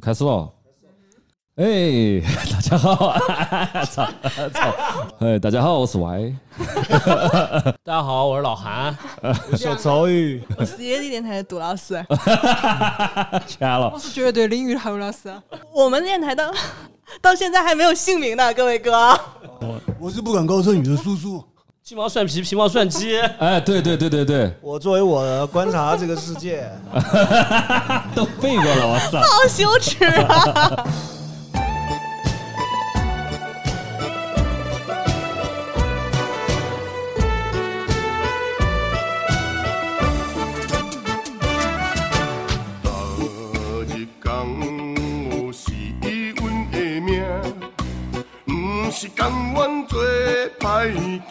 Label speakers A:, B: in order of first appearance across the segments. A: 开始了。哎，大家好， 操操！哎，大家好，我是 Y。
B: 大家好，我是老韩。
C: 小周宇，
D: 我是野地电台的杜老 师，
A: 全了
E: 我，哦是绝对领域的侯老师，啊
D: 我们电台到 到现在还没有姓名呢，各位哥。
F: 我是不敢高声语的叔叔。
B: 鸡毛蒜皮，皮毛蒜 鸡。
A: 哎，对对对对对，
C: 我作为我的观察这个世界，
A: 都背过了，我操！
D: 好羞耻啊！
G: 昨日讲有是伊阮的命，毋是甘愿做歹囝，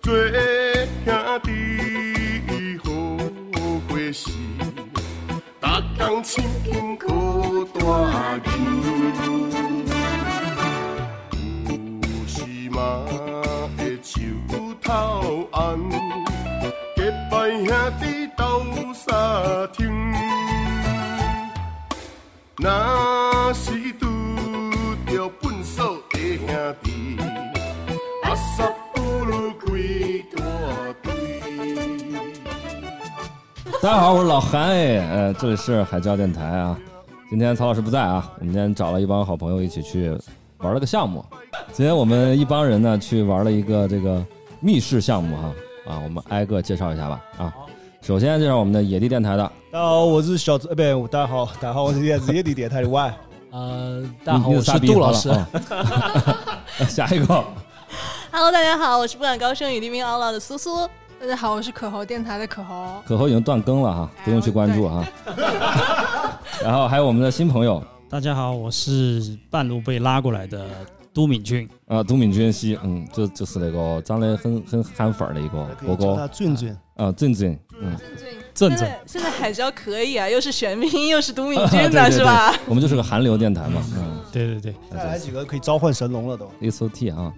G: 做兄弟好过是，逐工亲近靠大球，有时嘛会手头红。结拜兄弟斗相挺。若是拄着粪扫的兄弟，阿萨不如开大队。
A: 大家好，我是老韩。哎，呃，这里是海教电台啊。今天曹老师不在啊，我们今天找了一帮好朋友一起去玩了个项目。今天我们一帮人呢去玩了一个这个密室项目哈啊，我们挨个介绍一下吧啊。首先介绍我们的野地电台的，
C: 大家好，我是小周，呃，不对，大家好，大家好，我是叶子叶地点，他的 Y，
B: 呃，大家好，
A: 你
B: 我
A: 你
B: 是
A: 傻逼
B: 杜
A: 好
B: 老
A: 了
B: 师。
A: 啊 下一个，
D: Hello，大家好，我是不敢高声与地名奥老的苏苏。
E: 大家好，我是可豪电台的可豪，
A: 可和已经断更了哈，
C: 哎
A: 不用去关注哈。 然后还有我们的新朋友
H: 大家好，我是半路被拉过来的都敏俊，
A: 啊，都敏俊熙，嗯，就就是那个长得很很韩范儿的一个
C: 可
A: 哥
C: 以叫他
A: 哥
C: 俊俊，
A: 啊，正正，嗯，
H: 正
D: 现
H: 正
D: 在现在海椒可以啊，又是玄彬，又是都敏
A: 对
D: 俊
A: 啊对
D: 的
A: 对
D: 是吧？
A: 我们就是个韩流电台嘛，嗯
H: 对对对，
C: 再来几个可以召唤神龙了都。
A: ，It's OT 啊。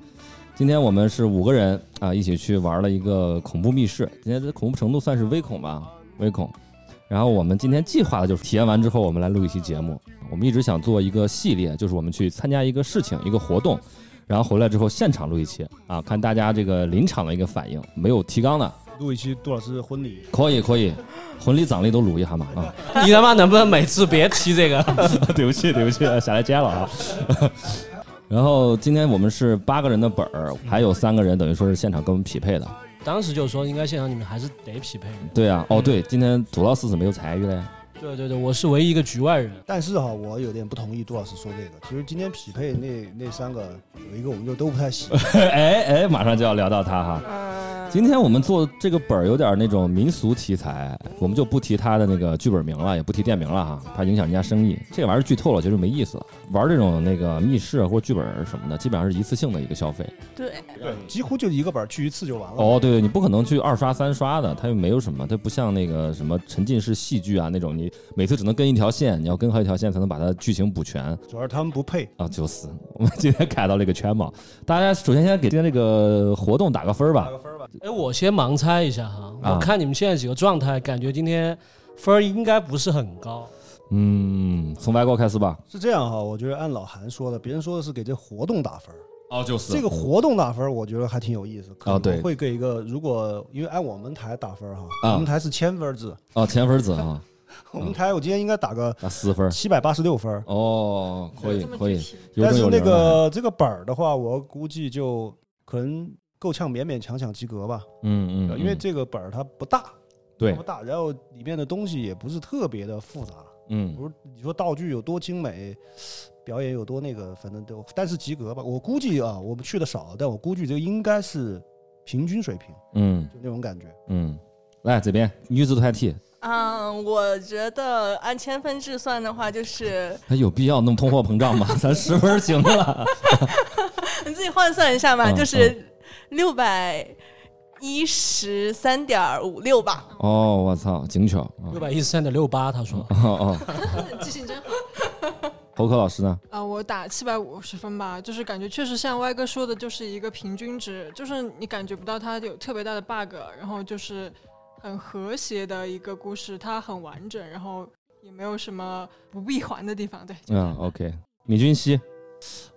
A: 今天我们是五个人啊，一起去玩了一个恐怖密室。今天这恐怖程度算是微恐吧，微恐。然后我们今天计划的就是体验完之后，我们来录一期节目。我们一直想做一个系列，就是我们去参加一个事情、一个活动，然后回来之后现场录一期啊，看大家这个临场的一个反应。没有提纲的，
C: 录一期杜老师的婚礼，
A: 可以可以，婚礼葬礼都录一下嘛啊。
B: 你他妈能不能每次别提这 个？
A: 对不起，对不起，下来接了啊。 然后今天我们是八个人的本儿，还有三个人等于说是现场跟我们匹配的。
B: 当时就说应该现场你们还是得匹配的。
A: 对啊，哦对，今天主要是怎么有参与嘞？
B: 对对对，我是唯一一个局外人。
C: 但是哈，我有点不同意杜老师说这个。其实今天匹配那那三个，有一个我们就都不 太喜欢，
A: 哎哎，马上就要聊到他哈。
D: 嗯，
A: 今天我们做这个本儿有点那种民俗题材，我们就不提他的那个剧本名了，也不提店名了哈，怕影响人家生意。这玩意儿剧透了，其实没意思了。玩这种那个密室啊或者剧本什么的，基本上是一次性的一个消费。
D: 对，
C: 几乎就一个本儿去一次就完了。
A: 哦，对对，你不可能去二刷三刷的，它又没有什么，它不像那个什么沉浸式戏剧啊那种，你每次只能跟一条线，你要跟好几条线才能把它剧情补全
C: 主要是他们不配。
A: 啊，就是。 我们今天改到了一个全盲，大家首先先给今天这个活动打个分儿吧。
B: 哎，我先盲猜一下哈，
A: 啊
B: 我看你们现在几个状态，感觉今天分儿应该不是很高。
A: 嗯，从外国开始吧。
C: 是这样哈，我觉得按老韩说的，别人说的是给这活动打分儿，
A: 哦，就是
C: 这个活动打分儿我觉得还挺有意思。可
A: 啊
C: 能
A: 对
C: 会给一个，如果因为按我们台打分儿哈，
A: 啊
C: 我们台是千分儿制，
A: 哦，前分子啊，
C: 我们台我今天应该打个
A: 打四分儿。
C: 七百八十六分儿，
A: 哦，可以可以，有
C: 但
A: 整
C: 是
A: 有
C: 那
A: 零了。
C: 个这个本儿的话，我估计就可能够呛，勉勉强强及格吧。
A: 嗯嗯，
C: 因为
A: 嗯
C: 这个本儿它不大，它
A: 对
C: 不，大，然后里面的东西也不是特别的复杂。
A: 嗯
C: 不是你说道具有多精美，表演有多那个，反正都但是及格吧。我估计啊，我们去的少，但我估计这应该是平均水平，
A: 嗯
C: 就那种感觉。
A: 嗯，来这边女子团体，
D: 嗯，我觉得按千分制算的话，就是
A: 还有必要弄通货膨胀吗？ 咱十分儿行了。
D: 你自己换算一下嘛，
A: 嗯
D: 就是六百一十三点五六吧。
A: 哦，我操，紧巧啊！
B: 六百一十三点六八，他说。
H: 啊
A: 哦哦，
E: 记性 真好
A: 侯科老师呢？
E: 啊！我打七百五十分吧，就是感觉确实像歪哥说的，就是一个平均值，就是你感觉不到它有特别大的 bug，然后就是很和谐的一个故事，它很完整，然后也没有什么不闭环的地方。对，就这
A: 嗯
E: 样
A: ，OK，米君熙，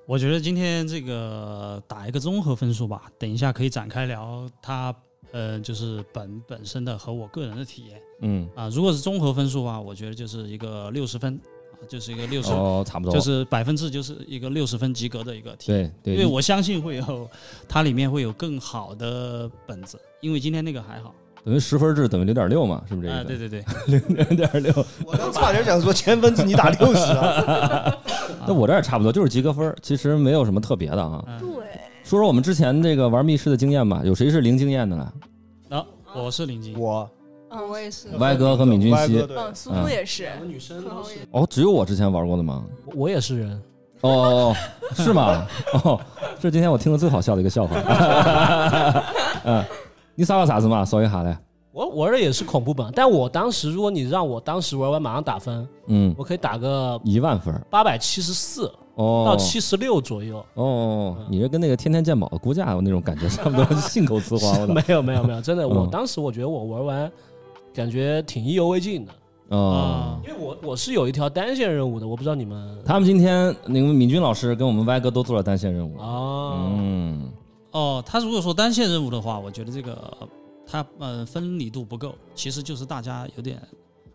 H: 我觉得今天这个打一个综合分数吧，等一下可以展开聊它，呃，就是本本身的和我个人的体验
A: 嗯，
H: 啊。如果是综合分数的啊话，我觉得就是一个六十分啊，就是一个六十、
A: 哦，差不多，
H: 就是百分之就是一个六十分及格的一个体验。
A: 对对，
H: 因为我相信会有它里面会有更好的本子，因为今天那个还好
A: 等于十分制等于零点六嘛，是不是这
H: 啊、
A: 个意
H: 对
A: 思？
H: 对对，
A: 零点六，
C: 我刚差点想说千分制你打六十 啊，
A: 那我这儿也差不多，就是及格分儿，其实没有什么特别的啊。
H: 嗯、
D: 对，
A: 说说我们之前这个玩密室的经验吧，有谁是零经验的呢？
H: 然后哦我是林晶，
C: 我
D: 嗯
E: 我也是。
A: 歪哥和敏俊
C: 歪哥
A: 熙，
C: 对
D: 嗯，苏苏也是，
B: 两个女生都是，
A: 哦，只有我之前玩过的吗？
B: 我我也是人，
A: 哦哦，哦，是吗？哦，这是今天我听的最好笑的一个笑话。 嗯，你啥玩啥子嘛？所以啥嘞？
B: 我玩的也是恐怖本，但我当时如果你让我当时玩完马上打分，
A: 嗯，
B: 我可以打个
A: 一万分儿
B: 八百七十四
A: 哦，
B: 到七十六左右。
A: 哦哦，你这跟那个天天鉴宝的估价有那种感觉差不多，信口雌黄我的。
B: 没有没有没有，真的，
A: 嗯
B: 我当时我觉得我玩完，感觉挺意犹未尽的，
A: 哦，
B: 因为我我是有一条单线任务的，我不知道你们
A: 他们今天那个敏君老师跟我们歪哥都做了单线任务。
B: 哦，
A: 嗯，
H: 哦，他如果说单线任务的话，我觉得这个他呃分离度不够，其实就是大家有点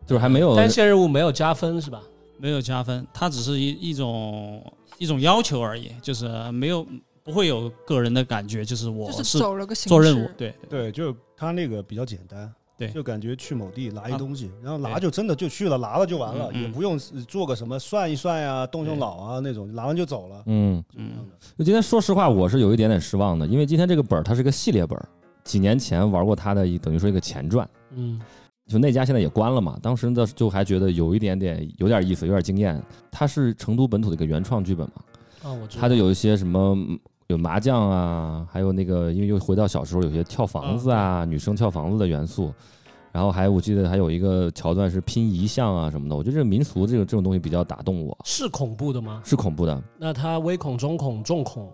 A: 就是还没有
B: 单线任务没有加分是吧？
H: 没有加分，它只是一一种一种要求而已，就是没有不会有个人的感觉，就是我
E: 就是
H: 是
E: 走了个形式，
H: 做任务，对，
C: 对，就是他那个比较简单，
H: 对
C: 就感觉去某地拿一
H: 啊
C: 东西，然后拿
H: 对
C: 就真的就去了，拿了就完了，
H: 嗯嗯
C: 也不用呃做个什么算一算呀、动动脑啊那种，拿完就走了。
A: 嗯，
H: 嗯，
A: 就今天说实话，我是有一点点失望的，因为今天这个本儿它是个系列本儿，几年前玩过它的一等于说一个前传。
B: 嗯，
A: 就那家现在也关了嘛，当时的就还觉得有一点点有点意思，有点惊艳。它是成都本土的一个原创剧本嘛，
B: 啊，我知道
A: 它就有一些什么嗯有麻将啊，还有那个因为又回到小时候有些跳房子啊，女生跳房子的元素，然后还我记得还有一个桥段是拼遗像啊什么的，我觉得这个民俗这种这种东西比较打动我，
B: 是恐怖的吗？
A: 是恐怖的，
B: 那它微恐、中恐、重恐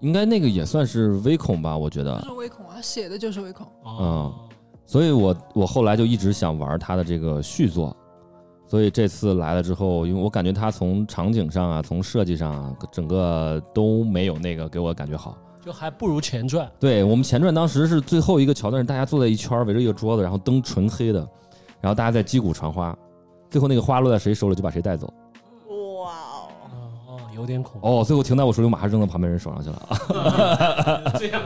A: 应该那个也算是微恐吧，我觉得
E: 就。是微恐啊，写的就是微恐。
B: 哦，
A: 嗯所以我我后来就一直想玩他的这个续作，所以这次来了之后，因为我感觉他从场景上啊，从设计上啊，整个都没有那个给我感觉好。
B: 就还不如前传。
A: 对我们前传当时是最后一个桥段，是大家坐在一圈儿围着一个桌子，然后灯纯黑的，然后大家在击鼓传花，最后那个花落在谁手里就把谁带走。
D: 哇哦，
B: 哦哦，有点恐怖。
A: 哦，最后停在我手里，马上扔到旁边人手上去了。
B: 这样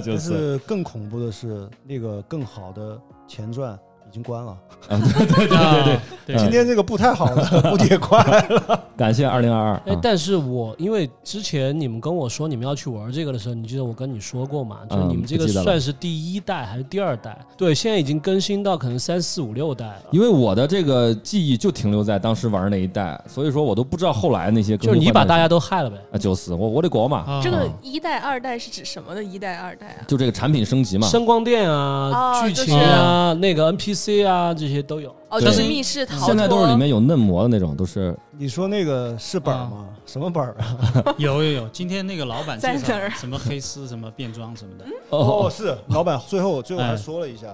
A: 就是
C: 但是更恐怖的是，那个更好的前传已经关了，
H: 对对对对
A: 嗯
C: 今天这个不太 好的估计也关 了。
A: 感谢二零二
B: 哎
A: 二，。
B: 但是我因为之前你们跟我说你们要去玩这个的时候，你记得我跟你说过嘛？就
A: 嗯
B: 你们这
A: 不
B: 个
A: 记得了
B: 算是第一代还是第二代？对，现在已经更新到可能三四五六代了。
A: 因为我的这个记忆就停留在当时玩那一代，所以说我都不知道后来那些
B: 就是你把大
A: 家
B: 家都害了呗。
A: 啊就是我我得搞嘛，
H: 啊
D: 这个一代、二代是指什么的一代、二代啊？
A: 就这个产品升级嘛，
B: 声光电啊、
D: 哦
B: 剧情啊、那个 NPC 啊，这些都有。
D: 哦，
A: 对
D: 就是密室逃脱，
A: 现在都是里面有嫩模的那种，都是
C: 你说那个是本儿吗？什么本儿啊？
H: 有有有，今天那个老板介
D: 在哪
H: 绍
D: 儿
H: 什么黑丝什么变装什么的，
C: 哦，是老板，最后最后还
H: 哎
C: 说了一下。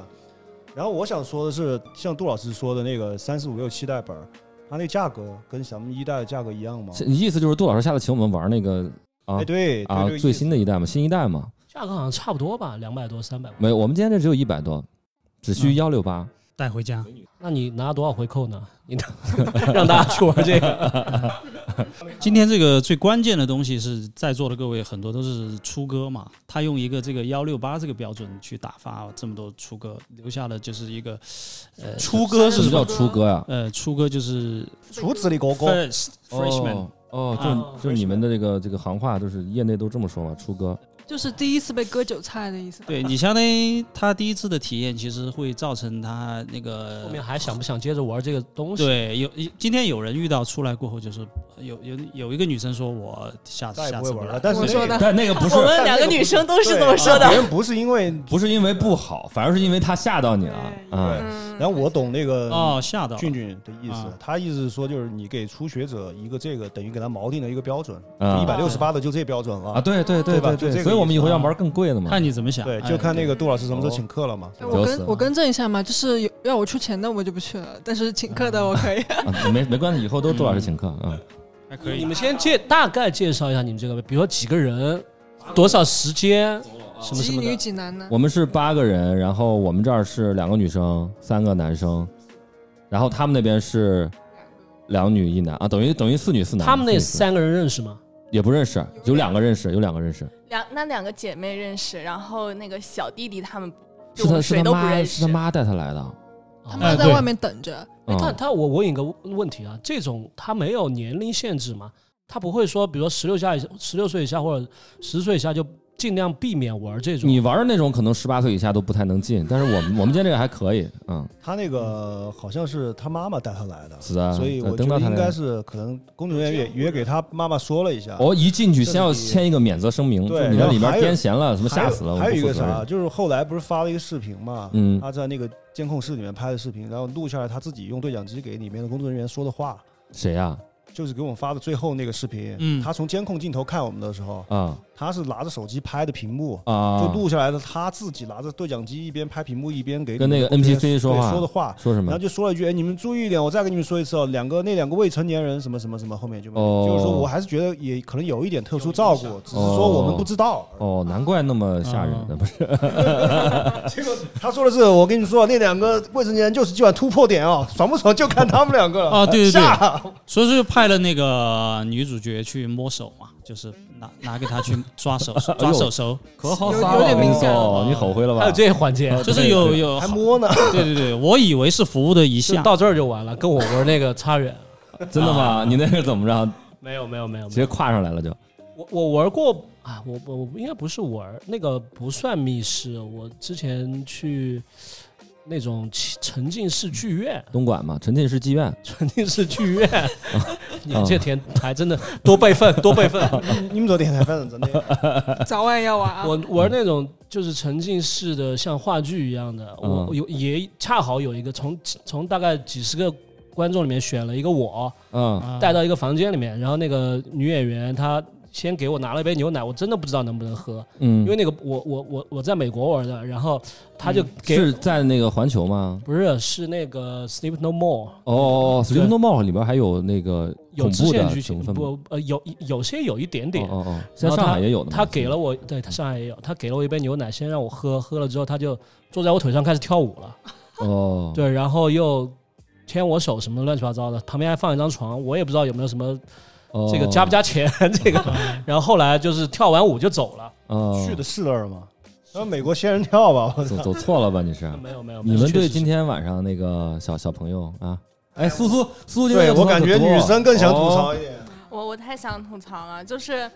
C: 然后我想说的是，像杜老师说的那个三四五六七代本儿，它那价格跟咱们一代的价格一样吗？
A: 你意思就是杜老师下次请我们玩那个啊
C: 哎，对对
A: 啊
C: 对
A: 最
C: 意
A: 新的一代嘛，新一代嘛，
B: 价格好像差不多吧，两百多、三百多。
A: 没有，我们今天这只有一百多，只需
H: 嗯
A: 幺六八，
H: 带回家。
B: 那你拿多少回扣呢？你 让大家去玩 这个，
H: 今天这个最关键的东西是在座的各位很多都是初哥嘛，他用一个这个幺六八这个标准去打发这么多初哥，留下的就是一个呃初哥
A: 什么
H: 是什
A: 叫
H: 么
A: 出哥呀？
H: 呃初哥就是
C: 厨子里狗狗，
H: first freshman，啊
A: 哦哦，就就你们的这个这个行话，就是业内都这么说嘛，出哥。
E: 就是第一次被割韭菜的意 思。
H: 对你相当于他第一次的体验，其实会造成他那
B: 后
H: 个
B: 面还想不想接着玩这个东西？
H: 对有今天有人遇到出来过后，就是呃有有有一个女生说我下次
C: 再也
H: 下
C: 不
H: 次
C: 会
H: 不
C: 玩
H: 来
C: 了
H: 了。
C: 但是
E: 我
C: 那
E: 说
C: 个
E: 的
A: 但那个不
D: 我
A: 是啊
D: 们两个女生都是这么 说
C: 啊别
D: 的。
C: 人不是因为，
A: 不是因为不好，反而是因为他吓到你了啊。
D: 嗯，
C: 然后我懂那个
H: 哦，吓到了
C: 俊俊的意思
H: 啊，
C: 他意思是说就是你给初学者一个这个，等于给他锚定了一个标准，
A: 啊
C: 一百六十八的就这标准了
A: 啊，。对对对啊
C: 对吧
A: 对
C: 就这个
A: 所以我们以后要玩更贵的嘛。
H: 看你怎么想。
C: 对，
H: 哎
C: 就看那个杜老师什么
A: 哎
C: 时候请客了嘛。
E: 哎我
A: 死
E: 跟
A: 了
E: 我更正一下嘛，就是有要我出钱的我就不去了，但是请客的我可以。
H: 嗯
A: 啊没没关系，以后都杜老师请客啊。
H: 还可
B: 你
H: 以。
B: 们先介大概介绍一下你们这个，比如说几个人，多少时间，什么什
E: 几
B: 么
E: 女
B: 的。
E: 几男呢？
A: 我们是八个人，然后我们这儿是两个女生，三个男生，然后他们那边是两女一男啊，等于等于四女四男。
B: 他们那
A: 四女四男
B: 三个人认识吗？
A: 也不认识，有两个认识，有两个认识，
D: 两那两个姐妹认识，然后那个小弟弟他们就是我
A: 他
D: 们
A: 是
D: 谁
A: 他
D: 都不
A: 妈
D: 认
A: 是他
D: 识。
A: 妈带他来的。
E: 他
H: 哎
E: 们在
H: 对
E: 外面等着，
B: 啊哎，但
A: 嗯，
B: 他我我有一个问题啊，这种他没有年龄限制吗？他不会说，比如说十六下以十六岁以下或者十岁以下就尽量避免玩这种。
A: 你玩的那种可能十八岁以下都不太能进，但是我们我们今天这个还可以，嗯，
C: 他那个好像是他妈妈带他来的，
A: 是的
C: 所以
A: 对啊呃
C: 我觉
A: 等到
C: 得
A: 他
C: 应
A: 来
C: 该是可能工作人员也也给他妈妈说了一下。
A: 我哦一进去先要
C: 这是第一
A: 签一个免责声明，
C: 对
A: 就是你在里
C: 然后还
A: 边
C: 有
A: 癫痫了，什么
C: 还有
A: 吓死了，我
C: 还有
A: 不
C: 一
A: 负
C: 个
A: 责
C: 啥，
A: 任。
C: 就是后来不是发了一个视频嘛，
A: 嗯
C: 他在那个监控室里面拍的视频，然后录下来他自己用对讲机给里面的工作人员说的话，
A: 谁啊呀？
C: 就是给我们发的最后那个视频。
H: 嗯
C: 他从监控镜头看我们的时候，
A: 啊
C: 他是拿着手机拍的屏幕，
A: 啊！
C: 就录下来的，他自己拿着对讲机一边拍屏幕一边给
A: 跟那个
C: 里面的
A: NPC
C: 工作人员
A: 说话
C: 对说的话。
A: 说什
C: 然后
A: 么？
C: 就说了一句：“哎，你们注意一点，我再跟你们说一次哦，两个那两个未成年人什么什么什么，后面就没有
A: 哦
C: 就是说我还是觉得也可能有一点特殊照顾，只是说我们不知道。
A: 哦，难怪那么吓
D: 啊
A: 人呢，不是？
C: 结果他说的是，我跟你说，那两个未成年人就是今晚突破点哦， 爽不爽就看他们两个了。
A: 啊
H: 哦对对对
C: 下
H: 所以说就派了那个女主角去摸手嘛，就是拿拿给她去抓手抓手手，
A: 可好
E: 有
A: 撒
E: 有
A: 了，
E: 点
A: 我跟你
E: 敏感
A: 说，你后悔了吧？
B: 呃还有这些环节，
H: 就是有有
C: 还摸呢，
H: 对对对，我以为是服务的一
B: 就
H: 项，
B: 到这儿就完了，跟我玩那个差远。
A: 真的吗？
B: 啊
A: 你那是怎么着？
B: 没有没有没有，没有
A: 直接跨上来了就？
B: 我我玩过啊，我我我应该不是玩那个不算密室，我之前去那种沉沉浸式剧院，
A: 东莞嘛，沉浸式妓院，
B: 沉浸式剧院， 你们
A: 嗯
B: 这天台真的多备份多备份。
C: 你们昨天才发生真的。
E: 早晚要玩啊。
B: 我玩那种就是沉浸式的，像话剧一样的，
A: 嗯
B: 我有也恰好有一个从从大概几十个观众里面选了一个我，
A: 嗯，
H: 啊
B: 带到一个房间里面，然后那个女演员她先给我拿了一杯牛奶，我真的不知道能不能喝，
A: 嗯，
B: 因为那个我我我我在美国玩的，然后她就
A: 嗯
B: 给、
A: 是在那个环球吗？
B: 不是是那个 Sleep No More
A: 哦哦哦，《
B: 对
A: Sleep No More》里边还有那个
B: 有
A: 恐
B: 支
A: 怖
B: 线
A: 的
B: 剧
A: 成
B: 情
A: 分吗
B: 不呃有有些有一点点。
A: 哦哦哦，在
B: 然后
A: 上
B: 他
A: 海也有的嘛。
B: 他给了我，对他上海也有，他给了我一杯牛奶，先让我喝，喝了之后他就坐在我腿上开始跳舞了，
A: 哦，
B: 对，然后又牵我手什么乱七八糟的，旁边还放一张床，我也不知道有没有什么
A: 哦，
B: 这个加不加钱 这个，然后后来就是跳完舞就走了，
A: 哦
C: 去的是那儿吗？然后美国仙人跳吧，我
A: 走
C: 操！
A: 走错了吧？你是？
B: 没有没有，
A: 嗯你们对今
B: 天
A: 天晚上那个小小朋友啊，哎，苏苏苏苏今天
C: 对
A: 要吐槽可
C: 我
A: 多
C: 感
A: 了，
C: 觉女生更想吐槽
A: 哦。
C: 一点。
D: 我我太想吐槽了，就是。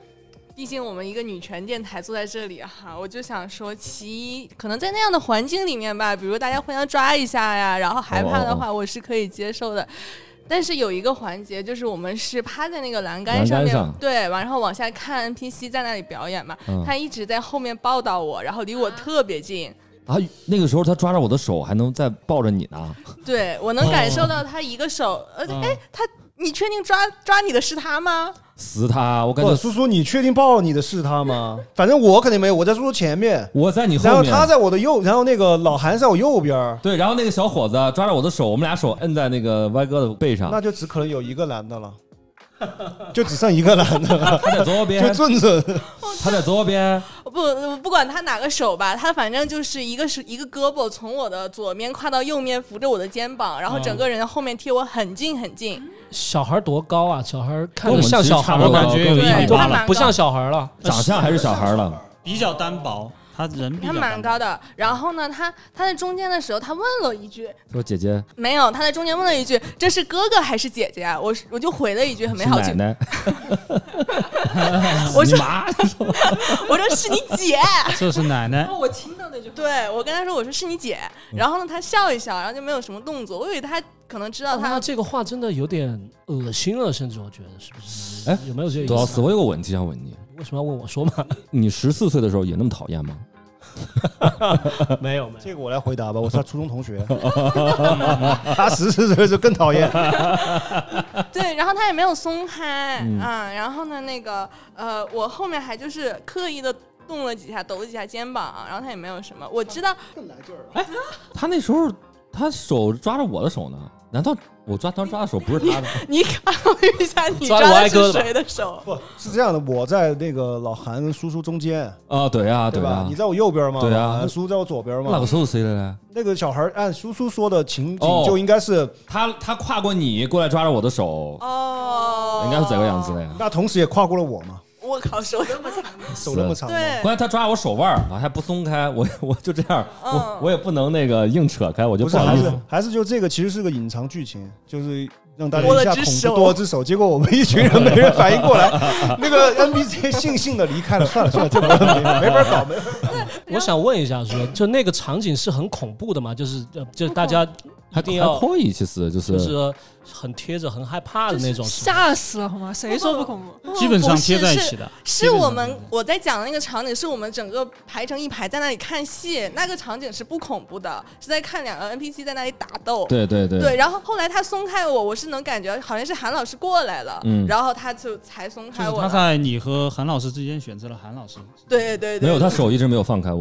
D: 毕竟我们一个女权电台坐在这里哈，我就想说，其一可能在那样的环境里面吧，比如大家互相抓一下呀，然后害
A: 哦
D: 怕的话，我是可以接受的。但是有一个环节，就是我们是趴在那个栏杆
A: 栏
D: 上
A: 杆
D: 面，
A: 上
D: 对，然后往下看 NPC 在那里表演嘛，
A: 嗯
D: 他一直在后面抱到我，然后离我特别近，
A: 啊，那个时候他抓着我的手，还能再抱着你呢。
D: 对我
A: 哦
D: 能感受到他一个手，而
A: 嗯
D: 且哎，他你确定抓抓你的是他吗？
A: 死他！我感
C: 不，
A: 觉
C: 叔叔，你确定抱你的是他吗？反正我肯定没有，我在叔叔前面，
A: 我在你
C: 然
A: 后
C: 后
A: 面，
C: 他在我的右，然后那个老韩在我右边儿，
A: 对，然后那个小伙子抓着我的手，我们俩手摁在那个歪哥的背上
C: 那，就只可能有一个男的了，就只剩一个男 的了，
A: 他在左
C: 就
A: 边，
C: 正正。
A: 他在左边，
D: 不我不管他哪个手吧，他反正就是一个是一个胳膊从我的左面跨到右面，扶着我的肩膀，然后
A: 哦
D: 整个人后面贴我很近很近。
E: 嗯
B: 小孩多高啊，小孩看
A: 跟我们
B: 着像
A: 其实
B: 小
A: 差
B: 孩
A: 不
B: 吗？
A: 多
H: 我感觉
A: 跟我们差不
D: 对他
A: 多
D: 蛮
A: 了
D: 高
B: 不像小孩了，
A: 长相还是小孩了。
H: 比较单薄，他人比
D: 他
H: 较
D: 蛮
H: 单薄
D: 高的，然后呢，他他在中间的时候，他问了一句，
A: 说姐姐
D: 没有，他在中间问了一句：“这是哥哥还是姐姐啊？”我我就回了一句很没
A: 是
D: 好
A: 奶
D: 气，
A: 奶，
D: 我说
A: 妈，
D: 我说是你 姐。
H: 这是奶奶
E: 哦，我听到那句话，
D: 对我跟他说我说是你姐，
A: 嗯
D: 然后呢他笑一笑，然后就没有什么动作，我以为他可能知道
B: 那
D: 他
B: 这个话真的有点恶心了，甚至我觉得是不是？
A: 哎
B: 有没有这个
A: 杜老
B: 意
A: 师，
B: 思？啊
A: 我有个问题想问你，
B: 为什么要问我说嘛？
A: 你十四岁的时候也那么讨厌吗？
B: 没有没有，
C: 这个我来回答吧，我是他初中同学， 他十四岁就更讨厌。
D: 对，然后他也没有松开，
A: 嗯
D: 嗯，然后呢，那个呃，我后面还就是刻意的动了几下，抖了几下肩膀，啊然后他也没有什么。我知道
A: 他那时候他手抓着我的手呢，难道我抓他抓的手不是 他的？
D: 你考虑一下，你
A: 抓
D: 抓
A: 我
D: 的
A: 挨
D: 是
A: 胳膊
D: 谁的手？
C: 不是这样的，我在那个老韩跟叔叔中间，
A: 啊，对呀，
C: 对吧
A: 呀？
C: 你，在我右边嘛，
A: 对啊
C: 老韩叔叔在我左边
A: 那
C: 嘛
A: 个。手是谁的嘞？
C: 那个小孩儿按叔叔说的情
A: 哦
C: 景，就应该是
A: 他他跨过你过来抓着我的手，
D: 哦，
A: 应该是这个样子的。呀。
C: 那同时也跨过了我嘛，
D: 我靠，手那么长，
C: 手那么长嘛。
D: 对，
A: 关键他抓我手腕儿啊，还不松开，我 我就这样，我
D: 嗯
A: 我也不能那个硬扯开，我就不
C: 不是，
A: 好
C: 还
A: 意
C: 是
A: 思。
C: 还是就这个其实是个隐藏剧情，就是让大家
D: 多了
C: 一下
D: 只
C: 恐
D: 手
C: 怖多了只手，结果我们一群人没人反应过 来，那个 NPC 悻悻的离开了，算了算了，这个没没法搞，没法搞
B: 我想问一下，说就那个场景是很恐怖的嘛？就是呃就大家
A: 还
B: 一定要
A: 还可以，其实就是
B: 就是很贴着、很害怕的那种。是吧
E: 吓死了好 吗？谁说不恐怖？
H: 基本上贴在一
D: 不是
H: 起的。
D: 是我们我在讲的那个场景，是我们整个排成一排在那里看戏，那个场景是不恐怖的，是在看两个 NPC 在那里打斗。
A: 对对对
D: 对，然后后来他松开我，我是能感觉好像是韩老师过来了，
A: 嗯
D: 然后他就才松
H: 就
D: 开
H: 是
D: 我
H: 他
D: 了。
H: 在你和韩老师之间选择了韩老师，
D: 对对对，
A: 没有，他手一直没有放开我。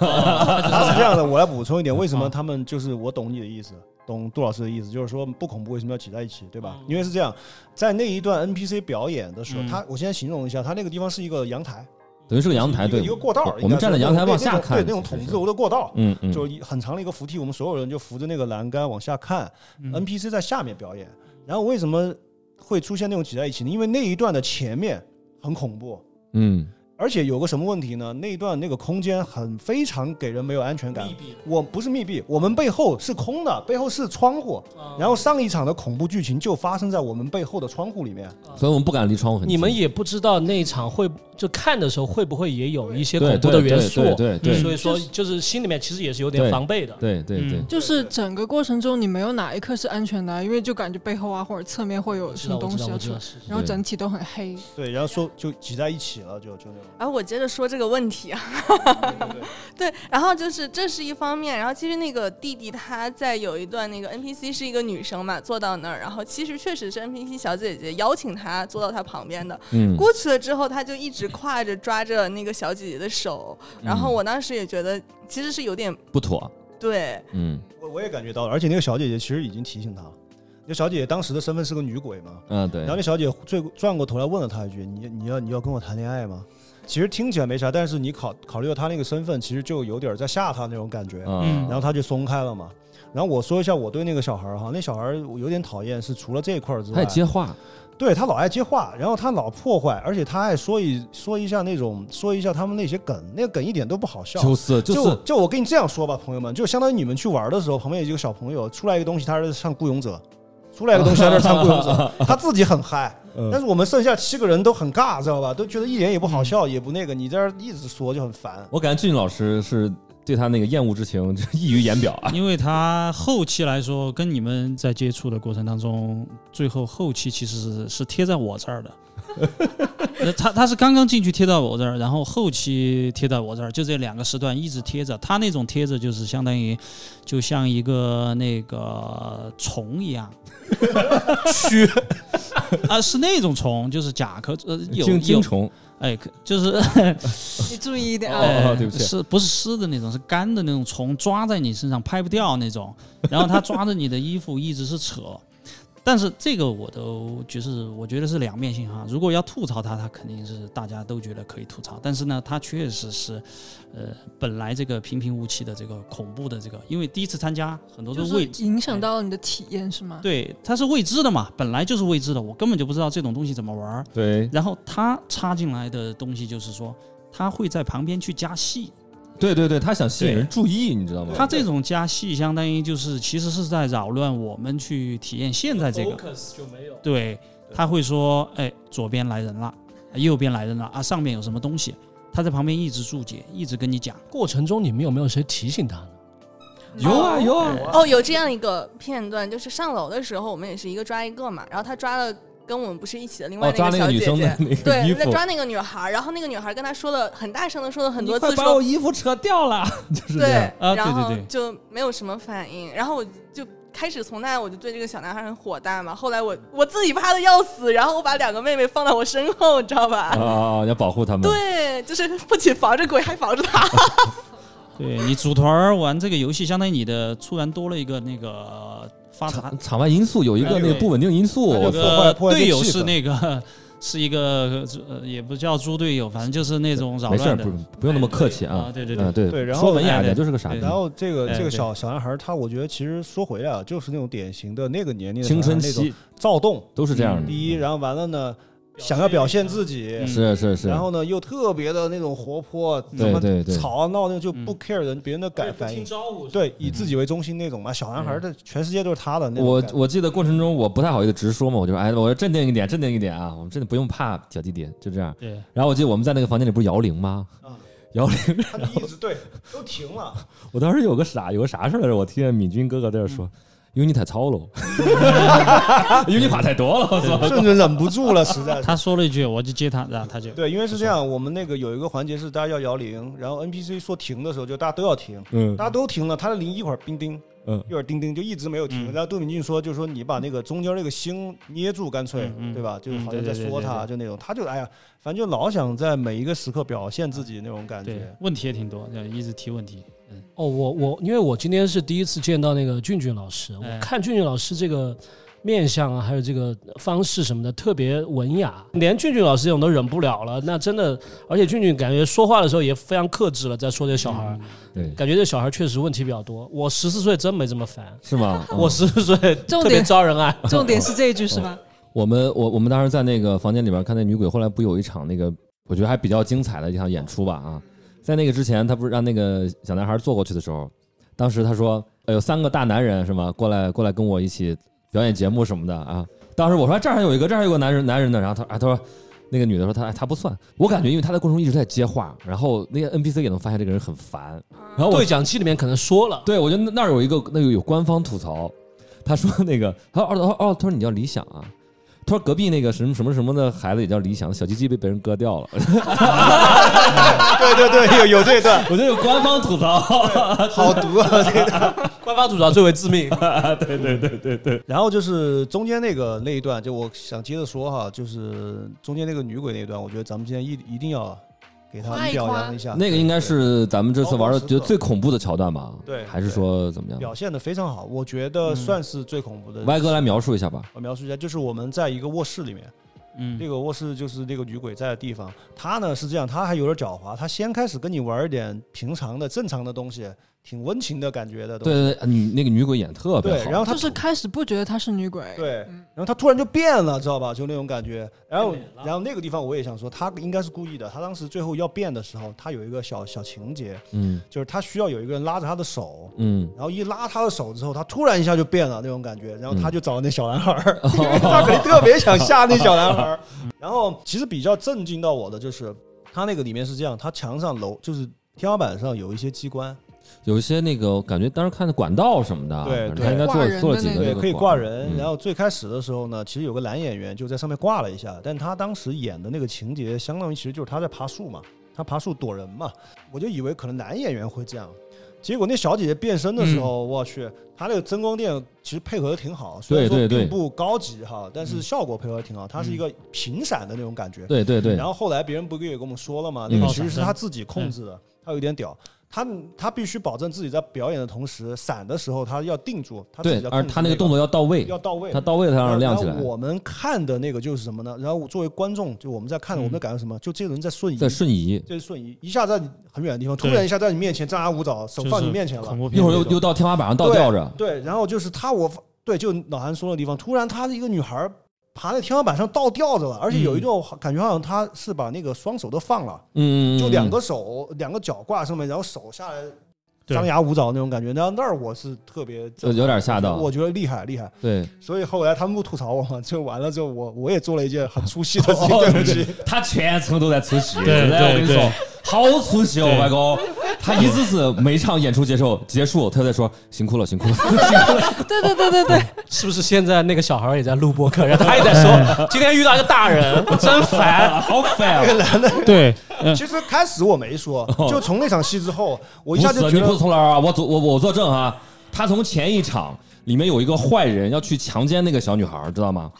C: 他是这样的，我来补充一点，为什么他们就是我懂你的意思，懂杜老师的意思，就是说不恐怖为什么要挤在一起，对
D: 嗯
C: 吧？因为是这样，在那一段 NPC 表演的时候，
H: 嗯
C: 他我先形容一下，他那个地方是一个阳台，
A: 等于是个阳台，
C: 一个
A: 对，
C: 一个过道儿
A: 我，
C: 应
A: 我
C: 该
A: 们
C: 是
A: 站在阳台
C: 那种
A: 往下看，
C: 对那种
A: 其实
C: 筒
A: 是
C: 子楼的过道，
A: 嗯嗯，
C: 就一很长的一个扶梯，我们所有人就扶着那个栏杆往下看、n p c 在下面表演。然后为什么会出现那种挤在一起呢？因为那一段的前面很恐怖，
A: 嗯，
C: 而且有个什么问题呢？那一段那个空间很非常给人没有安全感。我不是密闭，我们背后是空的，背后是窗户。然后上一场的恐怖剧情就发生在我们背后的窗户里面。
A: 所以我们不敢离窗户很近。
B: 你们也不知道那一场会就看的时候会不会也有一些
A: 对
B: 恐怖的元素，
A: 对对对对
B: 嗯所以说就是心里面其实也是有点
A: 对
B: 防备的。
A: 对对对
H: 嗯，
E: 就是整个过程中，你没有哪一刻是安全的啊，因为就感觉背后啊或者侧面会有
B: 我
E: 什
B: 知道，
E: 么
B: 我
E: 东
B: 知道，
A: 啊
E: 西
B: 我知道
E: 要出来，
B: 是。是
E: 然后整体都很黑。
C: 对，然后说就挤在一起了，就就那种。
D: 啊然后我接着说这个问题啊， 对，然后就是这是一方面，然后其实那个弟弟他在有一段那个 NPC 是一个女生嘛，坐到那儿，然后其实确实是 NPC 小姐姐邀请他坐到他旁边的，
A: 嗯，
D: 过去了之后他就一直挎着抓着那个小姐姐的手，
A: 嗯
D: 然后我当时也觉得其实是有点
A: 不妥，
D: 对，
A: 嗯
C: 我我也感觉到了，而且那个小姐姐其实已经提醒他了。那小姐姐当时的身份是个女鬼嘛，
A: 嗯，对
C: 然后，那小姐最转过头来问了他一句：“你你要你要跟我谈恋爱吗？”其实听起来没啥，但是你考考虑到他那个身份，其实就有点在吓他那种感觉。
A: 嗯，
H: 嗯
C: 然后他就松开了嘛。然后我说一下我对那个小孩儿哈，那小孩儿我有点讨厌，是除了这一块儿之
A: 他
C: 外
A: 也，接话，
C: 对他老爱接话，然后他老破坏，而且他爱说一说一下那种说一下他们那些梗，那个梗一点都不好笑。
A: 就是就是
C: 就就我跟你这样说吧，朋友们，就相当于你们去玩的时候，旁边有一个小朋友出来一个东西，他是唱《孤勇者》，出来一个东西，他是唱《孤勇者》，他自己很 嗨，
A: 嗯
C: 但是我们剩下七个人都很尬，知道吧？都觉得一点也不好笑，也不那个，你在这儿一直说就很烦。
A: 我感觉俊老师是对他那个厌恶之情就溢于言表啊。
H: 因为他后期来说，跟你们在接触的过程当中，最后后期其实是是贴在我这儿的。 呃他他是刚刚进去贴到我这儿，然后后期贴到我这儿，就这两个时段一直贴着。他那种贴着就是相当于，就像一个那个虫一样，蛆 啊，是那种虫，就是甲壳呃有
A: 精
H: 有
A: 精虫，
H: 哎，可就是
E: 你注意一点啊！
A: 哦
H: 哎，
A: 对不起
H: 是不是湿的那种，是干的那种虫抓在你身上拍不掉那种，然后它抓着你的衣服一直是扯。但是这个我都就是我觉得是两面性哈，如果要吐槽它，它肯定是大家都觉得可以吐槽，但是呢，它确实是，呃，本来这个平平无奇的这个恐怖的这个，因为第一次参加很多
E: 就
H: 都
E: 是
H: 未知，
E: 影响到了你的体验是吗？
H: 对，它是未知的嘛，本来就是未知的，我根本就不知道这种东西怎么玩儿。
A: 对
H: 然后他插进来的东西就是说，他会在旁边去加戏，
A: 对对对，他想吸引人注意，你知道吗？
H: 他这种加戏相当于就是其实是在扰乱我们去体验现在这个。
B: focus 就没有。
H: 对，他会说，哎，左边来人了，右边来人了啊，上面有什么东西？他在旁边一直注解，一直跟你讲。
B: 过程中你们有没有谁提醒他呢？
A: 有啊有啊，
D: 哦，有这样一个片段，就是上楼的时候，我们也是一个抓一个嘛，然后他抓了跟我们不是一起的另外
A: 哦，抓
D: 那
A: 那
D: 个
A: 个
D: 小
A: 女
D: 姐姐，
A: 生的那 个衣
D: 对，
A: 服
D: 在，抓那个女孩，然后那个女孩跟他说了很大声的说了很
A: 你
D: 多
A: 快
D: 次
A: 把我
D: 说，
A: 衣服扯掉了，就是这
D: 对
A: 样。，
H: 啊对
D: 然后
H: 对对
D: 就没有什么反应，然后我就开始从那我就对这个小男孩很火大嘛。后来我我自己怕的要死，然后我把两个妹妹放到我身后，你知道吧？
A: 啊，你要保护他们。
D: 对，就是不仅防着鬼，还防着他。
H: 啊对你组团儿玩这个游戏，相当于你的突然多了一个那个发达
A: 场，场外因素有一个那个不稳定因素，
H: 那
A: 我
C: 对破坏
H: 个
C: 破坏这
H: 队
C: 个
H: 友
C: 气
H: 是
C: 氛
H: 那个 是一个呃也不叫猪队友，反正就是那种扰
A: 没事儿，
H: 乱的
A: 不。不用那么客气啊
H: 啊。对对对
A: 嗯，对
C: 对然后哎
A: 说文雅一点
H: 对
A: 就是个傻逼
H: 对。
C: 然后这个
H: 哎
C: 这
H: 对
C: 个小小男孩儿，他我觉得其实说回来啊，就是那种典型的那个年龄的
A: 青春
C: 小孩儿那
A: 期
C: 种躁动。
A: 都是这样的。嗯
C: 第一，然后完了呢，想要表现自
H: 嗯
C: 己，
A: 是是是，
C: 然后呢又特别的那种活泼，怎
A: 对
C: 么
A: 对对
C: 吵啊闹那种就不
H: 嗯
C: care 人别人的感反应，
B: 招呼，
C: 对，以自己为中心那种嘛。小男孩儿的全世界都是他的那种
A: 我
C: 感觉。
A: 我记得过程中我不太好意思直说嘛，我就说哎，我说镇定一点，镇定一点啊，我们真的不用怕小弟弟，就这样。
H: 对，
A: 然后我记得我们在那个房间里不是摇铃吗？
C: 啊
A: 摇铃，
C: 他就一直对都停了，
A: 我当时有个傻有个啥事儿来着？我听见敏君哥哥在这说，因为你太糙了，因为你话太多了，我操！
C: 甚至忍不住 了，实在是。
H: 他说了一句，我就接他，然啊后他就
C: 对，因为是这样，我们那个有一个环节是大家要摇铃，然后 NPC 说停的时候，就大家都要停，
A: 嗯
C: 大家都停了，他的铃一会儿叮叮，
A: 嗯
C: 一会儿叮叮，就一直没有停。
H: 嗯
C: 然后杜敏俊说，就说你把那个中间那个星捏住，干脆
H: 嗯嗯
C: 对吧？就
H: 嗯
C: 好
H: 对
C: 像
H: 对
C: 在
H: 对
C: 说
H: 对
C: 他，就那种，他就哎呀，反正就老想在每一个时刻表现自己那种感
H: 对
C: 觉。
H: 问题也挺多，就一直提问题。嗯，
B: 哦，我我因为我今天是第一次见到那个俊俊老师，
H: 哎
B: 我看俊俊老师这个面相啊，还有这个方式什么的，特别文雅，连俊俊老师这种都忍不了了。那真的，而且俊俊感觉说话的时候也非常克制了，在说这小孩儿，
A: 嗯对，
B: 感觉这小孩儿确实问题比较多。我十四岁真没这么烦，
A: 是吗？嗯
B: 我十四岁
E: 重点
B: 特别招人爱。
E: 重点是这一句是吧？
A: 我们我我们当时在那个房间里边看那女鬼，后来不有一场那个我觉得还比较精彩的一场演出吧啊，在那个之前，他不是让那个小男孩坐过去的时候，当时他说呃有三个大男人是吗？过来过来跟我一起表演节目什么的啊。当时我说这儿还有一个，这儿还有个男人男人呢，然后他啊他说。那个女的说她哎她不算，我感觉因为她在过程中一直在接话，然后那个 NPC 也能发现这个人很烦，然
E: 嗯
A: 后我
B: 对讲机里面可能说了，
A: 对，我觉得那那儿有一个那个有官方吐槽，他说那个，他说哦哦，他说你叫理想啊，他说隔壁那个什么什么什么的孩子也叫理想，小鸡鸡被别人割掉 了，
C: 对对对，有有这段，
A: 我觉得有官方吐槽，
C: 好毒啊！这个。
B: 官方吐槽最为致命。
A: 对对对对对，
C: 然后就是中间那个那一段，就我想接着说哈，就是中间那个女鬼那一段，我觉得咱们今天一一定要给他
E: 夸一
C: 表
E: 夸
C: 扬一下，
A: 那个应该是咱们这次玩的
C: 高光时刻
A: 觉得最恐怖的桥段吧？
C: 哦对
A: 还是说怎么样？
C: 表现的非常好，我觉得算是最恐怖的。
A: 歪哥来描述一下吧。
C: 我描述一下，就是我们在一个卧室里面，
H: 嗯
C: 那，个卧室就是那个女鬼在的地方。她呢是这样，她还有点狡猾，她先开始跟你玩一点平常的、正常的东西，挺温情的感觉的东
A: 对
C: 西。
A: 对对，女那个女鬼演得特别
C: 对，
A: 好，
C: 然后她
E: 就是开始不觉得她是女鬼，
C: 哦对
E: 嗯
C: 然后他突然就变了，知道吧？就那种感觉。然后，然后那个地方我也想说，他应该是故意的。他当时最后要变的时候，他有一个小小情节，
A: 嗯
C: 就是他需要有一个人拉着他的手，
A: 嗯，
C: 然后一拉他的手之后，他突然一下就变了那种感觉。然后他就找那小男孩儿，因为他肯定特别想吓那小男孩儿。然后其实比较震惊到我的就是，他那个里面是这样，他墙上楼就是天花板上有一些机关，
A: 有一些那个我感觉当时看的管道什么的啊，反
C: 对
A: 正
C: 对
A: 他应该做
E: 挂人的
A: 做了几
E: 那
A: 个
E: 个
A: 这
C: 对，
A: 个
C: 可以挂人。
A: 嗯
C: 然后最开始的时候呢，其实有个男演员就在上面挂了一下，但他当时演的那个情节，相当于其实就是他在爬树嘛，他爬树躲人嘛。我就以为可能男演员会这样，结果那小姐姐变身的时候，我去，她那个增光垫其实配合的挺好，虽然
A: 嗯对对
C: 说
A: 嗯对
C: 并不高级哈，但是效果配合的挺好，它是一个频闪的那种感觉。
A: 对对对
C: 然，后后来别人不是也跟我们说了嘛，
A: 嗯
C: 那个其实是他自己控制的，他有点屌。他他必须保证自己在表演的同时，闪的时候他要定住，他自己
A: 对
C: 要，控
A: 而
C: 制
A: 他那个动作要到位，
C: 要到位。
A: 他到位才让人亮起
C: 然
A: 来
C: 后，我们看的那个就是什么呢？然后作为观众，就我们在看，
H: 嗯
C: 我们的感受什么？就这个人在瞬移，
A: 在瞬移，
C: 这是瞬移，一下在你很远的地方，突
H: 对
C: 然一下在你面前张牙舞爪，手
H: 就是
C: 放你面前了
H: 恐。怖片
A: 一会儿又
H: 那种
A: 又到天花板上倒吊着，
C: 对，然后就是他，我对，就老韩说的地方，突然他的一个女孩爬在天花板上倒吊着了，而且
A: 嗯
C: 有一种感觉，好像她是把那个双手都放了，
A: 嗯，嗯嗯
C: 就两个手、两个脚挂上面，然后手下来
H: 对
C: 张牙舞爪那种感觉。然后那儿我是特别
A: 呃有点吓到，
C: 我觉得厉害厉害。
A: 对
C: 所以后来他们不吐槽我嘛，就完了之后我我也做了一件很出戏
A: 哦
C: 的事情，对不起。
A: 他全程都在出戏，
H: 对
A: 实在
H: 对
A: 我跟你
H: 对
A: 说，好出戏哦，
H: 对
A: 外公，他一直是每场演出结束结束，他就在说辛苦了辛苦了，辛苦了
E: 对对对对对，
B: 是不是现在那个小孩儿也在录播客，然后他也在
A: 哎
B: 说今天遇到一个大人，我真烦，好烦。
H: 对，嗯
C: 其实开始我没说，就 从那场戏之后，我一下
A: 哦不
C: 就是觉
A: 你不是
C: 得
A: 从哪儿啊？我作我我作证啊，他从前一场里面有一个坏人要去强奸那个小女孩，知道吗？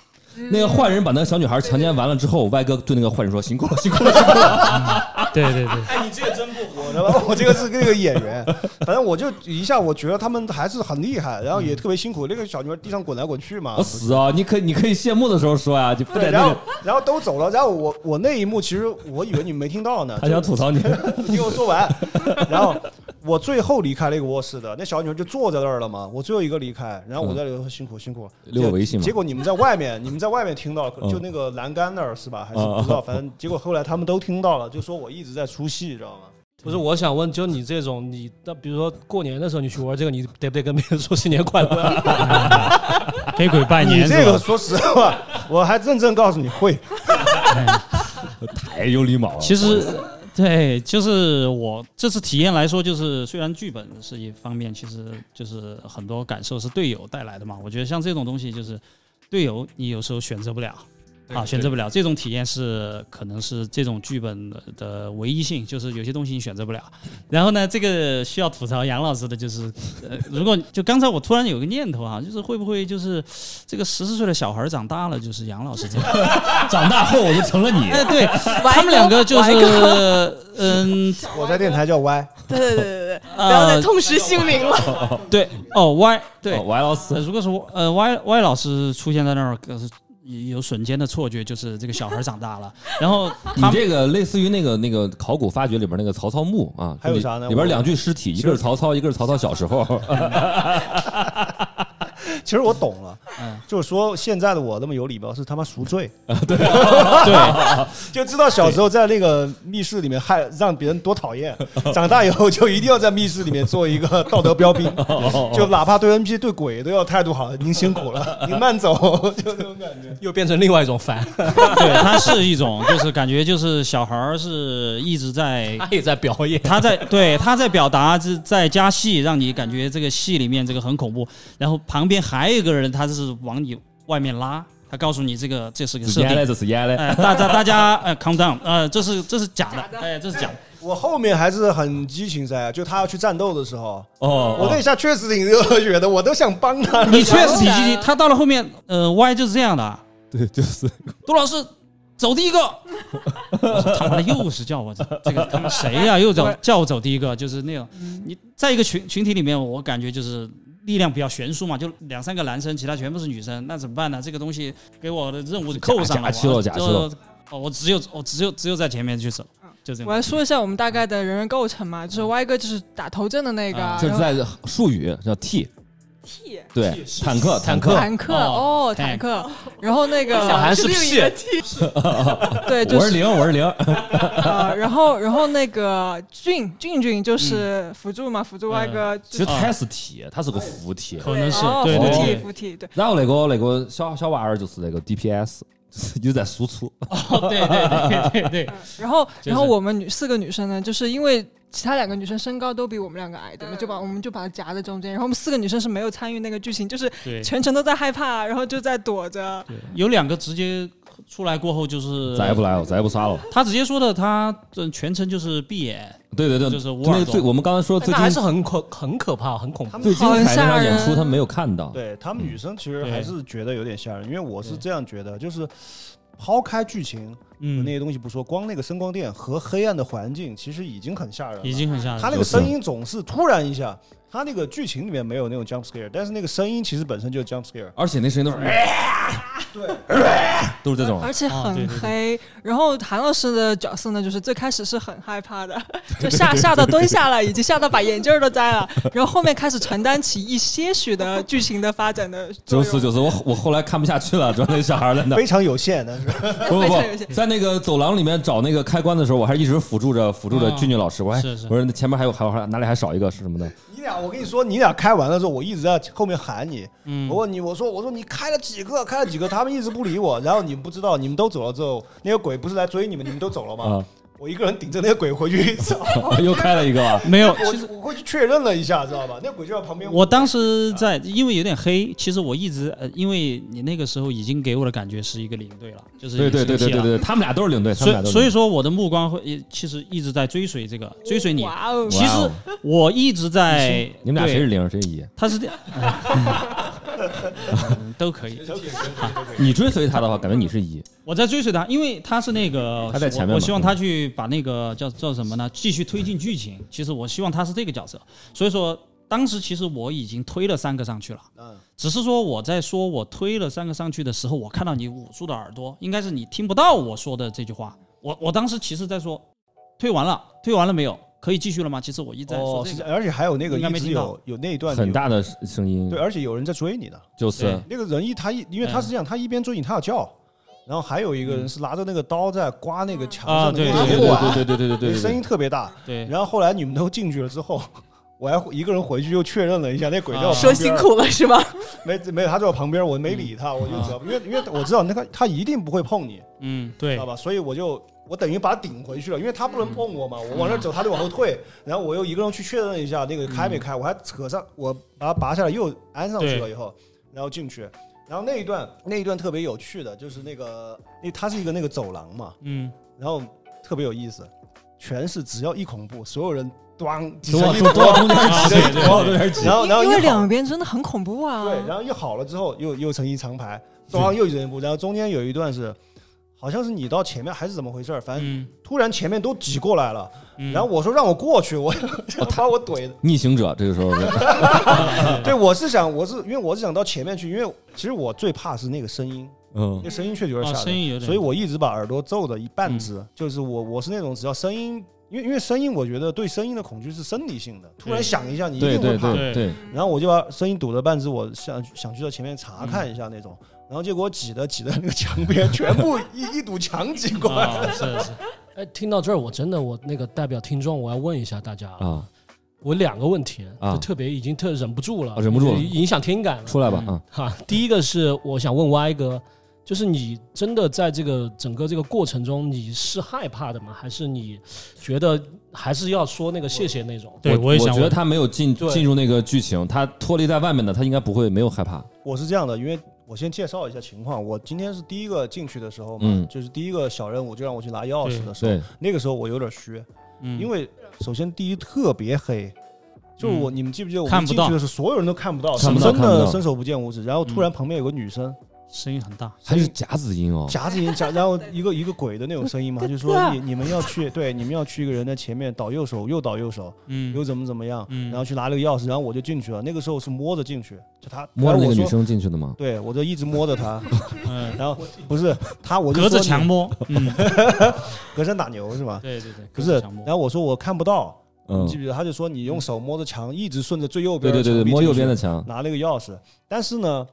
A: 那个坏人把那个小女孩强奸完了之后，歪哥对那个坏人说：“辛苦了，辛苦了。辛苦了
H: 对对对，
C: 哎，你这个真不火的吧？我这个是那个演员，反正我就一下，我觉得他们还是很厉害，然后也特别辛苦。那个小女孩地上滚来滚去嘛
A: 我，死啊！你可你可以谢幕的时候说呀，啊就不在
C: 对，
A: 那
C: 然后
A: 个。
C: 然后都走了，然后我我那一幕其实我以为你们没听到呢，
A: 他想吐槽 你，
C: 听我 说完。然后我最后离开那个卧室的，那小女孩就坐在那儿了嘛。我最后一个离开，然后我在里头说辛苦辛苦，
A: 嗯留我微信嘛
C: 结果你们在外面，你们在外面听到，
A: 嗯
C: 就那个栏杆那儿是吧？还是不知道，反正结果后来他们都听到了，就说我一直在出戏，知道吗？
B: 不是，我想问，就你这种，你那比如说过年的时候你去玩这个，你得不得跟别人说新年快乐？啊
H: 黑鬼拜
C: 你
H: 年
C: 这
H: 是
C: 个
H: 吧
C: 说实话，我还认真告诉你会，
A: 太有礼貌了。
H: 其实。对，就是我这次体验来说，就是虽然剧本是一方面，其实就是很多感受是队友带来的嘛。我觉得像这种东西，就是队友你有时候选择不了啊，选择不了。这种体验是可能是这种剧本的的唯一性，就是有些东西你选择不了。然后呢，这个需要吐槽杨老师的就是，呃，如果就刚才我突然有个念头啊，就是会不会就是这个十四岁的小孩长大了，就是杨老师这样。
A: 长大后我就成了你，
H: 哎，对他们两个就是，嗯，
C: 我在电台叫歪，
D: 对对对对对，不要再
H: 呃，
D: 痛失心灵了。
H: 对，哦，Y，对
A: 哦，歪老
H: 呃
A: 师，
H: 如果是我呃 Y Y 老师出现在那儿，可是有瞬间的错觉，就是这个小孩长大了，然后
A: 你
H: 他们
A: 这个类似于那个那个考古发掘里边那个曹操墓啊，
C: 还有啥呢
A: 里边两具尸体，一个是曹操，一个是曹操小时候。
C: 其实我懂了，
H: 嗯啊
C: 就是说现在的我那么有礼貌是他妈赎罪，
H: 对
C: 就知道小时候在那个密室里面害让别人多讨厌，长大以后就一定要在密室里面做一个道德标兵，
H: 哦
C: 就哪怕对 NPC 对鬼都要态度好，您辛苦了，您慢走， 就这种感觉。
B: 又变成另外一种烦，
H: 对，他是一种就是感觉就是小孩儿是一 直在
B: 他也在表演。
H: 他在对他在表达是在加戏，让你感觉这个戏里面这个很恐怖。然后旁边还有一个人，他是往你外面拉，他告诉你这个这是个
A: 死
H: 设
A: 烟嘞，
H: 定。
A: 这是烟嘞。
H: 哎，大家大家呃，calm down，呃，这是这是假的，哎，这是假的。
C: 我后面还是很激情噻，就他要去战斗的时候，
A: 哦，
C: 我那一下确实挺热血的，我都想帮他。
H: 你确实挺积极，他到了后面，呃，Y 就是这样的啊，
A: 对，就是
H: 杜老师走第一个，我说 他妈的又是叫我走这个他妈谁呀、又走叫我走第一个，就是那种你在一个群群体里面，我感觉就是力量比较悬殊嘛，就两三个男生，其他全部是女生，那怎么办呢？这个东西给我的任务扣上
A: 假
H: 了，
A: 假期了
H: 我
A: 假期了
H: 就哦，我只有我只有只有在前面去走，就这
E: 我
H: 样。
E: 来说一下我们大概的人员构成嘛，就是 Y 哥就是打头阵的那个，
H: 啊
A: 这
E: 然
A: 是
E: 后
A: 在术语叫 T，
D: T，
A: 对，坦克，坦克。
E: 坦克
H: 哦
E: 哦，坦克，然后那个
B: 小韩是
D: 另一个
B: P
D: T，
E: 对，哎就
A: 我是
E: 是
A: 零，我是零。
E: 呃，然后然后那个俊俊俊就是辅助嘛，辅助
H: 嗯
E: Y 哥
A: 其
E: 就
A: 实
E: 是
A: 他是铁，他是个服帖。
H: 可能是
E: 哦，
H: 对
E: 扶
H: 对
E: 替
H: 对，
E: 扶替，对，
A: 然后那个那个小小娃儿就是那个 DPS，就是一直在输出。
H: 哦对对对对对，
E: 然后
H: 嗯就是
E: 然后我们女四个女生呢，就是因为。其他两个女生身高都比我们两个矮的嘛，就把我们就把它夹在中间。然后我们四个女生是没有参与那个剧情，就是
H: 对
E: 全程都在害怕，然后就在躲着。
H: 对，有两个直接出来过后就是
A: 再也不来了，再也不耍了。
H: 他直接说的，他这全程就是闭眼，
A: 对对对，
H: 就是无
A: 那
H: 耳
A: 个
H: 洞
A: 最我们刚才说最
B: 那还是
A: 精
B: 很可很可怕，很恐怖。
A: 最精彩那场演出，他没有看到。
C: 对他们女生其实
H: 啊对
C: 还是觉得有点吓人，因为我是这样觉得，就是抛开剧情那
H: 嗯，
C: 些东西不说，光那个声光电和黑暗的环境其实已经很吓人了，
H: 已经很吓人了。
C: 他那个声音总是突然一下，他那个剧情里面没有那种 jump scare，但是那个声音其实本身就是 jump scare。
A: 而且那声音都是，对，都是这种。
E: 而且
H: 啊对
E: 很
H: 对对
E: 黑。然后韩老师的角色呢，就是最开始是很害怕的，就吓吓到蹲下了，已经吓到把眼镜儿都摘了。然后后面开始承担起一些许的剧情的发展的
A: 九
E: 作用
A: 四。九四，我我后来看不下去了，主要那小孩儿在那
C: 非常有限，但是
A: 不不
E: 非常有
A: 不，
E: 限
A: 在那个走廊里面找那个开关的时候，我还一直辅助着辅助着
H: 啊
A: 俊俊老师，我还
H: 是是
A: 我说那前面还有还有还有哪里还少一个是什么的？
C: 你俩，我跟你说，你俩开完了之后，我一直在后面喊你，
H: 嗯
C: 我问你，我说我说你开了几个，开了几个，他们一直不理我，然后你们不知道，你们都走了之后，那个鬼不是来追你们，你们都走了吗？
A: 啊，
C: 我一个人顶着那个鬼回去找，
A: 又开了一个啊，
H: 没有，其实
C: 我我过去确认了一下，知道吧？那鬼就在旁边，
H: 我当时在，因为有点黑，其实我一直呃，因为你那个时候已经给我的感觉是一个领队了，就是
A: 对对
H: 已
A: 对
H: 经
A: 对
H: 踢
A: 对对，
H: 了
A: 他们俩都是领队，他们
H: 所
A: 俩
H: 以
A: 都是
H: 所以
A: 领队。
H: 说我的目光会也其实一直在追随这个追随你。
E: 哇哦！
H: 其
A: 哇
H: 实
A: 哦
H: 我一直在，
A: 你们俩谁是
H: 对？
A: 零谁是一？
H: 他是这，哎 嗯都可以。
A: 你追随他的话，感觉你是一，
H: 我在追随他，因为他是那个，
A: 他在前面嘛嗯
H: 我我希望他去把那个叫叫什么呢？继续推进剧情。其实我希望他是这个角色，所以说当时其实我已经推了三个上去了，
C: 嗯，
H: 只是说我在说我推了三个上去的时候，我看到你捂住的耳朵，应该是你听不到我说的这句话。我我当时其实在说，推完了，推完了没有？可以继续了吗？其实我一直在
C: 哦，
H: 说这
C: 是
H: 个。
C: 这样而且还有那个
H: 应该
C: 一
H: 没
C: 直
H: 听到
C: 有有那一段
A: 很
C: 有
A: 大的声音，
C: 对，而且有人在追你的。
A: 就是
H: 对
C: 那个人一他一，因为他是这
H: 嗯
C: 样，他一边追你，他要叫，然后还有一个人是拿着那个刀在刮那个墙
H: 啊
C: 上的
H: 对
C: 那
A: 对对
C: 个铁
A: 对
C: 管，
A: 对对对对对对对，
C: 声音特别大。
H: 对，
C: 然后后来你们都进去了之后，我还一个人回去又确认了一下那鬼在我
H: 啊
C: 旁
D: 说
C: 边
D: 辛，苦了是吗？
C: 没没有他在我旁边，我没理他，我就只要因为因为我知道那个他一定不会碰你，
H: 啊嗯，对嗯
C: 知道，吧？所以我就我等于把他顶回去了，因为他不能碰我嘛，我往那儿走，他就往后退，然后我又一个人去确认一下那个
H: 嗯
C: 开没开，我还扯上，我把它拔下来又安上去了以后，然后进去，然后那一段那一段特别有趣的，就是那个因为它是一个那个走廊嘛，
H: 嗯，
C: 然后特别有意思，全是只要一恐怖，所有人咣
A: 多
C: 一
A: 多 多空间
H: 啊
A: 挤
H: 对，对
A: 多空间挤，
C: 然后然后
E: 因
C: 一
E: 为
C: 好
E: 两边真的很恐怖啊。
H: 嗯
C: 对，然后一好了之后又又成一长排，咣又一人一步，然后中间有一段是。好像是你到前面还是怎么回事儿？反正
H: 嗯，
C: 突然前面都挤过来了，
H: 嗯
C: 然后我说让我过 去，我把我怼的。
A: 逆行者这个时候在
H: 嗯
C: 对，我是想，我是因为我是想到前面去，因为其实我最怕是那个声音，
A: 嗯
C: 那声音确实有点
H: 啊，
C: 吓
H: 声
C: 人，
H: 音有点，嗯
C: 所以我一直把耳朵皱的一半只。就是我我是那种只要声音，因为因为声音，我觉得对声音的恐惧是生理性的，突然
H: 对
C: 响一下你一
A: 对
C: 定会
A: 对
C: 怕。
A: 对对，
C: 然后我就把声音堵了半只，我想想去到前面查看一下那种，然后结果挤的挤的那个墙 边，全部一一堵墙挤过来。
H: 啊，是是，
B: 哎，听到这儿，我真的我那个代表听众，我要问一下大家，
A: 啊，
B: 我两个问题，
A: 啊
B: 就特别已经特忍不住了，
A: 啊忍不住了
B: 已经影响听感了。
A: 出来吧
H: 嗯
A: 啊，
B: 哈，第一个是我想问 Y 哥，就是你真的在这个整个这个过程中，你是害怕的吗？还是你觉得还是要说那个谢谢那种？
H: 对
A: 我
H: 我也
A: 我
H: 想
A: 觉得
H: 问
A: 他没有进
B: 对
A: 进入那个剧情，他脱离在外面的，他应该不会没有害怕，
C: 我是这样的，因为我先介绍一下情况。我今天是第一个进去的时候嘛，
A: 嗯
C: 就是第一个小任务就让我去拿钥匙的时候，
A: 对，
C: 那个时候我有点虚，
H: 嗯，
C: 因为首先第一特别黑，就是我、你们记嗯不记得我
H: 看
C: 们
H: 不
C: 进
H: 到
C: 去的时候，所有人都看不到，嗯
A: 看不到
C: 真
A: 看不
C: 的
A: 到
C: 伸手不见五指。然后突然旁边有个女生
H: 声音很大，
A: 还是甲子音哦，啊
C: 夹着音夹，然后一个一个鬼的那种声 音嘛，她就说你你们要去对你们要去一个人的前面倒右手右倒右手
H: 嗯
C: 又怎么怎么样，
H: 嗯
C: 然后去拿了个钥匙，然后我就进去了。那个时候是摸着进去，就她
A: 摸着那个。
C: 然后
A: 女
C: 我说
A: 生进去的吗？
C: 对，我就一直摸 着她，
H: 嗯，
C: 然后不是她，我就
H: 隔
C: 说
H: 着
C: 你
H: 墙摸，嗯，
C: 隔山打牛是吧？
H: 对对对，
C: 不
H: 隔
C: 是
H: 着墙，摸
C: 然，后我说我看不到，
A: 嗯
C: 你记，不记得？他就说你用手摸着墙，一直顺着最右
A: 对
C: 边
A: 对
C: 的
A: 对对，
C: 墙壁
A: 摸
C: 进
A: 右边
C: 去
A: 的墙，
C: 拿了一个钥匙，但是呢，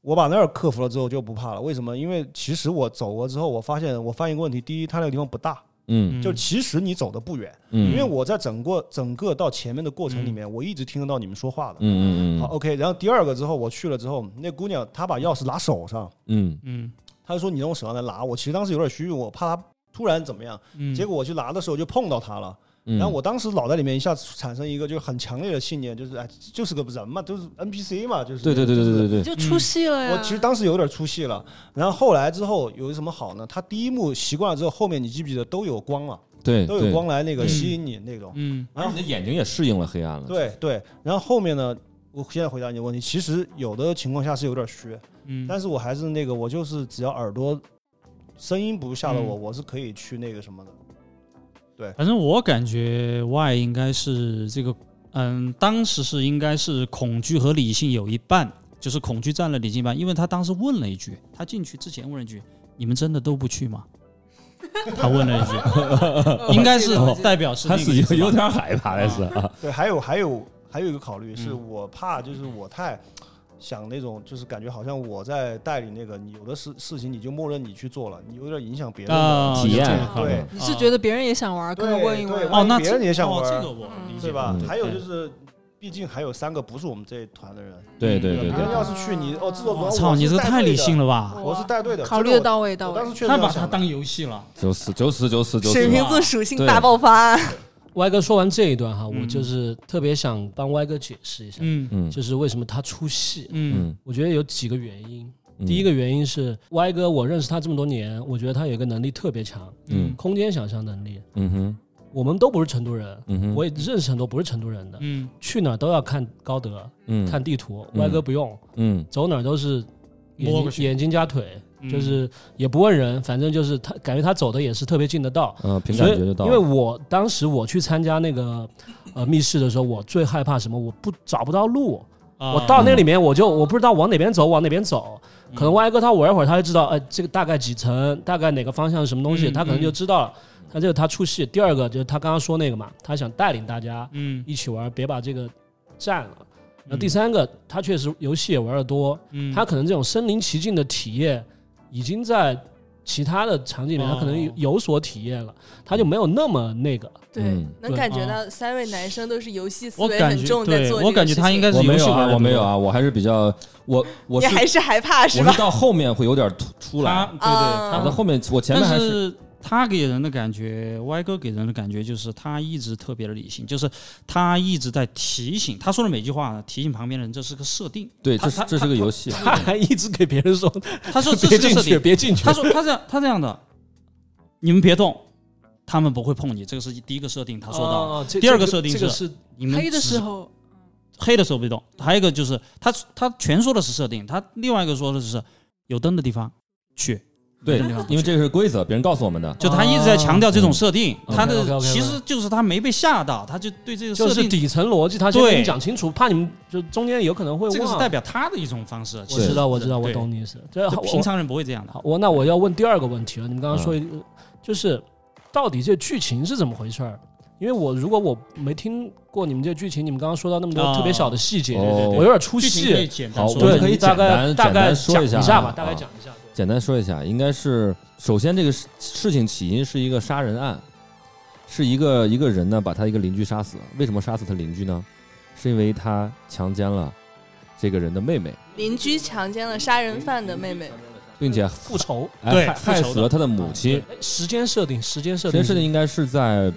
C: 我把那儿克服了之后就不怕了。为什么？因为其实我走过之后，我发现我发现一个问题：第一，它那个地方不大，
A: 嗯
C: 就其实你走的不远，
A: 嗯，
C: 因为我在整个整个到前面的过程里面，我一直听得到你们说话的。
A: 嗯嗯
C: 好
A: 嗯
C: ，OK。然后第二个之后，我去了之后，那姑娘她把钥匙拿手上，
A: 嗯
H: 嗯
C: 她就说你用手上来拿。我其实当时有点虚，我怕她突然怎么样。
H: 嗯，
C: 结果我去拿的时候就碰到她了。
A: 嗯，
C: 然后我当时脑袋里面一下产生一个就是很强烈的信念，就是哎，就是个人嘛，就是 NPC 嘛，就是
A: 对对对对
C: 就是
A: 对对对，
E: 就出戏了呀。
C: 嗯我其实当时有点出戏了，然后后来之后有什么好呢？他第一幕习惯了之后，后面你记不记得都有光了，
A: 对
C: 都
A: 对
C: 有光来那个
H: 嗯
C: 吸引你那种。
H: 嗯
A: 而你的眼睛也适应了黑暗了。
C: 对对，然后后面呢，我现在回答你的问题，其实有的情况下是有点虚，
H: 嗯，
C: 但是我还是那个，我就是只要耳朵声音不吓到我，
H: 嗯
C: 我是可以去那个什么的。
H: 反正我感觉 Y 应该是这个，嗯，当时是应该是恐惧和理性有一半，就是恐惧占了理性一半，因为他当时问了一句，他进去之前问了一句：“你们真的都不去吗？”他问了一句，应该是
E: 我记得
H: 代表是
A: 他
H: 那个
A: 自
H: 意
A: 己
H: 思吧
A: 有点害怕，还是啊，
C: 对，还有还有还有一个考虑是
H: 嗯
C: 我怕，就是我太想那种，就是感觉好像我在代理那个，你有的事事情你就默认你去做了，你有点影响别人的。
H: 啊
A: 体验嗯
H: 有这个考虑
C: 对
E: 你是觉得别人也想玩，跟着问一
C: 对
E: 问。
C: 对
H: 哦，那
C: 别人也想
H: 哦
C: 玩
H: 这个我理解
C: 对吧？
A: 嗯
C: 还有就是，毕竟还有三个不是我们这一团的人。
A: 对对对
C: 别人
A: 对，
C: 嗯要是去你哦，制作组
H: 我
C: 哦
H: 操，
C: 我
H: 你
C: 是
H: 这个
C: 带
H: 太
C: 队
H: 理
C: 的
H: 性了吧！
C: 我是带队的，
E: 考虑
C: 这
E: 得
C: 个
E: 到位
C: 我
E: 到
C: 我
E: 位
C: 当时，确实
H: 他
C: 这
H: 把
C: 样
H: 它
C: 想的
H: 当游戏了，
A: 九四九四九四九
D: 水
A: 四
D: 瓶
A: 吧，
H: 啊
D: 座属性
A: 对
D: 大爆发，
B: Y 哥说完这一段哈，
H: 嗯
B: 我就是特别想帮 Y 哥解释一下，
H: 嗯
A: 嗯
B: 就是为什么他出戏。
H: 嗯
A: 嗯，
B: 我觉得有几个原因，第一个原因是 Y 哥，我认识他这么多年，我觉得他有一个能力特别强，
A: 嗯
B: 空间想象能力。
A: 嗯哼
B: 我们都不是成都人，
A: 嗯哼，
B: 我也认识很多不是成都人的，
H: 嗯，
B: 去哪儿都要看高德，
A: 嗯
B: 看地图。
A: 嗯
B: 歪哥不用，
A: 嗯
B: 走哪儿都是眼
H: 摸
B: 睛
H: 过去
B: 眼睛加腿，
H: 嗯
B: 就是也不问人，反正就是他感觉他走的也是特别近的道。
A: 嗯，凭
B: 所
A: 感
B: 以
A: 觉就，到
B: 因为
A: 了。
B: 我当时我去参加那个呃密室的时候，我最害怕什么？我不找不到路，
H: 啊
B: 我到那
A: 嗯
B: 里面我就我不知道往哪边走，往哪边走。可能歪哥他玩一会儿，他就知道，呃，这个大概几层，大概哪个方向是什么东西，
H: 嗯
B: 他可能
H: 嗯
B: 就知道了。他这个他出戏。第二个就是他刚刚说那个嘛，他想带领大家
H: 嗯
B: 一起玩，别把这个占了。然后
H: 嗯
B: 第三个，他确实游戏也玩的多，
H: 嗯，
B: 他可能这种身临其境的体验已经在其他的场景里面，
H: 哦
B: 他可能有有所体验了，他就没有那么那个。
D: 对，
A: 嗯
D: 能感觉到三位男生都是游戏思
H: 啊我
D: 维
H: 感
D: 很
H: 觉
D: 重，在
H: 对
D: 做这个
H: 我感觉他
D: 事情
H: 应该是
A: 我没
H: 游戏
A: 有
H: 玩
A: 啊，
H: 得
A: 我没有
H: 多，
A: 啊，我还是比较我我是
D: 你还是害怕是
A: 我
D: 吧
A: 是？到后面会有点突出
H: 他
A: 来，
H: 对对，
E: 哦
D: 啊
H: 他
A: 我在后面我前面还
H: 但
A: 是
H: 是他给人的感觉，歪哥给人的感觉就是他一直特别的理性，就是他一直在提醒他说的每句话，提醒旁边人这是个设定。
A: 对，
H: 他
A: 这是
H: 他
A: 这是个游戏，
B: 他还一直给别人说
H: 他说哦这
B: 别
H: 是个
B: 进
H: 设
B: 去，
H: 定，
B: 别进去。
H: 他说他这样他这样的，你们别动，他们不会碰你。这个是第一个设定，他说到、
B: 哦这
H: 第二个
B: 这
H: 设定
B: 这个
H: 是
B: 是
H: 你们
E: 黑的
H: 只
E: 时候，
H: 黑的时候别动。还有一个就是他他全说的是设定，他另外一个说的是有灯的地方去。
A: 对
H: 没灯的地方，不
A: 因为
H: 去
A: 这个是规则，别人告诉我们的。
H: 就他一直在强调这种设定，
A: 嗯
H: 他的
B: OK，OK，OK，OK
H: 其实就是他没被吓到，他就对这个
B: 哦就
H: 设
B: 是
H: 定，
B: 底层逻辑，他先跟
H: 对
B: 你讲清楚，怕你们就中间有可能会忘。
H: 这个是代表他的一种方式。
B: 我知道，我知道，我
H: 对
B: 懂你意思。这
H: 就
B: 好
H: 平常人不会这样的
B: 好，。我那我要问第二个问题了。你们刚
A: 嗯
B: 刚说，就是到底这剧情是怎么回事儿？因为我如果我没听过你们这剧情，你们刚刚说到那么多
H: 啊
B: 特别小的细节，
A: 哦
B: 我有点出
H: 剧情可以
B: 戏。
H: 简单
A: 好，
H: 说
A: 我们
H: 一下
A: 可以
B: 对，大
A: 简
B: 概
A: 单
B: 大
A: 简
B: 概
A: 单说
B: 讲
A: 一
B: 一
A: 下
B: 下
A: 啊
B: 吧，大概
A: 啊
B: 讲一下。对
A: 简单说一下，应该是首先这个事事情起因是一个杀人案，是一个一个人呢把他一个邻居杀死了。为什么杀死他邻居呢？是因为他强奸了这个人的妹妹，
D: 邻居强奸了杀人犯的妹妹，
A: 并且
B: 复仇，
A: 哎
H: 对
A: 害
H: 复仇
A: 害
H: 的
A: 死了他的母亲。
B: 哎时间设定，时间设
A: 这件
B: 定
A: 事
B: 是，
A: 情应该是在，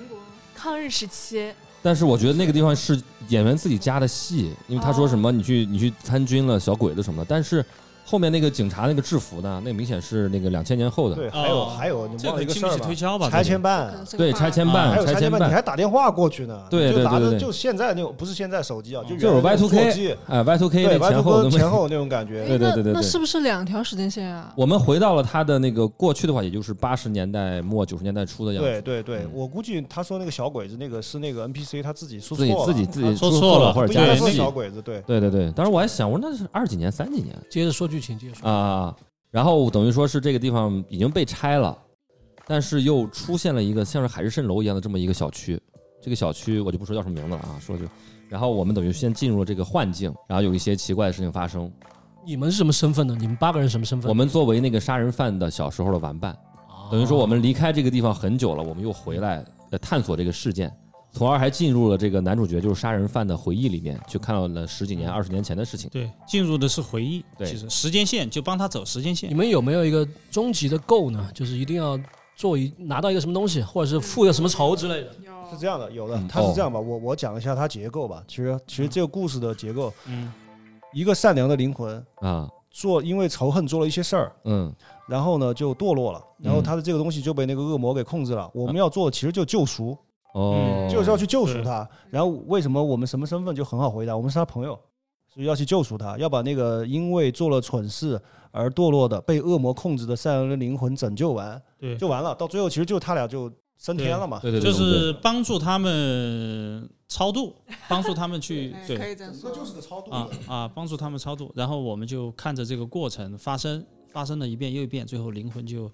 D: 抗日时期，
A: 但是我觉得那个地方是演员自己加的戏，因为他说什
C: 哦
A: 么你去你去参军了小鬼子什么的，但是后面那个警察那个制服呢，那明显是那个两千年后的，
C: 对，还有
H: 哦
C: 还有，你
H: 这
C: 忘了
H: 个
C: 一个
H: 经
C: 事儿
H: 济推
C: 吧？
H: 敲吧，
C: 拆
H: 这个
C: 迁办
E: 可能，是个
A: 对
E: 画
A: 拆迁办
H: 啊
C: 还有
A: 拆
C: 迁
A: 迁
C: 办，你
A: 办，
C: 还打电话过去呢？
A: 对
C: 你就
A: 对
C: 拿
A: 对
C: 着
A: 对
C: 就现在那种，不是现在手机啊，就
A: 就是
C: 原来那
A: Y2K
C: 种座机
A: 哎 Y two K
C: 对
A: 那
C: Y
A: 前
C: two
A: 后的
C: 哥
A: 妹妹
C: 前后那种感觉。
A: 对对对对
E: 哎那
A: 对
E: 是不是两条时间线啊？
A: 我们回到了他的那个过去的话，也就是八十年代末九十年代初的样子。
C: 对对对
A: 嗯，
C: 我估计他说那个小鬼子那个是那个 NPC 他自己说
A: 自己
C: 错了，
A: 自己自己
H: 说
A: 出
H: 错了
A: 或者
C: 不应
A: 加
C: 该
A: 了
H: 对
C: 说
A: 戏。
C: 小鬼子，对，
A: 对对对，当时我还想，我说那是二几年、三几年
B: 接着说剧情，接着说。
A: 啊啊？啊然后等于说是这个地方已经被拆了，但是又出现了一个像是海市蜃楼一样的这么一个小区。这个小区我就不说叫什么名字了啊，说就，然后我们等于先进入了这个幻境，然后有一些奇怪的事情发生。
B: 你们是什么身份呢？你们八个人什么身份？
A: 我们作为那个杀人犯的小时候的玩伴，
H: 哦
A: 等于说我们离开这个地方很久了，我们又回来呃探索这个事件，从而还进入了这个男主角就是杀人犯的回忆里面，去看到了十几年、二十年前的事情。
H: 嗯对，进入的是回忆，
A: 对
H: 其实时间线就帮他走时间
B: 你
H: 线。
B: 们有没有一个终极的 goal 呢？就是一定要做一拿到一个什么东西，或者是付一个什么仇之类的。
C: 是这样的，有的
A: 嗯
C: 他是这样吧，我我讲一下它结构吧。其实其实这个故事的结构，
H: 嗯，
C: 一个善良的灵魂
A: 啊，
C: 做因为仇恨做了一些事儿，
A: 嗯，
C: 然后呢就堕落了，然后他的这个东西就被那个恶魔给控制了。我们要做的其实就救赎，
A: 嗯哦，
C: 就是要去救赎
H: 对
C: 他。然后为什么我们什么身份就很好回答？我们是他朋友，所以要去救赎他，要把那个因为做了蠢事而堕落的、被恶魔控制的善良的灵魂拯救完，
H: 对
C: 就完了。到最后其实就他俩就升天了嘛。
A: 对对对，
H: 就
A: 对
H: 是帮助他们超度，帮助他们去
E: 哎可
H: 对
E: 以这样说，
C: 就是个超度
H: 啊啊，帮助他们超度，然后我们就看着这个过程发生，发生了一遍又一遍，最后灵魂就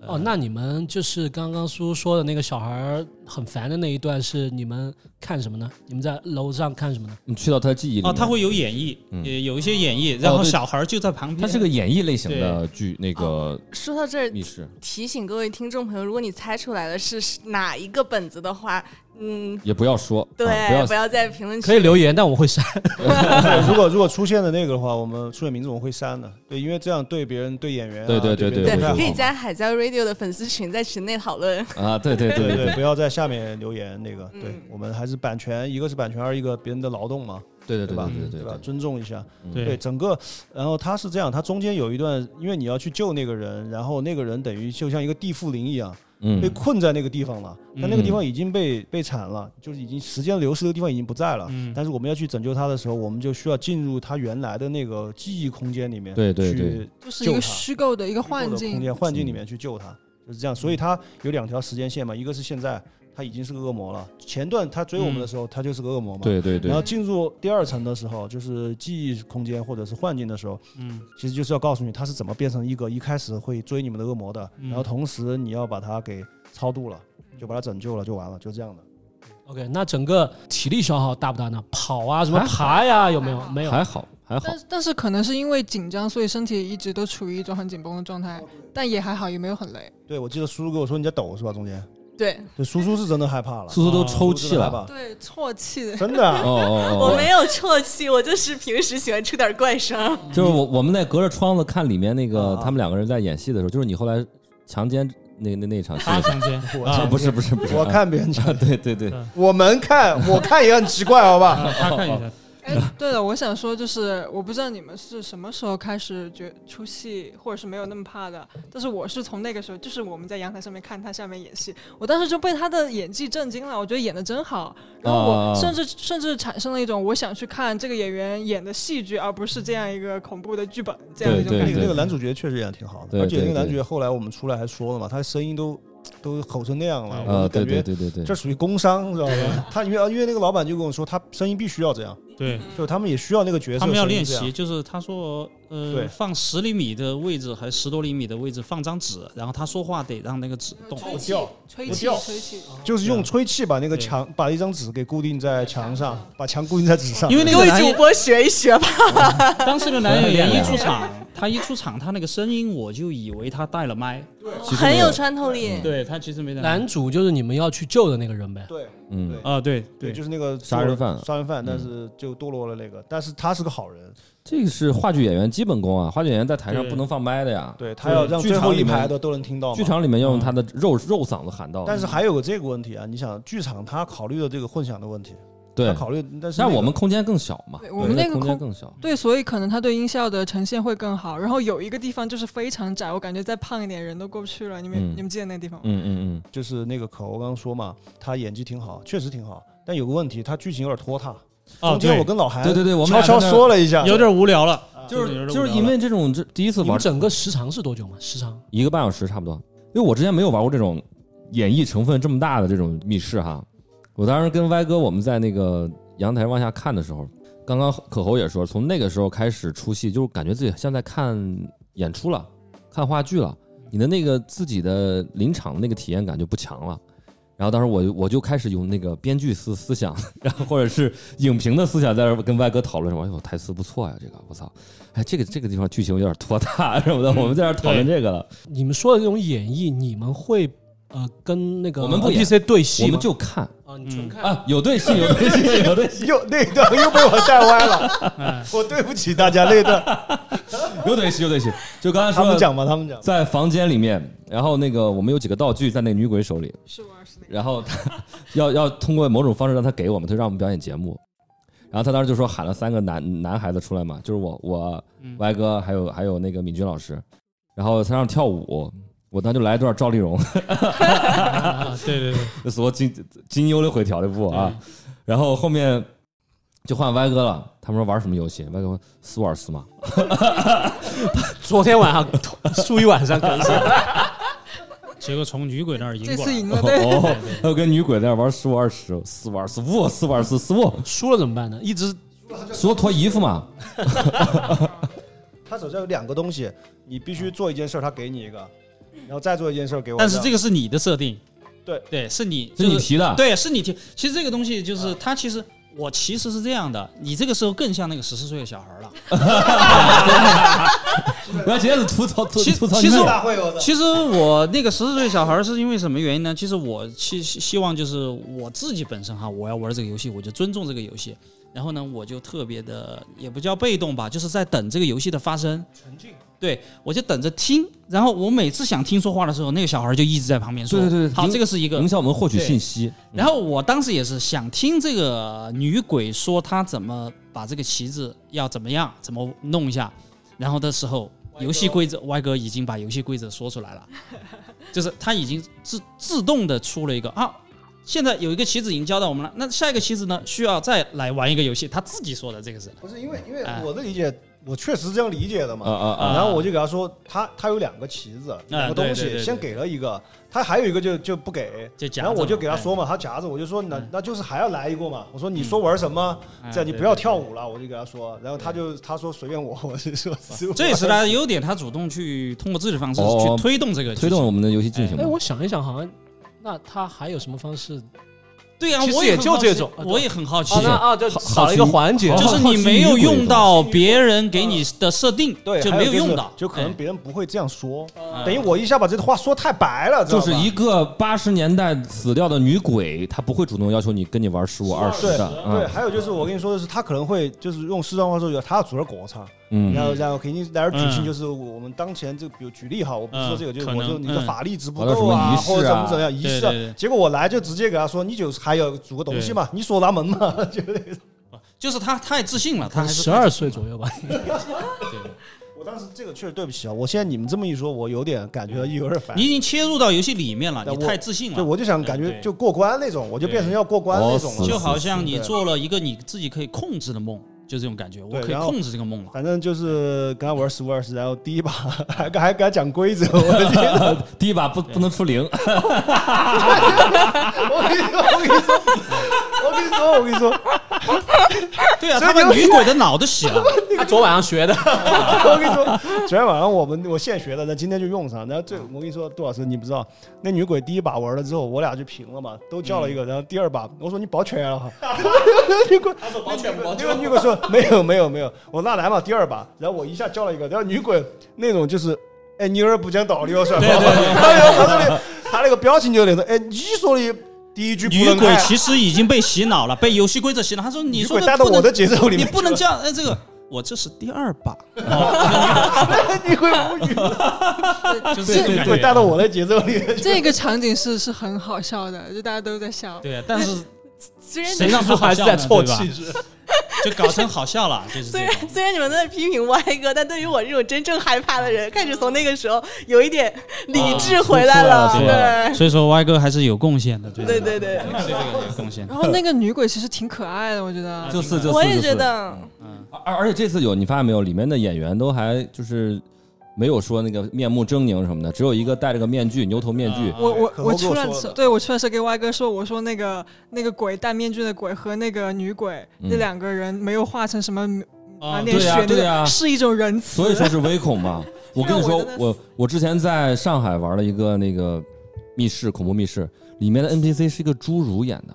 H: 呃
B: 哦，那你们就是刚刚苏苏说的那个小孩儿很烦的那一段，是你们看什么呢？你们在楼上看什么呢？
A: 你嗯去到他的记忆里面
H: 啊，他会有演绎，
A: 嗯
H: 也有一些演绎，然
A: 哦
H: 后
A: 对
H: 小孩就在旁
A: 它
H: 边，
A: 是个演绎类型的剧，那个
D: 说到这儿，
A: 密室
D: 提醒各位听众朋友，如果你猜出来的是哪一个本子的话，嗯，
A: 也不要说，
D: 对，
A: 啊不要
D: 不要在评论区
B: 可以留言，但我会删。
C: 对如果如果出现的那个的话，我们出现名字我们会删的，对，因为这样对别人、对演员啊、
A: 对对
C: 对
A: 对
C: 别人
A: 对
C: 不太
D: 对，
C: 好
D: 可以加海椒 Radio 的粉丝群，在群内讨论。
A: 啊，对对
C: 对
A: 对
C: 对，不要在下面留言那个，对
D: 嗯
C: 我们还是版权，一个是版权，二一个别人的劳动嘛，
A: 对对对
C: 吧
A: 对对
C: 对吧？
A: 对，
C: 尊重一下，
H: 对
C: 对整个。然后他是这样，他中间有一段，因为你要去救那个人，然后那个人等于就像一个地缚灵一样，
A: 嗯
C: 被困在那个地方了。但那个地方已经被被铲了，就是已经时间流逝，这个地方已经不在了。
H: 嗯
C: 但是我们要去拯救他的时候，我们就需要进入他原来的那个记忆空间里面，
A: 对对对
C: 去
E: 就是一
C: 救
E: 个
C: 他
E: 虚构的一个幻
C: 的空
E: 境，
C: 间幻境里
A: 嗯
C: 面去救他，就是这样。所以他有两条时间线嘛，一个是现在他已经是个恶魔了，前段他追我们的时候他就是个恶魔嘛，
A: 嗯对对对
C: 然后进入第二层的时候，就是记忆空间或者是幻境的时候，
H: 嗯
C: 其实就是要告诉你他是怎么变成一个一开始会追你们的恶魔的，
H: 嗯
C: 然后同时你要把他给超度了，就把他拯救了，就完了，就这样的。
B: OK，那整个体力消耗大不大呢？跑啊，什啊么
A: 还好
B: 爬呀、有没有？没有。
A: 还好还好
E: 但，但是可能是因为紧张，所以身体一直都处于一种很紧绷的状
A: 哦
E: 态，但也还好，也没有很累。
C: 对，我记得叔叔跟我说你在抖是吧？中间，
D: 对，
C: 对，叔叔是真的害怕了，
A: 苏苏都
H: 啊
A: 抽
C: 叔叔
A: 气
C: 真
A: 了。
C: 的害怕，
E: 对，啜泣的。
C: 真的 啊
A: 哦。哦哦，
D: 我没有啜泣，我就是平时喜欢出点怪声。
A: 就是我我们在隔着窗子看里面那个
C: 啊
A: 他们两个人在演戏的时候，就是你后来强奸那那那场戏
H: 他 强奸
C: 我
H: 啊
A: 啊， 不是不是不是，
C: 我
A: 啊
C: 看嗯别人讲，
A: 对对对，
C: 我们看，我看也很奇怪，好吧？
H: 啊他看一
B: 哦
H: 下，
E: 哎， 对了，我想说就是，我不知道你们是什么时候开始觉出戏，或者是没有那么怕的，但是我是从那个时候，就是我们在阳台上面看他下面演戏，我当时就被他的演技震惊了，我觉得演的真好，然后
A: 啊
E: 我甚至甚至产生了一种我想去看这个演员演的戏剧，而不是这样一个恐怖的剧本这样的一种
A: 对
E: 感
C: 那
E: 觉
C: 个。那个男主角确实演的挺好的，
A: 对
C: 而且那个
A: 对对
C: 男主角后来我们出来还说了嘛，他声音都都吼成那样
H: 嗯
C: 了，我
A: 啊对
C: 就感
A: 对
C: 觉
A: 对对对，
C: 这属于工伤，知道吧？他因为因为那个老板就跟我说，他声音必须要这样，
H: 对
C: 就他们也需要那个角色，
H: 他们要练习，。就是他说，呃
C: 对，
H: 放十厘米的位置还是十多厘米的位置放张纸，然后他说话得让那个纸动。
E: 吹气
C: 掉，
E: 吹
C: 不
E: 气，
C: 掉
E: 吹气，
C: 就是用吹气把那个
H: 对
C: 墙，把一张纸给固定在墙上，把墙固定在纸上。
H: 因为那
D: 各
H: 个
D: 位
H: 男
D: 主
H: 演
D: 播学一学吧。
H: 当时的男演
A: 练
H: 员一
A: 练
H: 出场，他一出场，他那个声音我就以为他带了麦，
A: 其实
D: 很
A: 没有嗯
D: 有穿透力。
H: 对他其实没带麦。
B: 男主就是你们要去救的那个人呗。
C: 对
A: 嗯
C: 对
H: 啊，对
C: 对，
H: 对，
C: 就是那个
A: 杀人犯嗯
C: 杀人犯，但是就堕落了那个，但是他是个好人，
A: 这个是话剧演员基本功啊，话剧演员在台上
H: 对
A: 不能放麦的呀，
C: 对他要让
A: 剧
C: 最后
A: 场
C: 一
A: 里面
C: 排的都能听到嘛。
A: 剧场里面要用他的肉肉嗓子喊到，
C: 但是还有个这个问题啊，你想剧场他考虑的这个混响的问题，他
A: 对，
C: 考虑，但是
A: 但
C: 那个
A: 我们空间更小嘛，
E: 对我们那个
A: 空间
E: 空
A: 更小，
E: 对，所以可能他对音效的呈现会更好。然后有一个地方就是非常窄，我感觉再胖一点人都过不去了。你们、
A: 嗯
E: 你们记得那个地方吗？
A: 嗯嗯
C: 就是那个可我刚刚说嘛，他演技挺好，确实挺好，但有个问题，他剧情有点拖沓。
H: 啊，
C: 中间
H: 对
C: 我，跟老韩
A: 对对对我们俩
C: 悄悄
A: 在那儿
C: 说了一下，
H: 有点无聊了，
A: 嗯，就
H: 有
A: 是
H: 点无
A: 就是
H: 聊
A: 因
H: 了
A: 为这种这第一次
B: 你们
A: 玩
B: 整个时长是多久嘛？时长
A: 一个半小时差不多。因为我之前没有玩过这种演绎成分这么大的这种密室哈。我当时跟歪哥我们在那个阳台往下看的时候，刚刚可侯也说，从那个时候开始出戏，就是感觉自己像在看演出了，看话剧了，你的那个自己的临场的那个体验感就不强了。然后当时我就我就开始用那个编剧思思想，然后或者是影评的思想，在这儿跟歪哥讨论什么？哎呦，台词不错呀，这个我操，哎，这个这个地方剧情有点拖沓什么的，我们在这儿讨论这个了。
B: 你们说的这种演绎，你们会呃跟那个
A: 我们不演
B: NPC 对戏吗
A: 我们就看
B: 啊，你纯看、
A: 啊，有对戏，有对戏， 有对戏，
C: 又那段又被我带歪了，我对不起大家那段。
A: 有对戏，有对戏。就刚才
C: 他
A: 说
C: 们
A: 的，
C: 讲吧，他们讲。
A: 在房间里面，然后那个我们有几个道具在那个女鬼手里，
E: 是我二十那个。
A: 然后他要 要通过某种方式让他给我们，他让我们表演节目。然后他当时就说喊了三个男男孩子出来嘛，就是我我
H: 嗯
A: 歪哥还有还有那个敏君老师，然后他让跳舞，我当时就来一段赵丽蓉，
H: 啊，对对对，
A: 那所有金金优的回调的步啊，然后后面就换歪哥了，他们说玩什么游戏？歪哥说斯瓦尔斯嘛，
B: 昨天 晚上输一晚上可能是。
H: 结果从女鬼那儿赢
E: 这
H: 过
E: 次
H: 来
E: 赢
H: 了，
E: 了，对，
A: 哦，还有跟女鬼在那玩十五二十，四五二十五，四五二十四五，
B: 输了怎么办呢？一直
A: 所有脱衣服嘛，
C: 他手上有两个东西，你必须做一件事儿，他给你一个，然后再做一件事儿给我。
H: 但是
C: 个
H: 这个是你的设定，
C: 对
H: 对，是你，
A: 是你
H: 就是
A: 提的，
H: 对，是你提。其实这个东西
A: 啊
H: 就是它，其实我其实是这样的，你这个时候更像那个十四岁的小孩了。
A: 我要直接是吐槽吐
H: 其
A: 吐槽你
H: 其实
A: 们
H: 我
A: 俩。
C: 大会有的。
H: 其实我那个十四岁小孩是因为什么原因呢？其实我希希希望就是我自己本身哈，我要玩这个游戏，我就尊重这个游戏。然后呢，我就特别的，也不叫被动吧，就是在等这个游戏的发生。沉浸。对，我就等着听。然后我每次想听说话的时候，那个小孩就一直在旁边说。
A: 对对对
H: 好，
A: 影
H: 这个是一个
A: 影响我们获取信息，
H: 然后我当时也是想听这个女鬼说她怎么把这个旗子要怎么样怎么弄一下，然后的时候，游戏规则歪哥已经把游戏规则说出来了，就是他已经自自动的出了一个啊。现在有一个棋子已经交到我们了，那下一个棋子呢？需要再来玩一个游戏，他自己说的这个是
C: 不是因为因为我的理解，我确实这样理解的嘛。
A: 啊啊啊！
C: 然后我就给他说，他他有两个旗子，两个东
H: 对对
C: 西，
H: 对
C: 先给了一个，他还有一个就就不给。
H: 就夹着
C: 然后我就给他
H: 嘛哎
C: 说嘛，他夹着，我就说那
H: 嗯
C: 那就是还要来一个嘛。我说你
H: 嗯
C: 说玩什么？
H: 哎
C: 这样你
H: 对
C: 不要
H: 对
C: 跳
H: 对啊
C: 舞了，我就给他说。然后他就他说随便我， 我就说随我
H: 这也是他的优点，他主动去通过自己的方式
A: 哦
H: 去推动这个剧
A: 推
H: 情，
A: 动我们的游戏进行
B: 哎，
A: 嘛。
B: 我想一想，好像那他还有什么方式？
H: 对呀、
B: 其实
H: 我也
B: 也
H: 很
B: 就
H: 好奇
B: 这种
H: 我也很好奇
B: 哦，，那啊，就少了一个环节，
H: 就是你没有用到别人给你的设定，
C: 对，
H: 就
C: 还
H: 没有
C: 是
H: 用到，
C: 就可能
H: 哎
C: 别人不会这样说。
H: 嗯
C: 等于我一下把这话说太白了，知道
A: 就
C: 吧
A: 是一个八十年代死掉的女鬼，她不会主动要求你跟你玩十五
B: 啊
A: 二十
C: 对
A: 的，啊
H: 嗯
C: 对，还有就是我跟你说的是，他可能会就是用四川话说，有他要主要国唱，
A: 嗯
C: 然
A: 嗯，
C: 后然后肯定来点举
H: 嗯
C: 庆，就是我们当前这个，比如举例哈，我不是说这个，就是
H: 可
C: 我
H: 能
C: 说你的
H: 嗯
C: 法力值不
A: 搞点什
C: 够
A: 么仪式啊
C: 或者怎么怎么样仪式啊
H: 对对对，
C: 结果我来就直接给他说，你就是还有组个东西嘛，你锁闸门嘛，就那种
H: 就是他太自信了，他还是
B: 十二岁左右吧。
H: 对
C: 我当时这个确实对不起啊，我现在你们这么一说，我有点感觉到有点烦
H: 你。已经切入到游戏里面了，
C: 但
H: 你
C: 我
H: 太自信
C: 对，
H: 了。
C: 我就想感觉
H: 对
C: 就过关那种，我就变成要过关那种
A: 哦
C: 了。
A: 死
H: 就好像你
C: 对
H: 做了一个你自己可以控制的梦，就这种感觉，我
C: 对
H: 可以
C: 然后
H: 控制这个梦了。
C: 反正就是跟他玩十五二十，然后第一把还跟还跟他讲规则，我的天哪！
A: 第一把不不能出零，
C: 我跟你说，我跟你说，我跟你说，我跟你说，
H: 对啊，
C: 哎所以
H: 他把
C: 你会
H: 女鬼的脑 都洗了。
B: 他 昨晚上学的，
C: 我跟你说，昨天晚上我们我现学的，那今天就用上。然后这我跟你说，杜老师你不知道，那女鬼第一把玩了之后，我俩就平了嘛，都叫了
H: 嗯
C: 一个。然后第二把，我说你保全 了哈，女鬼，他说保全保全。那个女鬼说没有没有没有，我那来嘛第二把，然后我一下叫了一个，然后女鬼那种就是。哎，你有点不讲道理哦，是吧？
H: 对对对
C: 他那个他那个他那个表情就那种，哎，你说的第一句不
H: 女
C: 能
H: 鬼
C: 看
H: 其实已经被洗脑了，被游戏规则洗脑。他说：“你
C: 哎女
H: 说
C: 鬼
H: 的
C: 带到
H: 不能
C: 我的节奏里面去了，
H: 你不能这样，哎，这个我这是第二把，
C: 你会无语，
H: 就是
E: 这
H: 对
C: 你会带到我的节奏里。
E: 这个场景是是很好笑的，就大家都在笑。
H: 对啊，但是
D: 虽然
H: 谁让
B: 是
H: 他
B: 还
H: 好
B: 是
H: 笑
B: 在
H: 呢？
B: 凑
H: 对吧
B: 气质。
H: 就搞成好笑了，就是
D: 虽
H: 这
D: 然
H: 种。
D: 虽然你们都在批评歪哥，但对于我这种真正害怕的人，开始从那个时候有一点理智回来了。
A: 出出来
D: 对
H: 所以说歪哥还是有贡献的，对
D: 对对对，
H: 对这个有贡献。
E: 然后那个女鬼其实挺可爱的，我觉 得。
A: 就是就是，
D: 我也觉得
H: 嗯，
A: 而而且这次有你发现没有，里面的演员都还就是没有说那个面目狰狞什么的，只有一个戴着个面具牛头面具
H: 啊，
E: 我我
C: 可
E: 我
C: 不跟
E: 出
C: 我
E: 来的
C: 说
E: 时候，
C: 的
E: 对我出来的时候给歪哥说，我说那个那个鬼戴面具的鬼和那个女鬼
A: 嗯
E: 那两个人没有化成什么
H: 啊
E: 满脸
A: 对呀
E: 血
A: 对呀
E: 的，是一种仁慈。
A: 所以说是微恐 嘛。我跟你
E: 我
D: 啊
A: 说
E: 真的，是
A: 我我之前在上海玩了一个那个密室恐怖密室，里面的 NPC 是一个侏儒演的，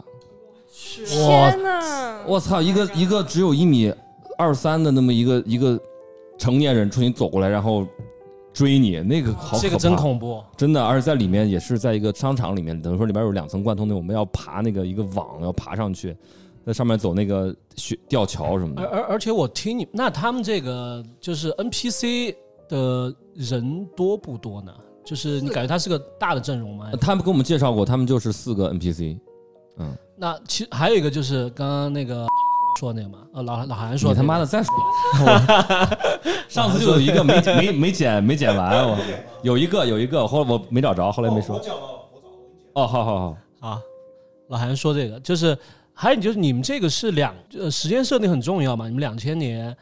D: 天哪！
A: 我操，一个一个只有一米二三的那么一个一个成年人冲你走过来，然后追你，那个好可怕
B: 这个真恐怖，
A: 真的，而且在里面也是在一个商场里面，等于说里面有两层贯通的，我们要爬那个一个网，要爬上去，在上面走那个雪吊桥什么
B: 而
A: 的。
B: 而而且我听你，那他们这个就是 NPC 的人多不多呢？就是你感觉他是个大的阵容吗？
A: 呃他们给我们介绍过，他们就是四个 NPC，
B: 那其实还有一个就是刚刚那个 说那个嘛，呃，老老韩说
A: 你他
B: 那个
A: 妈的再说，我 上次就有一个没 没没剪没剪完，我有一个有一个，后来我没找着，后来没说。哦，好好好，
B: 啊，老韩说这个就是，还有就是你们这个是两呃时间设定很重要嘛，你们两千年，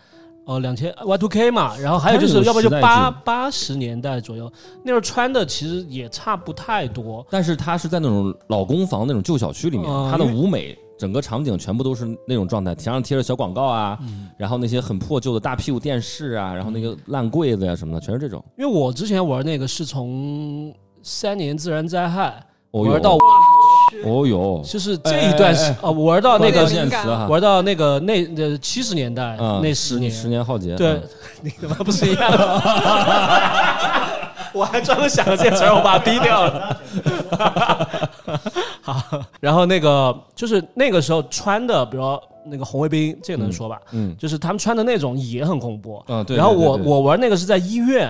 B: 呃两千 Y two K 嘛，然后还有就
A: 它有
B: 是要不
A: 时
B: 就
A: 代
B: 八
A: 剧
B: 八十年代左右那时候穿的其实也差不太多，
A: 但是他是在那种老公房那种旧小区里面，
B: 嗯
A: 他的舞美整个场景全部都是那种状态，墙上贴着小广告啊，
B: 嗯
A: 然后那些很破旧的大屁股电视啊，然后那个烂柜子呀、什么的，全是这种。
B: 因为我之前玩那个是从三年自然灾害
A: 哦
B: 玩
A: 呦，
B: 到
A: 哦呦，
B: 就是这一段时
A: 哎哎
B: 啊玩到那
A: 关
B: 个啊
A: 键词哈，
B: 玩到那个那呃七十年代
A: 嗯，
B: 那
A: 十
B: 十年
A: 十年浩劫，
B: 对
A: 嗯，
B: 你他妈不是一样的吗？ 我还专门想了这词儿，我把它逼掉了。 好，然后那个就是那个时候穿的，比如说那个红卫兵，这个能说吧？
A: 嗯
B: 就是他们穿的那种也很恐怖。
A: 嗯对
B: 然后
A: 对对
B: 我
A: 对
B: 我玩那个是在医院，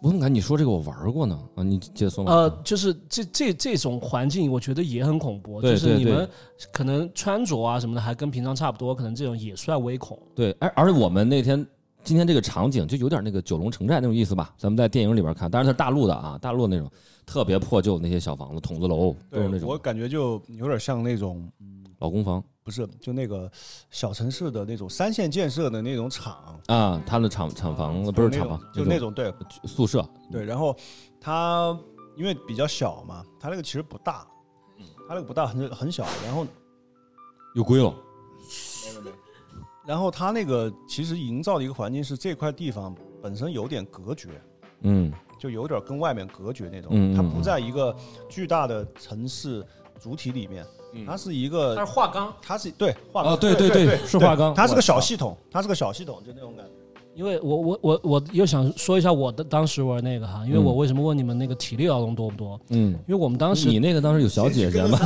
A: 我怎么感觉你说这个我玩过呢？啊，你接着说嘛。
B: 呃，就是这这这种环境，我觉得也很恐怖。
A: 对
B: 就是
A: 对
B: 你
A: 对
B: 们可能穿着啊什么的还跟平常差不多，可能这种也算微恐。
A: 对，而而且我们那天今天这个场景就有点那个九龙城寨那种意思吧，咱们在电影里边看，当然它是大陆的啊，大陆那种特别破旧的那些小房子、筒子楼都是那
C: 我
A: 种
C: 感觉就有点像那种
A: 老公房
C: 不是就那个小城市的那种三线建设的那种厂，
A: 啊，他的厂厂房子不是厂房，那
C: 就
A: 嗯
C: 那种对
A: 宿舍，
C: 对，然后它因为比较小嘛，它那个其实不大，
A: 嗯
C: 它那个不大很很小，然后
A: 有鬼了。
C: 然后它那个其实营造的一个环境是这块地方本身有点隔绝，
A: 嗯
C: 就有点跟外面隔绝那
A: 嗯嗯
C: 种，它不
A: 嗯
C: 在一个巨大的城市主体里面，它是一个
B: 是画钢，
C: 它是对
A: 嗯
C: 化
A: 啊，对
C: 对
A: 对
C: 对，
A: 是华钢，
C: 它是个小
A: 我
C: 系统，它是个小系统，就那种感觉。
B: 因为我我我我又想说一下我的当时玩那个哈，因为
A: 嗯
B: 我为什么问你们那个体力劳动多不多？
A: 嗯，
B: 因为我们当时
A: 你那个当时有小姐姐吗？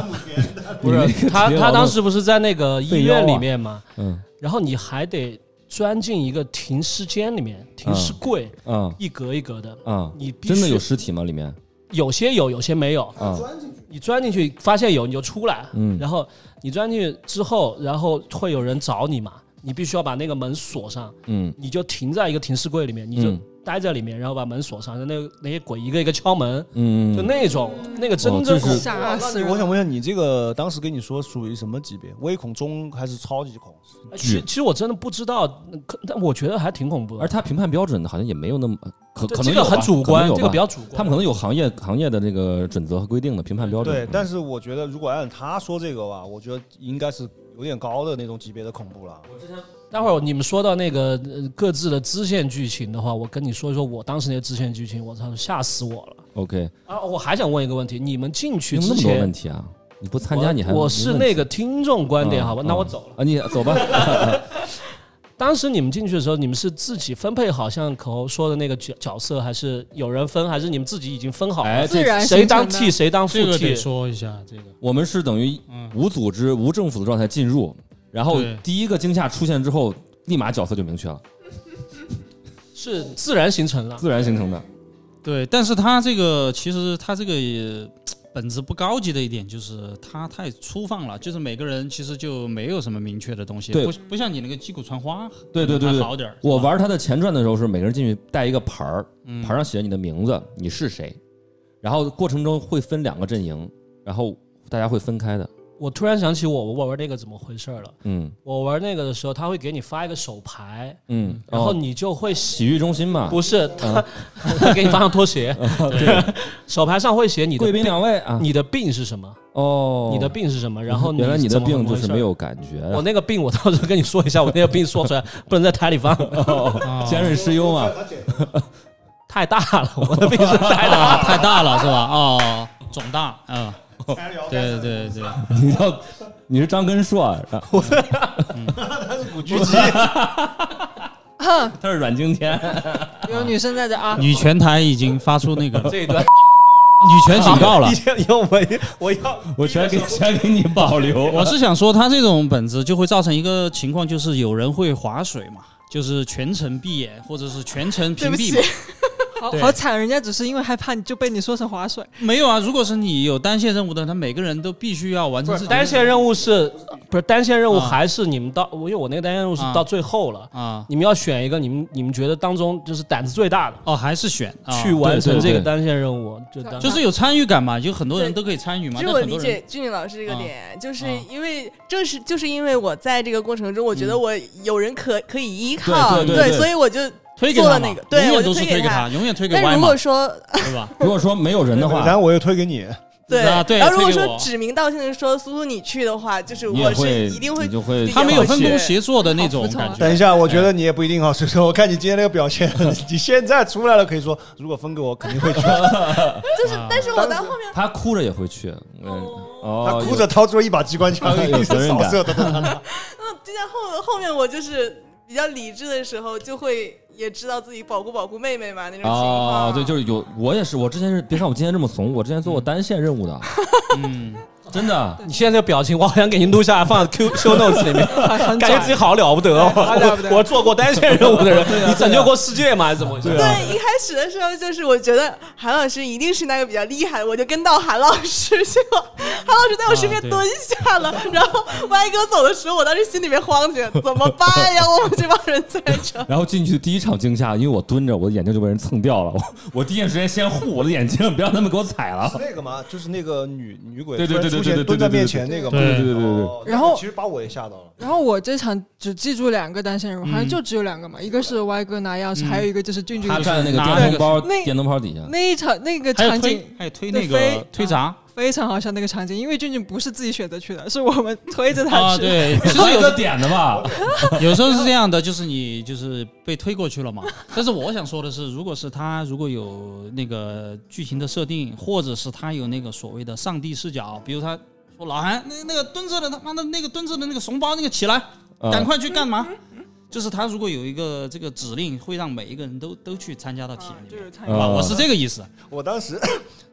B: 不
A: 你那
B: 是
A: 个
B: 他
A: 体力劳
B: 他
A: 动
B: 当时不是在那个医
A: 费腰啊
B: 院里面嘛，
A: 嗯
B: 然后你还得钻进一个停尸间里面，停尸柜
A: 啊
B: 一格一格的，
A: 啊，
B: 你必须
A: 真的有尸体吗？里面
B: 有些有，有些没有。
A: 啊，
B: 你钻进去发现有你就出来，
A: 嗯
B: 然后你钻进去之后，然后会有人找你嘛，你必须要把那个门锁上，
A: 嗯
B: 你就停在一个停尸柜里面，你就
A: 嗯
B: 待在里面，然后把门锁上，然后那个那些鬼一个一个敲门，
A: 嗯，
B: 就那种那个真
A: 哦
B: 正
A: 这
B: 恐
A: 是
B: 怖。
E: 吓死
C: 那
E: 人
C: 你我想问一下，你这个当时跟你说属于什么级别？微恐中还是超级恐？
B: 其实其实我真的不知道，可但我觉得还挺恐怖的。
A: 而他评判标准好像也没有那么可
B: 对
A: 可能
B: 这
A: 有
B: 个
A: 吧
B: 很主
A: 可能
B: 观，
A: 有
B: 这个
A: 吧
B: 比较主观。
A: 他们可能有行业行业的这个准则和规定的评判标准。
C: 对，但是我觉得如果按他说这个吧，我觉得应该是有点高的那种级别的恐怖了。
B: 待会儿你们说到那个呃各自的支线剧情的话，我跟你说一说我当时那个支线剧情，我操，吓死我了
A: OK，
B: 啊！我还想问一个问题，你们进去
A: 有那
B: 之
A: 么多
B: 前
A: 问题啊？你不参加你还
B: 我我是那个听众观点，
A: 啊
B: 好吧？
A: 啊
B: 那我走了。
A: 啊？你 走吧。
B: 当时你们进去的时候，你们是自己分配好像口红说的那个角角色，还是有人分，还是你们自己已经分好了
A: 哎，
E: 自
A: 这
E: 然
B: 谁
E: 形成
B: 当
E: 的
B: 替谁当副
H: 这个
B: 替
H: 得？说一下，这个
A: 我们是等于
H: 嗯
A: 无组织、无政府的状态进入，然后
H: 对
A: 第一个惊吓出现之后，立马角色就明确了，
B: 是自然形成了。
A: 自然形成的。
B: 嗯
H: 对，但是他这个其实他这个也本质不高级的一点就是他太粗放了，就是每个人其实就没有什么明确的东西，
A: 对
H: 不不像你那个击鼓传花，
A: 对对对
H: 还
A: 对
H: 好点儿。
A: 我
H: 是吧
A: 玩它的前传的时候是每个人进去带一个牌儿，
H: 嗯
A: 牌上写着你的名字，你是谁，然后过程中会分两个阵营，然后大家会分开的。
B: 我突然想起我我玩那个怎么回事了。
A: 嗯
B: 我玩那个的时候，他会给你发一个手牌，
A: 嗯，
B: 然后
A: 哦
B: 你就会
A: 洗浴中心嘛，
B: 不是他， 他给你发上拖鞋，对， 手牌上会写你
A: 哦贵
B: 的
A: 宾两位啊，
B: 你的病是什么，
A: 哦，
B: 你的病是什么，然后
A: 原来你的
B: 怎么
A: 病就
B: 回
A: 是
B: 事
A: 没。有感觉，啊
B: 我那个病，我到时候跟你说一下，我那个病 说出来不能在台里放，哦
H: 啊
A: 尖锐湿疣嘛，
B: 太大 了，我的病是太大了。
H: 太大了是吧？哦，肿大，嗯，对对对对，
A: 你叫你是张根硕啊，是吧
E: 哼，
A: 他是阮经天，
E: 有女生在这啊，
H: 女拳台已经发出那个
B: 这一段
H: 女权警 告了
B: 以。前有我我要
A: 我全给全给你保留。
H: 我是想说，他这种本质就会造成一个情况，就是有人会划水嘛，就是全程闭眼或者是全程屏蔽嘛。
E: 好
H: 对
E: 好惨，人家只是因为害怕你就被你说成划水，
H: 没有啊，如果是你有单线任务的，他每个人都必须要完成自己的
B: 单线任务是不是单线任务
H: 啊
B: 还是你们到？我因为我那个单线任务是
H: 啊
B: 到最后了，
H: 啊。
B: 你们要选一个你们你们觉得当中就是胆子最大的
H: 哦，还是选啊，
B: 去完成
A: 对对
B: 这个
A: 对
B: 单线任务，就当
H: 就是有参与感嘛，就很多人都可以参与嘛。
D: 其实
H: 但
D: 我
H: 很
D: 理
H: 多
D: 解
H: 人
D: 俊俊老师这个
H: 啊
D: 点，就是
H: 啊
D: 因为正是就是因为我在这个过程中，我觉得我有人可可以依
A: 对
D: 靠，
A: 对对对
D: 所以我就。
H: 推给
D: 做
H: 他
D: 了
H: 嘛
D: 那个对
H: 永
D: 我
H: 远
D: 就
H: 都是
D: 推给
H: 推给
D: 他
H: 他，永远推给
D: 但
H: 歪
D: 如
H: 嘛
D: 果，说
H: 对吧？
A: 如果说没有人的
C: 然
A: 话，
C: 后我又推给你，
D: 对，
H: 啊对
D: 然后如果
H: 推给
D: 说
H: 我
D: 指名道姓的说苏苏你去的话，就是
A: 你也
D: 我
A: 会
D: 是一定会
A: 你就会
D: 理解
H: 他们有分
D: 我
H: 工
D: 去
H: 协作的那
E: 好
H: 种
E: 服从
H: 感
E: 啊
H: 觉
C: 等一。下，我觉得你也不一定哈。所以说，我看你今天那个表现，你现在出来了可以说，如果分给我肯定会去。
D: 就是，但是我到后面
A: 他哭着也会去，嗯
C: 他
A: 哦，
C: 哭着掏出了一把机关枪，
A: 有
C: 一
A: 责
C: 直
A: 任
C: 扫
A: 感
C: 射的。
D: 就在后后面我就是比较理智的时候，就会也知道自己保护保护妹妹嘛那种情况。
A: 哦，对，就是有我也是，我之前是别看我今天这么怂，我之前做过单线任务的，
H: 嗯，
A: 真的。。
B: 你现在这个表情，我 好想给您录下来，放到 Q Show Notes 里面，
E: 很
B: 感觉自己好了不得哦！
E: 好了不得
B: 我我做过单线任务的人，你拯救过世界吗？还是怎么回事？
D: 对，一开始的时候就是我觉得韩老师一定是那个比较厉害的，我就跟到韩老师， 结果韩老师在我身边
H: 啊对
D: 蹲下了，然后歪哥走的时候，我当时心里面慌起来，怎么办呀？我们这帮人在这
A: 然后进去的第一场惊吓，因为我蹲着，我的眼睛就被人蹭掉了。我我第一时间先护我的眼睛，不让他们给我踩了。
C: 那个嘛，就是那个女女鬼
A: 对对
C: 突然
A: 对对
C: 出现
A: 对对
C: 蹲
A: 对
C: 在
A: 对
C: 面
A: 对
C: 前那个嘛，
H: 对
A: 对对对对
C: 哦
E: 然后
C: 其实把我也吓到了。
E: 然后我这场只记住两个单线任务，好像就只有两个嘛，一个是歪哥拿钥匙，
H: 嗯
E: 还有一个就是俊俊
A: 他站在那个
H: 拿
A: 电灯包
E: 那个
A: 电灯泡底下，
E: 那一场那个
H: 还有
E: 场景
H: 推，还有推
E: 对
H: 那
E: 飞
H: 个 推闸
E: 非常好笑那个场景，因为俊俊不是自己选择去的，是我们推着他
H: 啊，
E: 去。
H: 对， 就是
A: 是有
H: 有
A: 个点的吧？
H: 有时候是这样的，就是你就是被推过去了嘛。但是我想说的是，如果是他如果有那个剧情的设定，或者是他有那个所谓的上帝视角，比如他说老韩那那个蹲着的他妈的那个蹲着的那个怂包那个起来，
A: 嗯
H: 赶快去干嘛？就是他如果有一个这个指令，会让每一个人都都去参加到体
E: 啊
H: 验里
E: 就
H: 面。
E: 是
A: 啊
E: 参与。
H: 啊，我是这个意思
C: 我当时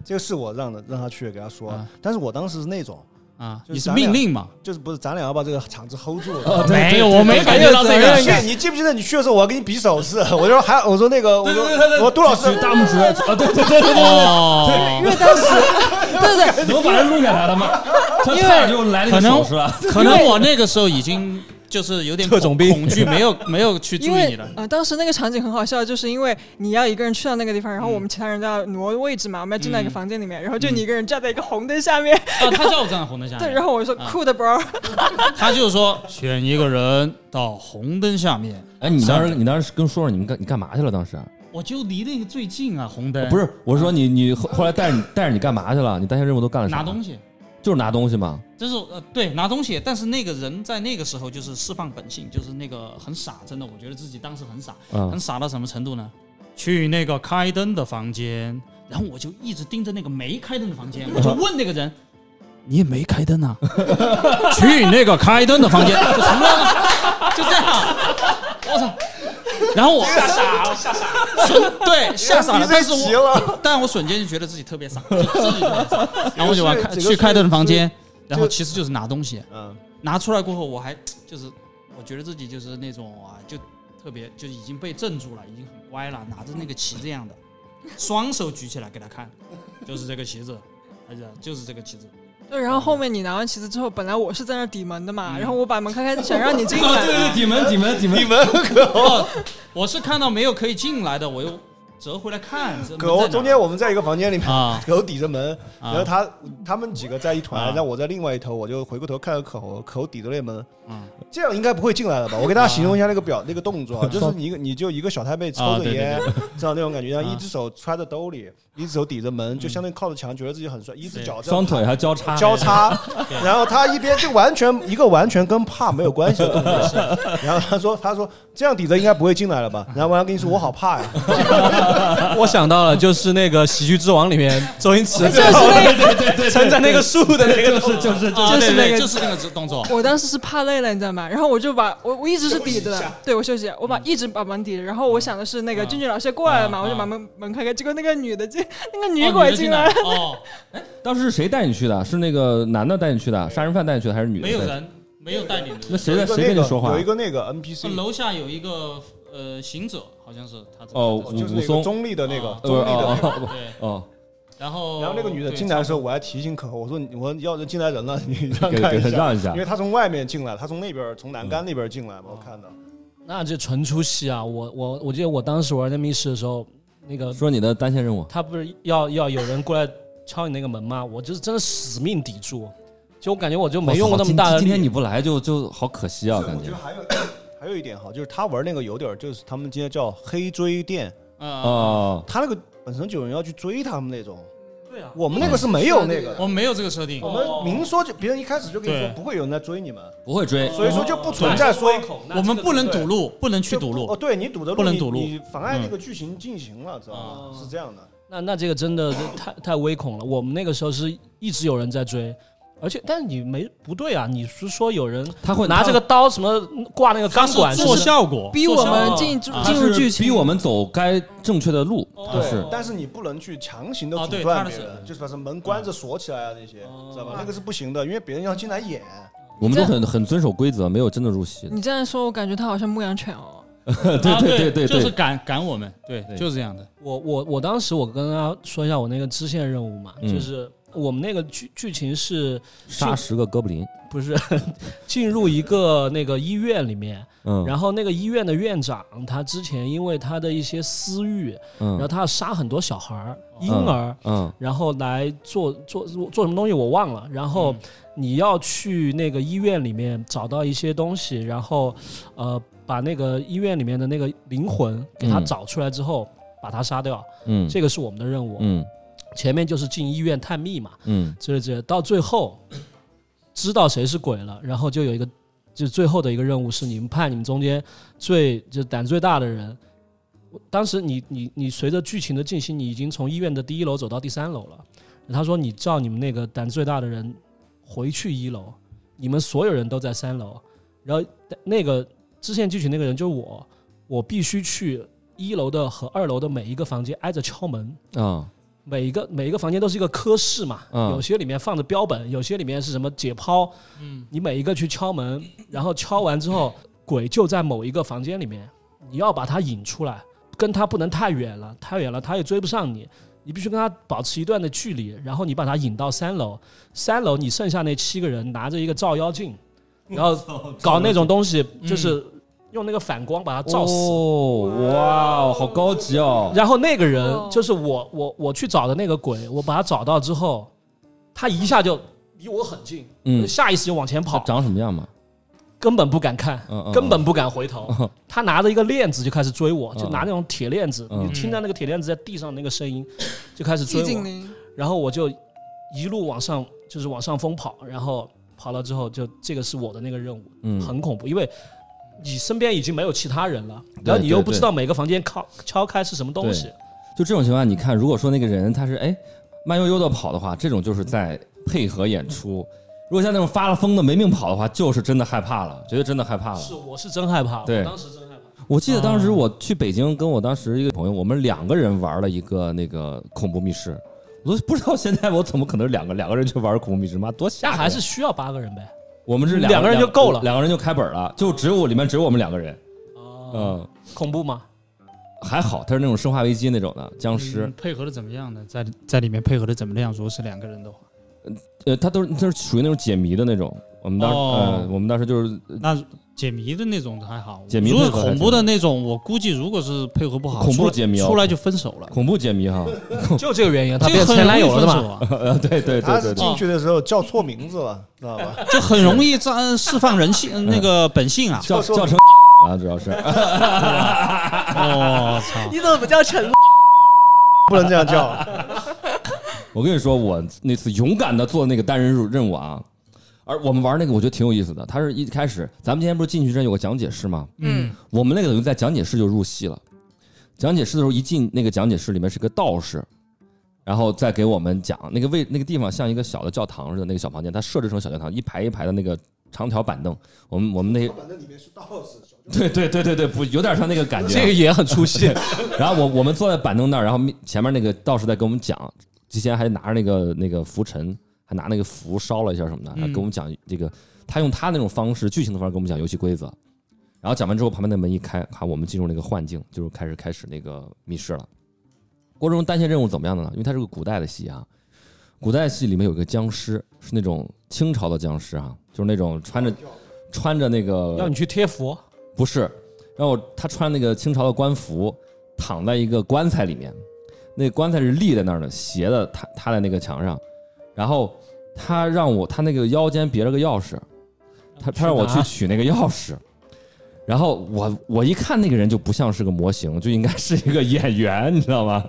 C: 这个是我让的，让他去给他说
H: 啊，
C: 但是我当时是那种，
H: 啊，
C: 就是
H: 你是
C: 咱俩
H: 命令嘛？
C: 就是不是咱俩要把这个场子 hold 住的。
H: 没有，我没感觉到这
E: 对
H: 个
E: 对
C: 你
E: 对。
C: 记你记不记得你去的时候，我要给你比手势，我就说还我说那个，我说我杜老师
A: 举大拇指啊！对对对对
H: 哦，
E: 因为当时，对对对，
A: 对，能把人录下来了吗？他差点就来了个手势 了。
H: 可能我那个时候已经就是有点
B: 特
H: 恐
B: 种兵
H: 恐惧，没有没有去注
E: 因
H: 意你
E: 为
H: 了。
E: 呃，当时那个场景很好笑，就是因为你要一个人去到那个地方，然后我们其他人都要挪位置嘛，我们要进到一个
H: 嗯
E: 房间里面，然后就你一个人站在一个红灯下面，
H: 啊，他叫我站在红灯下面，
E: 对，然后我说
H: 啊
E: 酷的 bro，
H: 他就说选一个人到红灯下面，
A: 哎，你当时你当时跟说说你们干你干嘛去了？当时
H: 我就离那个最近啊，红灯
A: 不是我说你你后后来带着你带着你干嘛去了？你单线任务都干了啥？
H: 拿东西，
A: 就是拿东西嘛。
H: 就是呃对拿东西，但是那个人在那个时候就是释放本性，就是那个很傻，真的，我觉得自己当时很傻，
A: 嗯
H: 很傻到什么程度呢？去那个开灯的房间，然后我就一直盯着那个没开灯的房间，我就问那个人：“你也没开灯啊？” 去那个开灯的房间，就成了吗？就这样，我操！然后我吓傻了，吓傻了，瞬对吓傻了，但是
C: 急
H: 我
C: 了，
H: 但我瞬间就觉得自己特别傻，就自己特别傻然后我就往开
C: 这个是
H: 去开灯的房间，然后
C: 这
H: 其实就是拿东西，
C: 嗯，
H: 拿出来过后，我还就是我觉得自己就是那种啊，就特别就已经被镇住了，已经很乖了，拿着那个旗这样的，双手举起来给他看，就是这个旗子，还是就是这个旗子。
E: 对，然后后面你拿完旗子之后，本来我是在那儿抵门的嘛，
H: 嗯
E: 然后我把门开开，想让你进
A: 啊
E: 来
A: 对，对对，底门底门底门
C: 你们
H: 哦，我是看到没有可以进来的，我又折回来看。这门在
C: 狗
H: 哪
C: 中间我们在一个房间里面，
H: 啊
C: 狗抵着门，然后
H: 啊
C: 他他们几个在一团
H: 啊，
C: 然后我在另外一头，我就回过头看着可猴，可猴抵着那门，
H: 啊
C: 这样应该不会进来了吧？我给大家形容一下那个表那个动作，就是你一个你就一个小太妹抽
H: 啊
C: 着
H: 对对
C: 烟，知道那种感觉，然后
H: 啊
C: 一只手揣在兜里，一只手抵着门，就相当于靠着墙，觉得自己很帅，一只脚这
A: 双
C: 样
A: 腿还交叉，
C: 交叉，然后他一边就完全一个完全跟怕没有关系的动作，然后他说他说这样抵着应该不会进来了吧？然后我要跟你说我好怕呀，
B: 我想到了，就是那个《喜剧之王》里面周星驰
E: 就 是那个，
B: 撑在那个树的那个，就是就是
H: 啊，
E: 就是
H: 对
E: 那个
H: 对，就是那个动作。
E: 我当时是怕累了，你知道吗？然后我就把我我一嗯直是抵着的，对我休息，我把一直把门抵着，然后我想的是那个
H: 啊
E: 俊俊老师过来了嘛，
H: 啊
E: 我就把
H: 啊
E: 门门开开，结果那个女的进，那个
H: 哦
E: 嗯女鬼进来，
H: 了哦，
A: 当时是谁带你去的？是那个男的带你去的，杀人犯带你去的，还是女的？
H: 没有。人，没有带领的人。
A: 那谁在
C: 有一个
A: 谁跟你说话
C: 有一？个那个 NPC，
H: 楼下有一个呃行者，好像是他
A: 哦
H: 他
C: 就是
A: 武
C: 那个
A: 松
C: 中立的那个
H: 啊
C: 中立的那个。
A: 哦
H: 对，
A: 哦，
H: 然后
C: 然后那个女的
H: 对
C: 进来的时候，我还提醒可，我说你我要是进来人了， 你让
A: 给
C: 看
A: 给
C: 一
A: 他
C: 下，
A: 让一下嗯
C: 因为，他从外面进来，他从那边从栏杆那边进来嘛，我看到。
B: 那就纯出戏啊！我我我记得我当时玩那密室的时候，那个
A: 说你的单线任务。
B: 他不是要要有人过来敲你那个门吗？我就是真的死命抵住，就我感觉我就没用过那么大的
A: 哦今
B: 力。
A: 天你不来就就好可惜啊，
C: 所以
A: 感
C: 我觉
A: 觉
C: 得。还有 还有一点哈，就是他玩那个有点儿就是他们今天叫黑追电，
H: 啊，
A: 哦，
C: 他那个本身就有人要去追他们那种，
B: 对啊，
C: 我们那个是没有那个的。哦
H: 我们没有这个设定
C: 我，们明说就别人一开始就跟你说
H: 对
C: 不会有人来追你们，
A: 不会追，
C: 所以说就不存在说
H: 我们不能堵路，不能去
C: 就
H: 堵
C: 不
H: 路
C: 哦，。对你堵的路
H: 不能
C: 你
H: 堵路
C: 你妨碍那个剧情进行了，知道吗？是这样的。
B: 那那这个真的太太微恐了。我们那个时候是一直有人在追，而且，但你没不对啊！你是说有人
A: 他会
B: 拿这个刀什么挂那个钢管
H: 它
B: 什
H: 是
B: 么
H: 做
B: 的？
H: 效果，
E: 逼
H: 做
E: 我
H: 效果
E: 们进
H: 啊
A: 他
E: 进入剧
A: 是
E: 情，
A: 逼我们走该正确的路，
B: 哦
A: 他是
C: 但啊是你不能去强行的
H: 啊
C: 阻
H: 对
C: 断
H: 他
C: 别
H: 是哦
C: 人，就是把什么门关着锁起来啊这些，知道吧？那个是不行的，因为别人要进来演。
A: 我们都很很遵守规则，没有真的入戏。
B: 嗯
E: 你这样说，我感觉他好像牧羊犬哦。
A: 对
H: 啊
A: 对对
H: 对
A: 对
H: 就是
A: 对，
H: 赶赶我们，对
A: 对，
H: 就是这样的。
B: 我我我当时我跟他说一下我那个支线任务嘛，
A: 嗯
B: 就是我们那个剧剧情是
A: 杀十个哥布林，
B: 不是 进入一个那个医院里面，
A: 嗯，
B: 然后那个医院的院长他之前因为他的一些私欲，然后
A: 嗯
B: 他要杀很多小孩儿、婴儿，
A: 嗯
B: 然后来做做做做什么东西我忘了。然
A: 嗯
B: 后你要去那个医院里面找到一些东西，然后呃把那个医院里面的那个灵魂给他
A: 嗯
B: 找出来之后，把他杀掉。
A: 嗯
B: 这个是我们的任务。
A: 嗯
B: 前面就是进医院探秘嘛，
A: 嗯
B: 之类之类的。到最后知道谁是鬼了，然后就有一个，就最后的一个任务是你们派你们中间最就胆最大的人。我当时你你你随着剧情的进行，你已经从医院的第一楼走到第三楼了。他说你叫你们那个胆最大的人回去一楼，你们所有人都在三楼，然后那个支线剧情那个人就是我，我必须去一楼的和二楼的每一个房间挨着敲门。哦
A: 啊
B: 每一个每一个房间都是一个科室嘛，
A: 嗯
B: 有些里面放着标本，有些里面是什么解剖，
H: 嗯，
B: 你每一个去敲门，然后敲完之后，鬼就在某一个房间里面，你要把它引出来，跟他不能太远了，太远了他也追不上你，你必须跟他保持一段的距离，然后你把他引到三楼，三楼你剩下那七个人拿着一个照妖镜，然后搞那种东西，就是用那个反光把他照死。
A: 哦，哇哦，好高级哦，
B: 然后那个人
E: 哦
B: 就是我，我我去找的那个鬼，我把他找到之后，他一下就离我很近，
A: 嗯，
B: 下意识就往前跑，
A: 长什么样嘛？
B: 根本不敢看，
A: 嗯嗯，
B: 根本不敢回头。
A: 嗯
B: 他拿着一个链子就开始追我，
A: 嗯
B: 就拿那种铁链子，
A: 嗯
B: 你听到那个铁链子在地上那个声音，就开始追
E: 寂静
B: 我。
E: 岭，
B: 然后我就一路往上，就是往上疯跑，然后跑了之后，就这个是我的那个任务，
A: 嗯
B: 很恐怖，因为。你身边已经没有其他人了，
A: 对
B: 然后你又不
A: 对
B: 知道每个房间敲敲开是什么东西，
A: 就这种情况下，你看，如果说那个人他是哎慢悠悠的跑的话，这种就是在配合演出；如果像那种发了疯的没命跑的话，就是真的害怕了，绝对真的害怕了。
B: 是，啊我是真害怕，
A: 啊对
B: 我当时真害怕。
A: 我记得当时我去北京，跟我当时一个朋友，我们两个人玩了一个那个恐怖密室，我都不知道现在我怎么可能两个两个人去玩恐怖密室，妈多吓
B: 那
A: 人！啊
B: 还是需要八个人呗。
A: 我们是
B: 两个人就够了
A: 两个人就开本了，就只有我里面只有我们两个人，
B: 哦，
A: 嗯，
B: 恐怖吗？
A: 还好，他是那种生化危机那种的僵尸
H: 嗯，配合的怎么样呢？在在里面配合的怎么样？如果是两个人的话，
A: 呃，他都是他是属于那种解谜的那种。我们当时，
H: 哦
A: 呃，我们当时就是
H: 那解谜的那种还好。
A: 解谜
H: 如果
A: 配合还
H: 恐怖的
A: 挺
H: 那种，我估计如果是配合不好，
A: 恐怖
H: 出来
A: 解谜哦
H: 出来就分手了。
A: 恐怖解谜哈，
B: 就这个原因，他
H: 这
B: 变
H: 个很
B: 前男
H: 容易
B: 友了
H: 分手
B: 嘛？
H: 啊，
A: 呃，对对
C: 他
A: 对
C: 是
A: 对对，
C: 进去的时候叫错名字 了，知道吧？
H: 就很容易占释放 人
A: 嗯
H: 性那个本性啊。
A: 叫
C: 叫
A: 叫成 啊，主要是，
H: 我操！
D: 你怎么不叫 陈？
C: 不能这样叫。
A: 我跟你说，我那次勇敢的做那个单人任任务啊，而我们玩那个我觉得挺有意思的，他是一开始咱们今天不是进去之前有个讲解室吗？
D: 嗯，
A: 我们那个等于在讲解室就入戏了。讲解室的时候，一进那个讲解室里面是个道士，然后再给我们讲那个位那个地方像一个小的教堂似的那个小房间，它设置成小教堂，一排一排的那个长条板凳。我们我们那
F: 反正里面是道士，
A: 对对对对对，不有点像那个感觉。啊
B: 这个也很出戏。
A: 然后我我们坐在板凳那儿，然后面前面那个道士在跟我们讲，之前还拿着那个那个拂尘，还拿那个符烧了一下什么的，
H: 嗯
A: 还跟我们讲这个，他用他那种方式剧情的方式跟我们讲游戏规则。然后讲完之后，旁边的门一开，好，我们进入那个幻境，就是开始开始那个密室了。过程中单线任务怎么样的呢？因为它是个古代的戏啊，古代戏里面有个僵尸，是那种清朝的僵尸啊，就是那种穿着穿着那个
B: 要你去贴佛，
A: 不是，然后他穿那个清朝的官服，躺在一个棺材里面，那棺材是立在那儿的，斜的塌塌在那个墙上，然后他让我他那个腰间别了个钥匙，他他让我去取那个钥匙，然后我我一看那个人就不像是个模型，就应该是一个演员，你知道吗？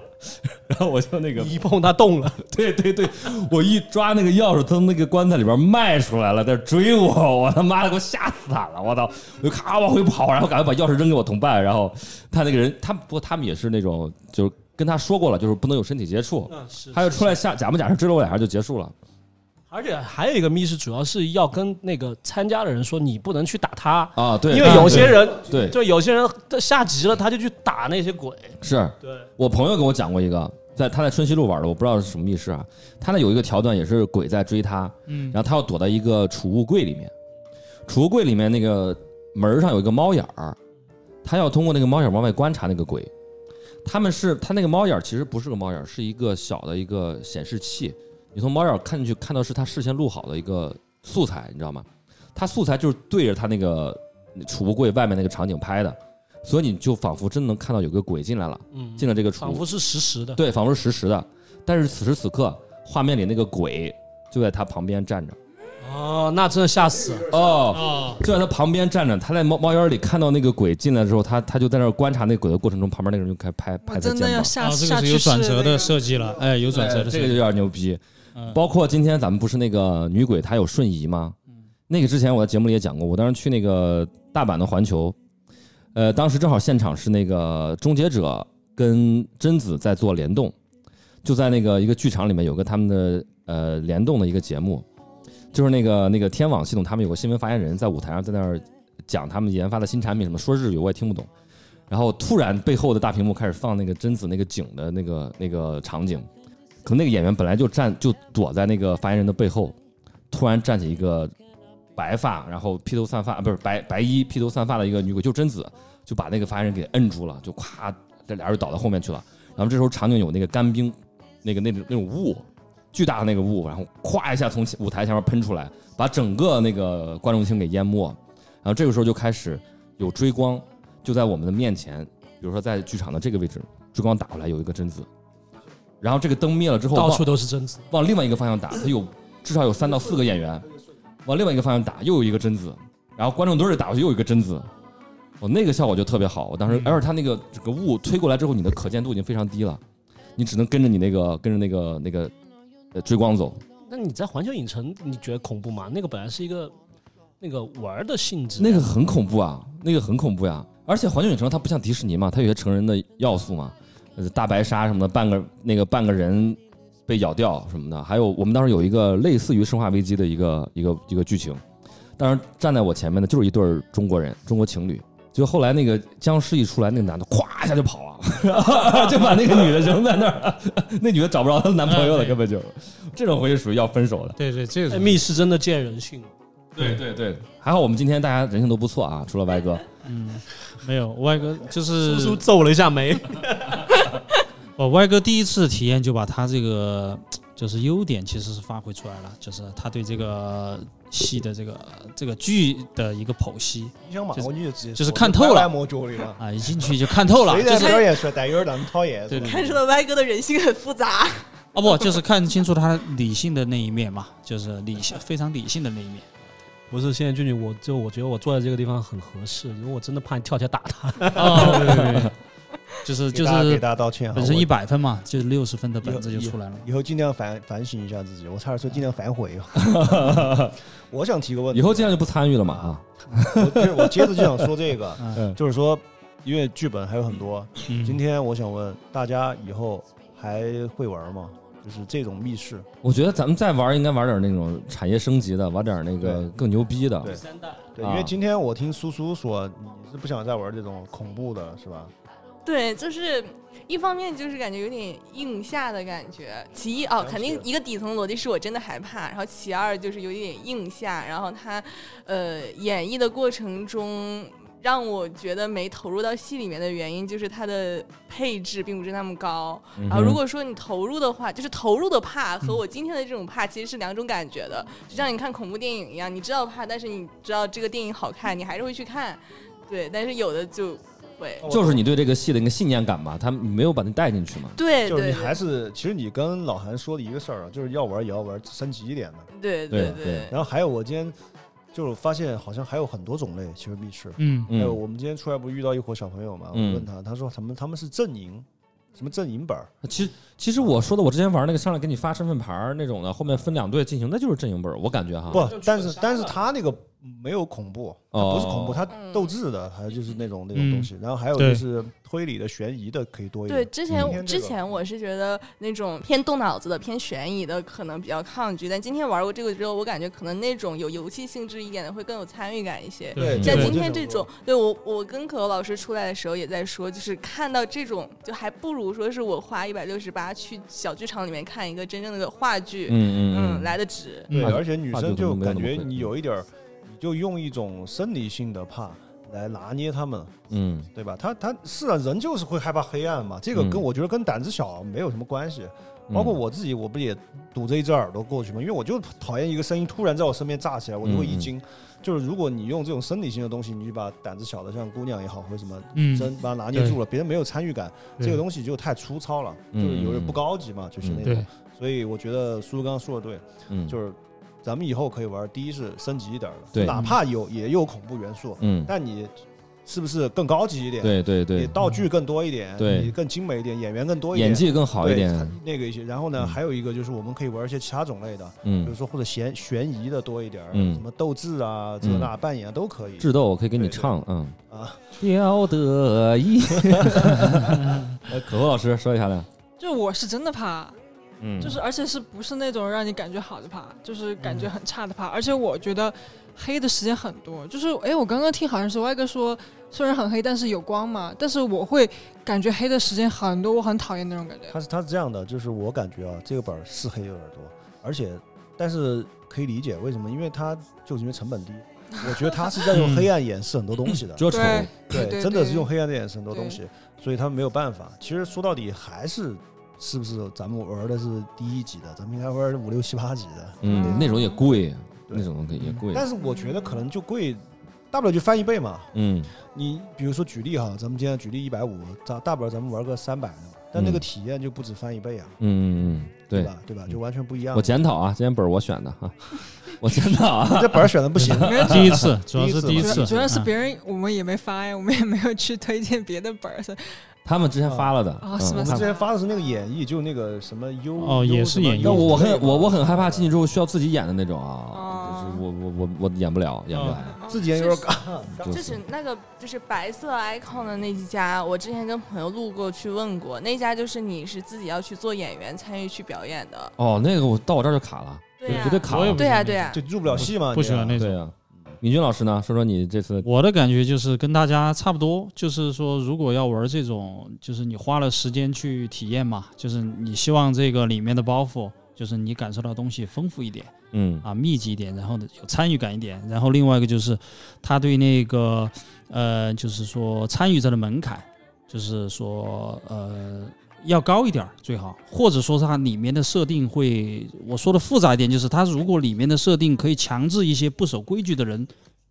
A: 然后我就那个
B: 你一碰他动了，
A: 对对对，我一抓那个钥匙从那个棺材里边迈出来了，在追我， 我他妈的给我吓死惨了，我操！我就咔往回跑，然后赶快把钥匙扔给我同伴，然后他那个人，他不过他们也是那种，就是跟他说过了，就是不能有身体接触，
B: 嗯，是
A: 他就出来吓假模假式追了我两下就结束了。
B: 而且还有一个密室，主要是要跟那个参加的人说，你不能去打他，
A: 啊，对，
B: 因为有些人
A: 对
B: 就有些人他下急了，他就去打那些鬼。
A: 是
B: 对，
A: 我朋友跟我讲过一个，在他在春熙路玩的，我不知道是什么密室啊。他那有一个桥段也是鬼在追他，
H: 嗯
A: 然后他要躲到一个储物柜里面，储物柜里面那个门儿上有一个猫眼儿，他要通过那个猫眼儿往外观察那个鬼。他们是他那个猫眼儿其实不是个猫眼儿，是一个小的一个显示器，你从猫眼儿看进去看到是他事先录好的一个素材，你知道吗？他素材就是对着他那个储物柜外面那个场景拍的，所以你就仿佛真的能看到有个鬼进来了。
B: 嗯，
A: 进了这个储
B: 仿
A: 物
B: 佛，是实时 的。
A: 对，仿佛是实时的。但是此时此刻，画面里那个鬼就在他旁边站着。
B: 哦，那真的吓死了。
A: 哦，
H: 哦，
A: 就在他旁边站着。他在猫猫眼里看到那个鬼进来之后，他他就在那儿观察那鬼的过程中，旁边那个人就开始拍
E: 我
A: 拍他
E: 真的
A: 肩
E: 要
A: 膀。
E: 下
H: 啊，这
E: 下
H: 个是
E: 去
H: 有
E: 试
H: 转折
E: 那
H: 的
E: 个
H: 设计了，哎，有转折的设
A: 呃这个就
H: 计，
A: 有点牛逼。
H: 嗯
A: 包括今天咱们不是那个女鬼，她有瞬移吗？那个之前我在节目里也讲过，我当时去那个大阪的环球，呃，当时正好现场是那个终结者跟贞子在做联动，就在那个一个剧场里面有个他们的呃联动的一个节目，就是那个那个天网系统，他们有个新闻发言人在舞台上在那儿讲他们研发的新产品什么，说日语我也听不懂。然后突然背后的大屏幕开始放那个贞子那个景的那个那个场景，可能那个演员本来就站就躲在那个发言人的背后，突然站起一个白发，然后披头散发啊，不是白白衣披头散发的一个女鬼，就贞子，就把那个发言人给摁住了，就咵，这俩人就倒到后面去了。然后这时候场景有那个干冰，那个那种那种雾，巨大的那个雾，然后咵一下从舞台前面喷出来，把整个那个观众厅给淹没。然后这个时候就开始有追光，就在我们的面前，比如说在剧场的这个位置，追光打过来有一个贞子，然后这个灯灭了之后，
B: 到
A: 往
B: 处都是贞子，
A: 往另外一个方向打，它有至少有三到四个演员，往另外一个方向打又有一个贞子，然后观众堆里打过去又有一个贞子，哦，那个效果就特别好。我当时，而且它那个整个雾推过来之后，你的可见度已经非常低了，你只能跟着你那个跟着那个那个呃追光走。
B: 那你在环球影城，你觉得恐怖吗？那个本来是一个那个玩儿的性质，
A: 那个很恐怖啊，那个很恐怖呀、而且环球影城它不像迪士尼嘛，它有些成人的要素嘛，呃，大白鲨什么的，半个那个半个人被咬掉什么的，还有我们当时有一个类似于《生化危机》的一个一个一个剧情，当时站在我前面的就是一对儿中国人，中国情侣。就后来那个僵尸一出来，那个男的咵一下就跑了， 就把那个女的扔在那儿， 那女的找不着她男朋友了，根本就， 这种回去属于要分手的。
H: 对对，这
B: 哎
H: 个
B: 密室真的见人性。
A: 对对对，还好我们今天大家人性都不错啊，除了歪哥。
H: 没有歪哥就是
B: 叔皱了一下 眉，
H: 我歪哥第一次体验就把他这个就是优点其实是发挥出来了，就是他对这个戏的这个这个剧的一个剖析
C: 你想马
H: 就是
C: 上就直接
H: 就是
C: 说
H: 看透了
C: 歪来摸九里了。
H: 啊，一进去就看透了，
C: 谁
H: 就
C: 在
H: 是
C: 表演出来，但有人让人讨厌。
H: 对对
D: 看出了歪哥的人性很复杂。
H: 哦不，就是看清楚他理性的那一面嘛，就是理性非常理性的那一面。
B: 不是，现在俊俊，我就我觉得我坐在这个地方很合适，因为我真的怕你跳起来打他。
H: 哦，对对对，就是
C: 给
H: 就
C: 大家给
H: 是
C: 大家道歉啊！
H: 本身
C: 我
H: 一百分嘛，就是六十分的本子就出来了嘛。
C: 以后尽量反反省一下自己，我差点说尽量反 悔。 我想提个问题，
A: 以后尽量就不参与了嘛啊。
C: 我就是我接着就想说这个，
H: 嗯
C: 就是说，因为剧本还有很多，今
H: 嗯，
C: 天我想问大家，以后还会玩吗？就是这种密室，
A: 我觉得咱们再玩，应该玩点那种产业升级的，玩点那个
C: 对
A: 更牛逼的。
C: 对
B: 三代，
C: 对，
A: 啊
C: 因为今天我听苏苏说你是不想再玩这种恐怖的，是吧？
D: 对，就是一方面就是感觉有点硬下的感觉，其一哦，肯定一个底层逻辑是我真的害怕，然后其二就是有一点硬下，然后他呃演绎的过程中。让我觉得没投入到戏里面的原因，就是它的配置并不是那么高。
A: 嗯哼嗯
D: 啊然后如果说你投入的话，就是投入的怕和我今天的这种怕其实是两种感觉的，就像你看恐怖电影一样，你知道怕，但是你知道这个电影好看，你还是会去看。对，但是有的就会，
A: 就是你对这个戏的一个信念感吧，他你没有把它带进去嘛。
D: 对，
C: 就是
D: 对
C: 你
D: 对
C: 还是，其实你跟老韩说的一个事儿啊，就是要玩也要玩升级一点的。
D: 对
A: 对对
D: 对，
C: 然后还有我今天就是发现好像还有很多种类，其实密室。
H: 嗯
C: 还有
A: 嗯，
C: 哎我们今天出来不是遇到一伙小朋友嘛？我
A: 嗯
C: 问他，他说他们他们是阵营，什么阵营本儿？
A: 其实其实我说的，我之前玩那个上啊来给你发身份牌儿那种的，后面分两队进行，那就是阵营本儿，我感觉哈。
C: 不，但是但是他那个没有恐怖，它
A: 哦嗯
C: 不是恐怖，它
D: 嗯
C: 斗智的，还有就是那种那种东西。然后还有
H: 对
C: 就是推理的、悬疑的可以多一点。
D: 对，之前、
C: 今天这
D: 之
C: 个
D: 前我是觉得那种偏动脑子的、偏悬疑的可能比较抗拒，但今天玩过这个之后，我感觉可能那种有游戏性质一点的会更有参与感一些。
H: 对
D: 像
H: 对
D: 今天这种，对我我跟可乐老师出来的时候也在说，就是看到这种，就还不如说是我花一百六十八去小剧场里面看一个真正的话剧，
A: 嗯
D: 嗯，来的值。
C: 对，
A: 嗯
C: 而且女
A: 怕
C: 生
A: 就
C: 就
A: 可能没有那么
C: 感觉
A: 会
C: 你有一点儿，你就用一种生理性的怕来拿捏他们，
A: 嗯
C: 对吧？他他是啊，人就是会害怕黑暗嘛，这个跟
A: 嗯
C: 我觉得跟胆子小没有什么关系。
A: 嗯，
C: 包括我自己，我不也堵着一只耳朵过去嘛，因为我就讨厌一个声音突然在我身边炸起来，我就会
A: 嗯
C: 一惊。就是如果你用这种生理性的东西，你就把胆子小的像姑娘也好，或者什么
H: 嗯
C: 真把它拿捏住了，别人没有参与感，
H: 对
C: 这个东西就太粗糙了，就
A: 嗯
C: 是有点不高级嘛，就是那种
H: 对。
C: 所以我觉得苏叔刚刚说的对，
A: 嗯
C: 就是咱们以后可以玩，第一是升级一点儿的，
A: 对
C: 哪怕有也有恐怖元素，
A: 嗯，
C: 但你是不是更高级一点？，
A: 对对
C: 你
A: 对，
C: 道具更多一点，
A: 对
C: 你更精美一点，演员更多一点，
A: 演技更好一
C: 对
A: 点，
C: 那个一些。然后呢，
A: 嗯
C: 还有一个就是我们可以玩一些其他种类的，比如
A: 嗯，
C: 说或者悬悬疑的多一点儿，
A: 嗯
C: 什么斗智啊、这那扮演啊都可以
A: 智斗我可以给你
C: 对对
A: 唱，嗯，
C: 啊。
A: 了得 意。 呃可乐老师说一下来，
E: 就我是真的怕，
A: 嗯，
E: 就是而且是不是那种让你感觉好的怕，就是感觉很差的怕。而且我觉得黑的时间很多，就是哎，我刚刚听好像是歪哥说，虽然很黑，但是有光嘛。但是我会感觉黑的时间很多，我很讨厌那种感觉。
C: 它是它是这样的，就是我感觉啊，这个本儿是黑有点多，而且但是可以理解为什么，因为它就是因为成本低。我觉得他是在 用黑暗掩饰很多东西的，
A: 遮丑，
C: 对，
E: 对对
C: 真的
E: 对
C: 是用黑暗在掩饰很多东
E: 对
C: 西，所以他们没有办法。其实说到底还是是不是咱们玩的是第一集的，咱们应该玩五六七八集的。
A: 嗯，那种也贵，
C: 对
A: 那种也贵，
C: 但是我觉得可能就贵，大不了就翻一倍嘛。
A: 嗯
C: 你比如说举例哈，咱们今天举例一百五，咱大不了咱们玩个三百的嘛，但那个
A: 嗯
C: 体验就不止翻一倍啊，
A: 嗯嗯嗯，
C: 对
A: 对，
C: 吧？对吧？就完全不一样
A: 我。检讨
H: 嗯
A: 啊，今天本儿我选的 哈，我检讨啊，
C: 这本儿选的不行，
H: 第一 次，主要是
C: 第
H: 第
C: 一
H: 一
C: 次
H: 次，
E: 主主要是
H: 嗯
E: 别人我们也没发呀，我们也没有去推荐别的本儿，所以
A: 他们之前发了的
E: 啊是吗
A: 嗯他
C: 我
E: 是
C: 们
E: 吗
C: 之前发的是那个演绎，就那个什么优
H: 哦也是演绎
A: 那我我很我我很害怕进去
C: 进
A: 之后需要自己演的那种啊，
E: 哦
A: 就是我我我我演不
H: 哦
A: 了，演不来，
C: 自己演 有点
D: 就是
C: 尬。
A: 就
D: 就是是那个就是白色 icon 的那几家，我之前跟朋友路过去问过，那家就是你是自己要去做演员参与去表演的，
A: 哦，那个我到我这儿就卡了，
D: 对
E: 啊
D: 呀、
A: 绝对卡
H: 我也
A: 了
H: 不，
D: 对啊呀、对呀、
C: 就入不了戏嘛，
H: 不
C: 你
H: 喜欢那
A: 对
H: 种。
A: 呀。敏君老师呢？说说你这次
H: 我的感觉就是跟大家差不多，就是说，如果要玩这种，就是你花了时间去体验嘛，就是你希望这个里面的包袱，就是你感受到的东西丰富一点
A: 嗯
H: 啊，密集一点，然后呢有参与感一点。然后另外一个就是，他对那个呃，就是说参与者的门槛，就是说呃要高一点儿最好，或者说是它里面的设定会，我说的复杂一点，就是它如果里面的设定可以强制一些不守规矩的人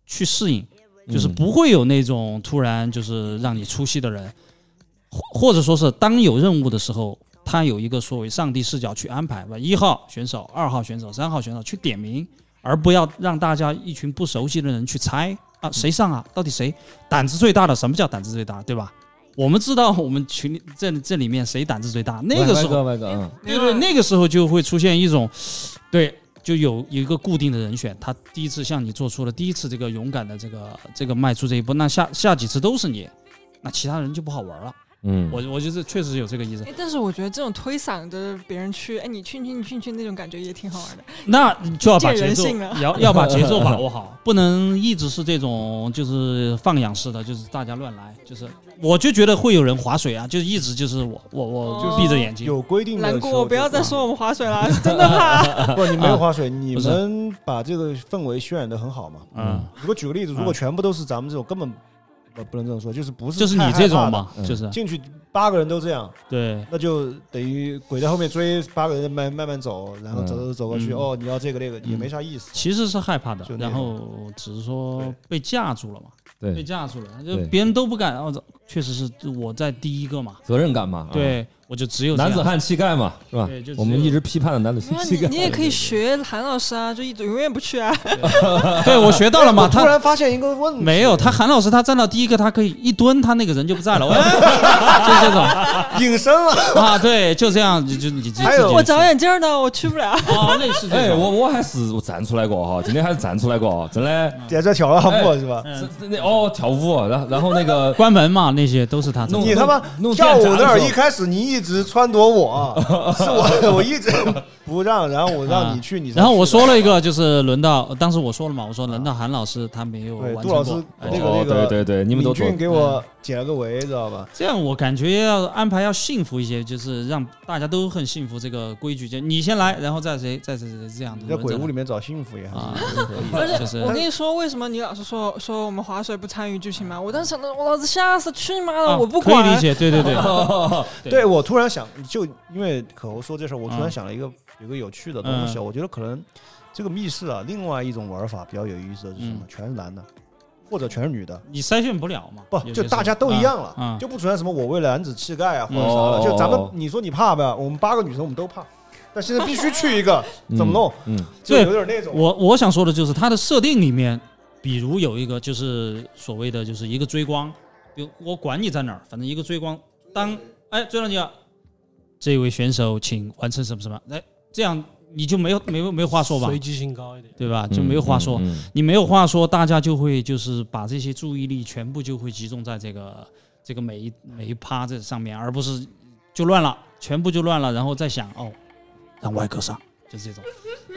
H: 去适应，就是
A: 嗯
H: 不会有那种突然就是让你出戏的人，或或者说是当有任务的时候。他有一个所谓上帝视角去安排，把一号选手、二号选手、三号选手去点名，而不要让大家一群不熟悉的人去猜啊，谁上啊？到底谁胆子最大的？什么叫胆子最大？对吧？我们知道我们群里这这里面谁胆子最大，那个时候，
A: 歪哥，歪
E: 哎
A: 哥嗯
H: 对对，那个时候就会出现一种，对，就有有一个固定的人选，他第一次向你做出了第一次这个勇敢的这个这个迈出这一步，那下下几次都是你，那其他人就不好玩了。
A: 嗯，
H: 我我觉得确实有这个意思。
E: 哎，但是我觉得这种推搡着别人去，哎，你去你去你去你去那种感觉也挺好玩的。
H: 那就要把节
E: 见人
H: 奏
E: 性了
H: 要要把节奏 把握好，不能一直是这种就是放养式的，就是大家乱来，就是我就觉得会有人划水啊，就是一直就是我我我
E: 哦
H: 就闭着眼睛，
C: 有规定的时
E: 难
C: 候就。
E: 过，不要再说我们划水了，真的怕。
C: 不，你没有划 水，你
H: 啊不是
C: 们把这个氛围渲染的很好嘛。
H: 嗯，
C: 如果举个例子，如果
H: 嗯
C: 全部都是咱们这种，根本呃不能这么说，就是不是
H: 就是
C: 太
H: 你
C: 害
H: 这
C: 怕的
H: 种嘛，
A: 嗯
H: 就是
C: 进去八个人都这样，
H: 对
C: 那就等于鬼在后面追，八个人慢慢慢走，然后
A: 嗯
C: 走走走过去，
H: 嗯
C: 哦，你要这个那个也没啥意思。
H: 其实是害怕的
C: 就，那
H: 然后只是说被架住了嘛，被
A: 对
H: 架住了，就
A: 对
H: 别人都不敢，哦，确实是我在第一个嘛，
A: 责任感嘛，啊
H: 对我就只有这
A: 男
H: 样
A: 子汉气概嘛，是吧
H: 对就只？有
A: 我们一直批判的男子
E: 没有
A: 气概，
E: 你你也可以学韩老师啊，就一直永远不去啊。
H: 对我学到了嘛，
C: 我突
H: 他
C: 然发现一个问题，
H: 没有他韩老师，他站到第一个，他可以一蹲，他那个人就不在了，喂就这种
C: 隐身了。
H: 啊，对，就这样，就就你自己
C: 还有
H: 自己
E: 我长眼镜儿呢，我去不了。
H: 啊，类似这
A: 哎，我
H: 种，
A: 我还是我站出来过哈，今天还是站出来过，真的。
C: 也在跳了
H: 哎
C: 舞是吧？
H: 嗯
A: 这这那哦，跳舞，然后然后那个
H: 关门嘛，那些都是他
A: 弄
C: 你他妈
A: 弄
C: 跳舞
A: 电闸的
C: 那儿
A: 时候
C: 一开始你一直撺掇我， 是我 我一直 不让，然后我让你去，你才去
H: 然后我说了一个，就是轮到当时我说了嘛，我说轮到韩老师他没有
C: 对
H: 完
C: 杜
H: 成
C: 老师
H: 过，哎
C: 那个
A: 哦
C: 那个
A: 对对对，你们都
C: 敏
A: 懂
C: 俊给
H: 嗯
C: 我解了个围，知道吧？
H: 这样我感觉要安排要幸福一些，就是让大家都很幸福这个规矩，就你先来，然后再谁再谁谁这样
C: 你在
H: 子轮着
C: 鬼
H: 来
C: 屋里面找幸福也还
H: 啊
C: 是，
H: 可以，就是
E: 我跟你说，为什么你老是说说我们划水不参与剧情嘛？我当时想到，我老子吓死，去你妈的，
H: 啊
E: 我不
H: 可以理
E: 管。
H: 解，对对对，对
C: 对我突然想，就因为可猴说这事儿，我突然想了一个有个有趣的东西啊，
H: 嗯
C: 我觉得可能这个密室啊，另外一种玩法比较有意思的是什么
H: 嗯？
C: 全是男的，或者全是女的。
H: 你筛选不了嘛，
C: 不
H: 有些
C: 就
H: 时候
C: 大家都一样了，
H: 嗯嗯
C: 就不存在什么我为了男子气概啊或
H: 嗯
C: 者啥的，
A: 哦
C: 就咱
A: 哦
C: 们你说你怕呗，我们八个女生我们都怕，但现在必须去一 个，
A: 嗯
C: 怎么弄？
A: 嗯，
C: 就
H: 对
C: 有点那种。
H: 我我想说的就是它的设定里面，比如有一个就是所谓的就是一个追光，比如我管你在哪儿，反正一个追光，当哎追到你了，这位选手请完成什么什么，哎这样你就没有没有没有话说吧
B: 随，机性高一点。
H: 对吧？就没有话说，
A: 嗯。嗯嗯
H: 你没有话说，大家就会就是把这些注意力全部就会集中在这个这个每一每一趴这上面，而不是就乱了，全部就乱了，然后再想哦，让外哥上，就这种，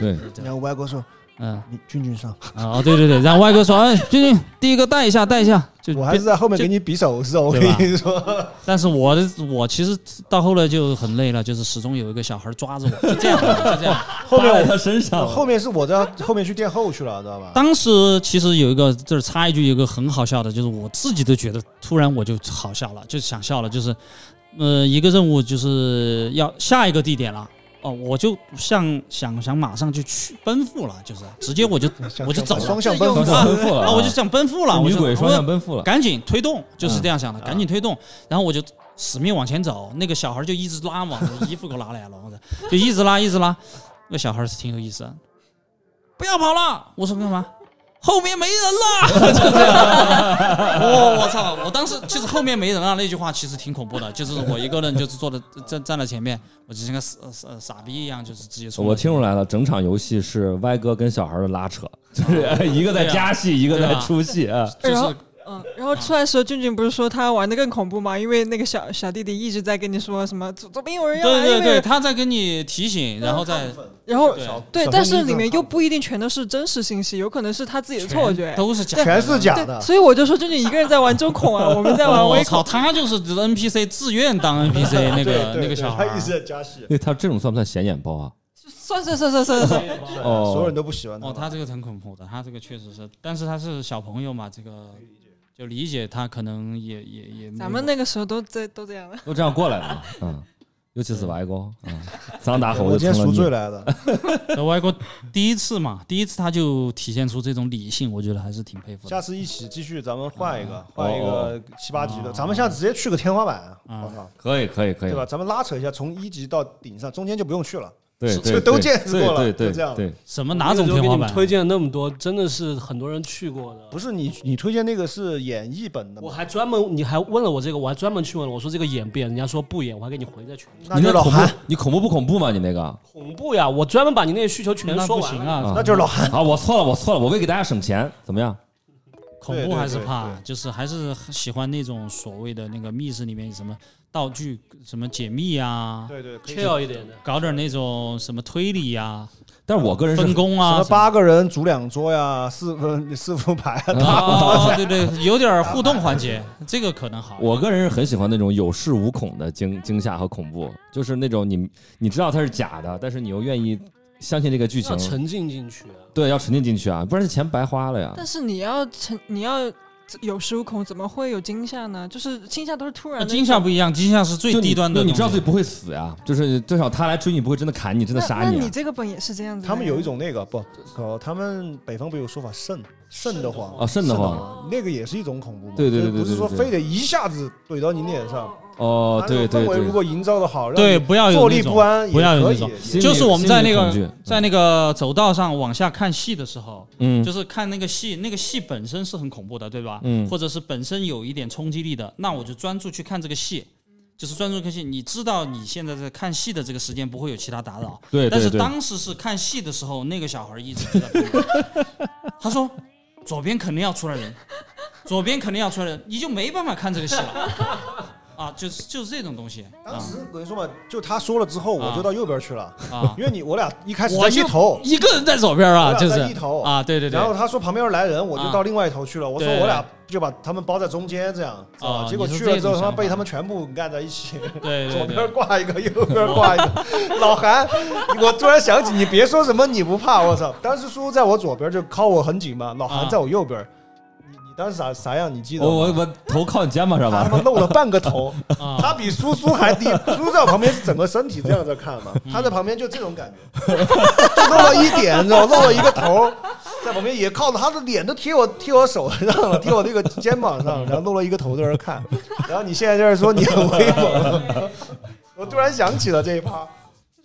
A: 嗯对，
C: 然后外国说
H: 嗯。
C: 你俊俊上，
H: 啊、哦，对对对，让外哥说，哎，君君，第一个带一下，带一下，就
C: 我还是在后面给你比手势，我跟
H: 对吧
C: 你说，
H: 但是我的我其实到后来就很累了，就是始终有一个小孩抓着我，就这样，就这样。
C: 后面
A: 在
C: 我
A: 他身上，
C: 后面是我在后面去殿后去了，知道吧？
H: 啊当时其实有一个，这儿插一句，有一个很好笑的，就是我自己都觉得，突然我就好笑了，就想笑了，就是，呃，一个任务就是要下一个地点了。哦，我就像想想马上就去奔赴了，就是直接我就
C: 想
H: 我就走了
C: 双向奔
A: 双
C: 赴
A: 向奔赴了
H: 啊，我就想奔赴了，我
A: 女
H: 就
A: 鬼
H: 我
A: 双向奔赴了，
H: 赶紧推动，就是
A: 嗯
H: 这样想的，赶紧推动。然后我就死命往前走，那个小孩就一直拉嘛，我衣服给我拉来了，我就就一直拉，一直拉。那小孩是挺有意思的，不要跑了！我说干嘛？后面没人了，就这样。我我操！我当时其实后面没人了那句话其实挺恐怖的，就是我一个人就是坐的站站在前面，我就像个傻傻傻逼一样，就是直接冲。
A: 我听出来了，整场游戏是歪哥跟小孩的拉扯， 就是哎一个在加戏，一个在出戏啊。
H: 就
E: 然后
H: 是啊
E: 嗯，然后出来的时候，俊俊不是说他玩的更恐怖吗？因为那个小小弟弟一直在跟你说什么左左边有人要来，
H: 对对
E: 右边有
H: 对，
E: 人
H: 他在跟你提醒，然后再
E: 然 后
H: 对
E: 对，
C: 小兄
E: 但
C: 弟
E: 是里
C: 真
E: 面
C: 好
E: 又不一定全都是真实信息，有可能是他自己的错觉。
H: 都是假的，
C: 全是假的
E: 对，，所以我就说俊俊一个人在玩中恐 啊，我们在玩
H: 我
E: 微
H: 操，
E: 恐。
H: 他就是 NPC 自愿 当 NPC
C: 对
H: 那个
C: 对
H: 那个
C: 对
H: 小
C: 他
H: 孩
C: 一直
H: 儿。
C: 在加戏，
A: 那他这种算不算显眼包啊？
E: 算算算算算算，
A: 哦
C: 啊所有人都不喜欢
H: 哦，他这个很恐怖的，他这个确实是，但是他是小朋友嘛，这个就理解他，可能也也也没有。
E: 咱们那个时候都这都这样了。
A: 都这样过来的嘛，嗯，尤其是歪哥， 嗯，张大猴
C: 我今天
A: 就
C: 赎
A: 成
C: 罪
A: 了
C: 来 的，
H: 那外国第一次嘛，第一次他就体现出这种理性，我觉得还是挺佩服
C: 下
H: 的。
C: 次一起继续，咱们换一个，
A: 哦
C: 换一个七八级的，咱们下次直接去个天花板，
H: 哦
C: 啊
H: 嗯
C: 我操
A: 你，，可以可以可以
C: 对，吧？咱们拉扯一下，从一级到顶上，中间就不用去了。
A: 对
C: 是
A: 对，
C: 这都
A: 对
C: 见识过了
A: 对
C: 就
A: 对
C: 这样
A: 对对，
H: 什么哪种
B: 那个时候
H: 天
B: 给
H: 花
B: 你们
H: 板？
B: 推荐那么多，真的是很多人去过的。
C: 不是你，你推荐那个是演绎本的
B: 我
C: 吗？
B: 还专门，你还问了我这个，我还专门去问了，我说这个演不演？人家说不演，我还给你回在群里。
C: 那
A: 你
C: 就是
A: 那
C: 老
A: 恐怖
C: 韩，，
A: 你恐怖不恐怖嘛？你那
H: 啊
A: 个
B: 恐怖呀！我专门把你那些需求全
H: 那
B: 说
H: 不
B: 完
H: 行
B: 了。
H: 啊，
C: 那就是老韩。
A: 啊，我错了，我错了，我为给大家省钱，怎么样？
H: 恐
C: 对
H: 怖
C: 对
H: 还是
C: 对
H: 怕
C: 对，
H: 就是还是喜欢那种所谓的那个密室里面什么道具、什么解密啊，
C: 对对，可以
B: chill 一点的，
H: 搞点那种什么推理呀、
A: 但是我个人是
H: 分工
C: 什
H: 啊
C: 么，八个人组两桌呀，四分 四副牌 啊，
H: 啊，对对，有点互动环节，这个可能好。
A: 我个人是很喜欢那种有恃无恐的惊惊吓和恐怖，就是那种你你知道它是假的，但是你又愿意相信这个剧
B: 要
A: 情，
B: 沉浸进去啊。
A: 对，要沉浸进去啊，不然钱白花了呀。
E: 但是你要成，你要有恃无恐，怎么会有惊吓呢？就是惊吓都是突然
H: 那
E: 的。
H: 啊惊吓不一样，惊吓是最
A: 就你
H: 低端的
A: 就
H: 东西，
A: 你知道自己不会死呀，就是最少他来追你不会真的砍你，真的
E: 那
A: 杀
E: 那
A: 你
E: 你
A: 啊。
E: 这个本也是这样子的呀。
C: 他们有 一种那个不，哦，他们北方不有说法瘆瘆得慌
A: 啊，瘆得慌，
C: 那个也是一种恐怖嘛。
A: 对对
C: 就是
A: 对对
C: 不是说
A: 对对
C: 非得一下子怼到你脸上，
A: 哦，对对
C: 氛围
A: 对
C: 如，果营造的好，让
H: 对，
C: 你
H: 不要有
C: 坐
H: 那
C: 立
H: 种
C: 不安也
H: 不要有
C: 可
H: 那
C: 以
H: 种。
A: 心理
H: 就是我们在那
A: 心理
H: 个
A: 恐惧
H: 在那个走道上往下看戏的时候，
A: 嗯
H: 就是看那个戏，那个戏本身是很恐怖的，对吧？
A: 嗯
H: 或者是本身有一点冲击力的，那我就专注去看这个戏，就是专注看戏。你知道你现在在看戏的这个时间不会有其他打扰，
A: 对
H: 但
A: 对
H: 是
A: 对，
H: 当时是看戏的时候，那个小孩一直就在旁边， 他说左边肯定要出来人，左边肯定要出来人，你就没办法看这个戏了。啊，就是就是这种东西
C: 当时等于说嘛，就他说了之后，我就到右边去了，
H: 啊，
C: 因为你我俩一开始
H: 我
C: 在一头，
H: 一个人在左边啊，
C: 我
H: 就
C: 俩在
H: 是
C: 一头
H: 啊，对对对，啊
C: 然后他说旁边要来人，我就到另外一头去了。我说
H: 对
C: 我俩就把他们包在中间，这样知道吧？
H: 哦
C: 结果
H: 你是
C: 去了
H: 这
C: 之
H: 种
C: 后，他妈
H: 想法
C: 被他们全部干在一起，
H: 对
C: 左
H: 对
C: 边
H: 对，
C: 挂一个，右边挂一个。 老韩，我突然想起，你别说什么你不怕，我操！当时叔叔在我左边就靠我很紧嘛，老
H: 啊
C: 韩在我右边。你你当时啥啥样？你记得
A: 我
C: 吗？
A: 哦我我头靠你肩膀上
C: 他他
A: 吧，
C: 妈露了半个头，
H: 啊
C: 他比苏苏还 低。苏苏在我旁边是整个身体这样在看嘛，
A: 嗯
C: 他在旁边就这种感觉，就露了一点，你知道吗，露了一个头，在旁边也靠着他的脸都贴我贴我手上了，贴我那个肩膀
A: 嗯
C: 上，然后露了一个头在那儿看。然后你现在在这儿说你很威猛，我突然想起了这一趴。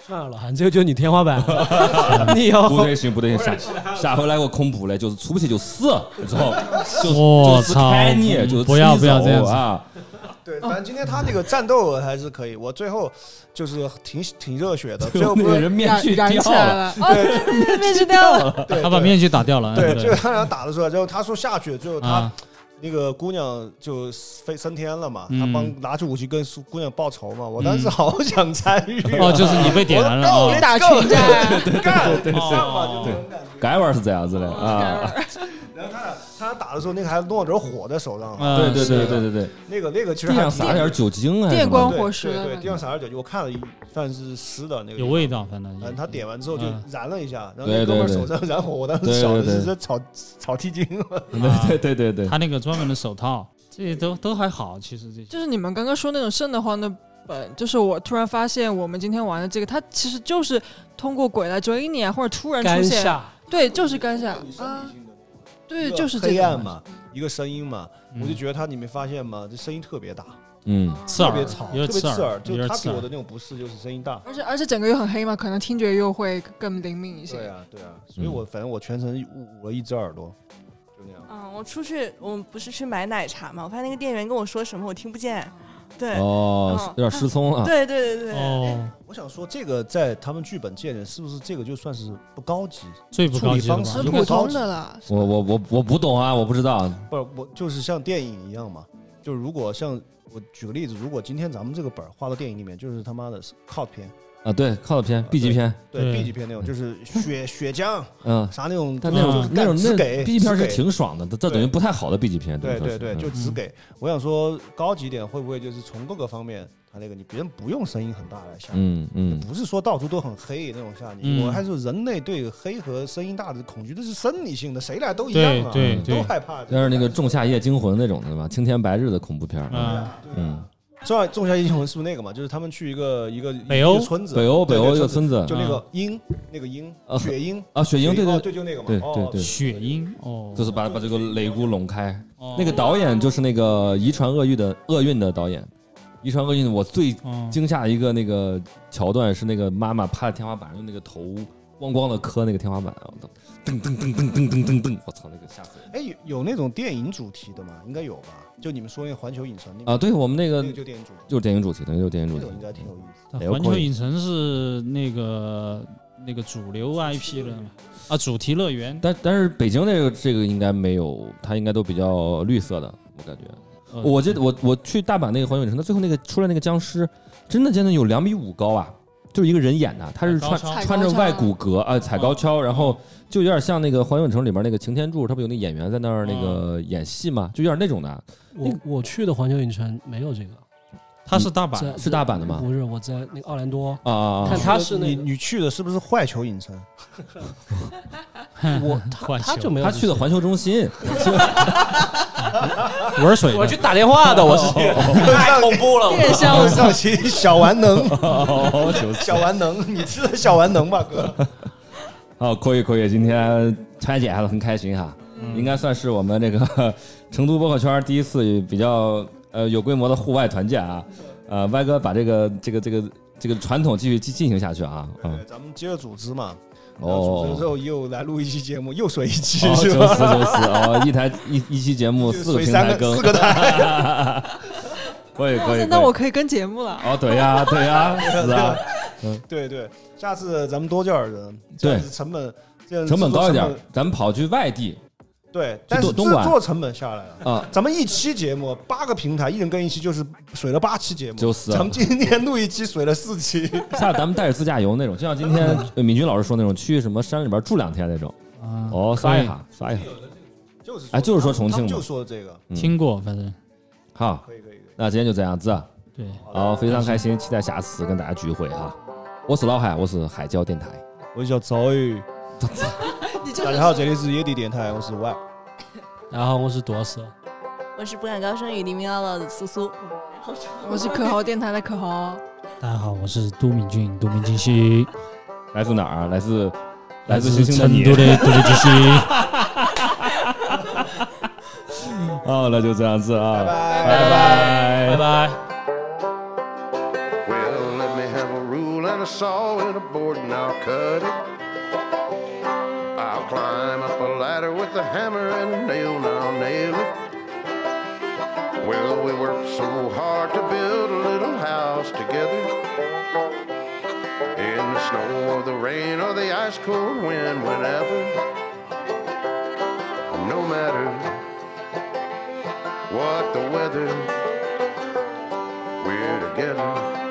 B: 算了，老 韩，这个就是你天花板了， 你以后
A: 不对行不对行，下下回来我空补了，就是出不去就死，之后
B: 我嗯
A: 就是开你，就是
B: 不要
A: 踢
B: 不要这样
A: 走
B: 子
A: 啊！
C: 对，反正今天他那个战斗还是可以，我最后就是挺挺热血的，最
A: 最后
C: 后
A: 那
C: 不
A: 个
C: 是
A: 人面
E: 燃
A: 具
E: 燃
A: 掉
E: 起来
A: 了，
E: 了，哦，对对对，面具掉了，
C: 对
H: 他把
C: 对
H: 面具打掉
A: 啊
H: 了，
C: 对，最
H: 对
C: 后他俩打的时候，然后他说下去，最后他
H: 啊，
C: 那个姑娘就飞升天了嘛，
H: 嗯
C: 他帮拿出武器跟苏姑娘报仇嘛。我
A: 嗯
C: 当时好想参 与啊，
H: 哦，就是你被点燃了
C: 我
H: 啊
C: 说，
E: 打群架
C: 干干，对
H: 对
C: 上吧，就这种感觉。
A: 改玩是这样子的
E: 哦
A: 啊，
C: 然后他俩他俩打的时候，那个还弄了点火在手上，
H: 嗯
A: 对对
H: 是
A: 对
H: 的
A: 对对对，
C: 那个那个其实
A: 地
C: 还
A: 上撒了点酒精啊，
E: 电光
C: 对
E: 火石
C: 对
E: 的
C: 对，
E: 感觉
C: 地上撒点酒精，我看了一算是湿的那个
H: 有。味道，反正
C: 嗯，他点完之后就
H: 嗯
C: 燃了一下，然后那哥们儿
A: 对对
C: 手
A: 对
C: 上燃火，我当时
A: 对
C: 小的
A: 对对
C: 是在草草剃精了。
H: 啊
A: 对对对对对，
H: 他那个专门的手套，这些都都还好，其实这些
E: 就是你们刚刚说那种瘆得慌的本，就是我突然发现我们今天玩的这个，它其实就是通过鬼来追你啊，或者突然
B: 干
E: 出现，
B: 下。
E: 对，就是干下啊，对，就是这
C: 黑暗
E: 个。
C: 嘛，一个声音嘛，我就觉得他，你没发现吗？这声音特别大，
A: 嗯，
H: 刺耳，
C: 特别吵，
H: 有
C: 特别
H: 点
C: 刺耳，就
H: 有
C: 是
H: 点
C: 他给
H: 刺
C: 我的
H: 耳。
C: 那种不适就是声音大。
E: 而且而且整个又很黑嘛，可能听觉又会更灵敏一些。
C: 对啊，对啊，所以我反正我全程捂捂了一只耳朵，就那样。
D: 嗯，我出去，我不是去买奶茶嘛，我发现那个店员跟我说什么我听不见，对，
A: 哦
D: 嗯，
A: 有点失聪啊，
D: 对对对对，
H: 哦，
C: 我想说，这个在他们剧本界里，是不是这个就算是不高级？
H: 最不高级的
C: 处
H: 吧
C: 理方式不
H: 应该
E: 普
H: 是
E: 通的啦，
A: 我我我我不懂啊，我不知道，
C: 不是，我就是像电影一样嘛。就如果像我举个例子，如果今天咱们这个本儿画到电影里面，就是他妈的 cult 片，
A: 啊，对，靠的片 B 级片，
C: 对
H: 对
C: B 级片那种，就是血血浆
A: 嗯，
C: 啥那种，
A: 但那种
C: 嗯
A: 那种
C: 干只
A: 那
C: 给
A: B 级片
C: 只
A: 是
C: 给
A: 挺爽的，这等于不太好的 B 级片，
C: 对
A: 对
C: 对
H: 嗯
C: 对，就只给。我想说高级一点，会不会就是从各个方面，他那个你别人不用声音很大来吓你。
A: 嗯嗯，
C: 不是说到处都很黑那种吓你，
H: 嗯
C: 我还是人类对黑和声音大的恐惧，这是生理性的，谁来都一
H: 对
C: 样啊，
H: 对
A: 嗯
H: 对
C: 都，害怕。
A: 要是那个《仲夏夜惊魂》那种的吧，青天白日的恐怖片儿，
H: 啊，
A: 嗯，
C: 仲夏仲夏夜惊魂是不是那个嘛？就是他们去一个一个
H: 北欧
C: 一个村子，
A: 北欧北
C: 对
A: 欧一个，
C: 对
A: 村子
C: 就那个鹰，那个鹰
A: 啊，
C: 雪鹰，
A: 啊，雪鹰，对
C: 哦
A: 对
C: 对，就那个嘛，
A: 对
C: 哦
A: 对对
H: 血鹰哦，
A: 就是把把这个擂鼓拢开。
H: 哦
A: 那个导演就是那个《遗传厄运》的厄运的导演，《遗传厄运》我最
H: 哦
A: 惊吓的一个那个桥段是那个妈妈趴在天花板上用那个头咣咣的磕那个天花板，我操，噔噔噔噔噔噔噔噔，我操，那个吓死人
C: 哎，有有那种电影主题的嘛？应该有吧？就你们说那个环球影城那个
A: 啊！对嗯我们那
C: 那
A: 个
C: 个就电影主题，
A: 就是电影主题，等于就是电影
C: 这
A: 主
C: 种
A: 题，
C: 应该挺有意思。
H: 但
A: 北欧
H: 环
A: 口
H: 球
A: 音
H: 影城是那个那个主流 IP 了啊，主题乐园。
A: 但但是北京这个这个应该没有，它应该都比较绿色的，我感觉。
H: 呃
A: 我记得我我去大阪那个环球影城，它最后那个出来那个僵尸，真的真的有两米五高啊，就是一个人演的，他是
H: 踩
A: 穿
H: 高
E: 跷
A: 穿着外骨骼啊、踩高跷，然后就有点像那个环球影城里面那个擎天柱，他不有那演员在那儿那个演戏嘛，就有点那种的，啊
B: 我我去的环球影城没有这个，
H: 它是大阪
B: 在
A: 是大阪的吗
B: 不是，我在那个奥兰多。
A: 啊啊啊
B: 看！他是那
C: 你
B: 个
C: 你去的是不是坏球 影城？
B: 我
H: 环
B: 他他
H: 球
B: 就没有
A: 他
B: 这些。
A: 去的环球中心，
H: 玩水
B: 我
H: 的
B: 去打电话的，我是太恐怖了，
E: 电销
C: 上期小玩能，
A: 哦，球
C: 小玩 能，你吃的小玩能吧，哥？
A: 好，哦可以可以，今天拆解还是很开心哈，
C: 嗯
A: 应该算是我 们这个成都播客圈第一次比较呃有规模的户外团建啊。呃，歪哥把这个这个这个这个传统继续进进行下去啊，嗯
C: 对，，咱们接着组织嘛，然后组织之
A: 哦，
C: 后又来录一期节目，又水一期
A: 哦，九四
C: 是
A: 九四
C: 吧？
A: 哦，一台一一期节目
C: 就
A: 四个
C: 水
A: 平
C: 三
A: 台
C: 个
A: 更
C: 四，个台，
A: 可以可以，
E: 那
A: 可以
E: 我可以跟节目了。
A: 哦，对呀对 呀，是啊，
C: 对对，下次咱们多叫点人，这样子成本这样子
A: 成本高一点
C: 制作成，
A: 咱们跑去外地
C: 本，对，但是制
A: 东莞
C: 作成本下来了。
A: 啊，
C: 咱们一期节目八个平台，一人跟一期，就是水了八期节目，
A: 就啊死了
C: 咱们今天录一期，水了四期，
A: 下次咱们带着自驾游那种，就像今天
C: 嗯
A: 呃敏军老师说那种，去什么山里边住两天那种，
H: 啊，
A: 哦，
H: 可
A: 刷一
H: 以，
A: 下刷一下，
C: 就是
A: 哎就是说重庆
C: 他们
A: 嘛
C: 就说这个，
A: 嗯
H: 听过，反正
A: 好，
C: 可以可以可以。
A: 那今天就这样子啊。
H: 对。
A: 好，非常开心，期待下次跟大家聚会哈、我是老海，我是海椒电台。
C: 我叫赵宇，
E: 你就
C: 大
E: 是
C: 家好，这里是野地电台，我是 Y。
H: 然后我是多蛇，
D: 我是不敢高声语黎明了的苏苏，
E: 我是可豪电台的可豪，
H: 大家好，我是都敏俊，都敏俊熙，
A: 来自哪儿啊？来自来
H: 来
A: 自
H: 自
A: 星星的
H: 成
A: 你
H: 都的都敏俊熙。
A: 哦，那就这样子啊，
C: 拜
A: 拜
H: 拜拜。
G: Well, let me have a rule and a saw and a board and I'll cut it. I'll climb up a ladder with a hammer and a nail and I'll nail it. Well, we worked so hard to build a little house together. In the snow or the rain or the ice cold wind, whenever. No matter what the weather, we're together.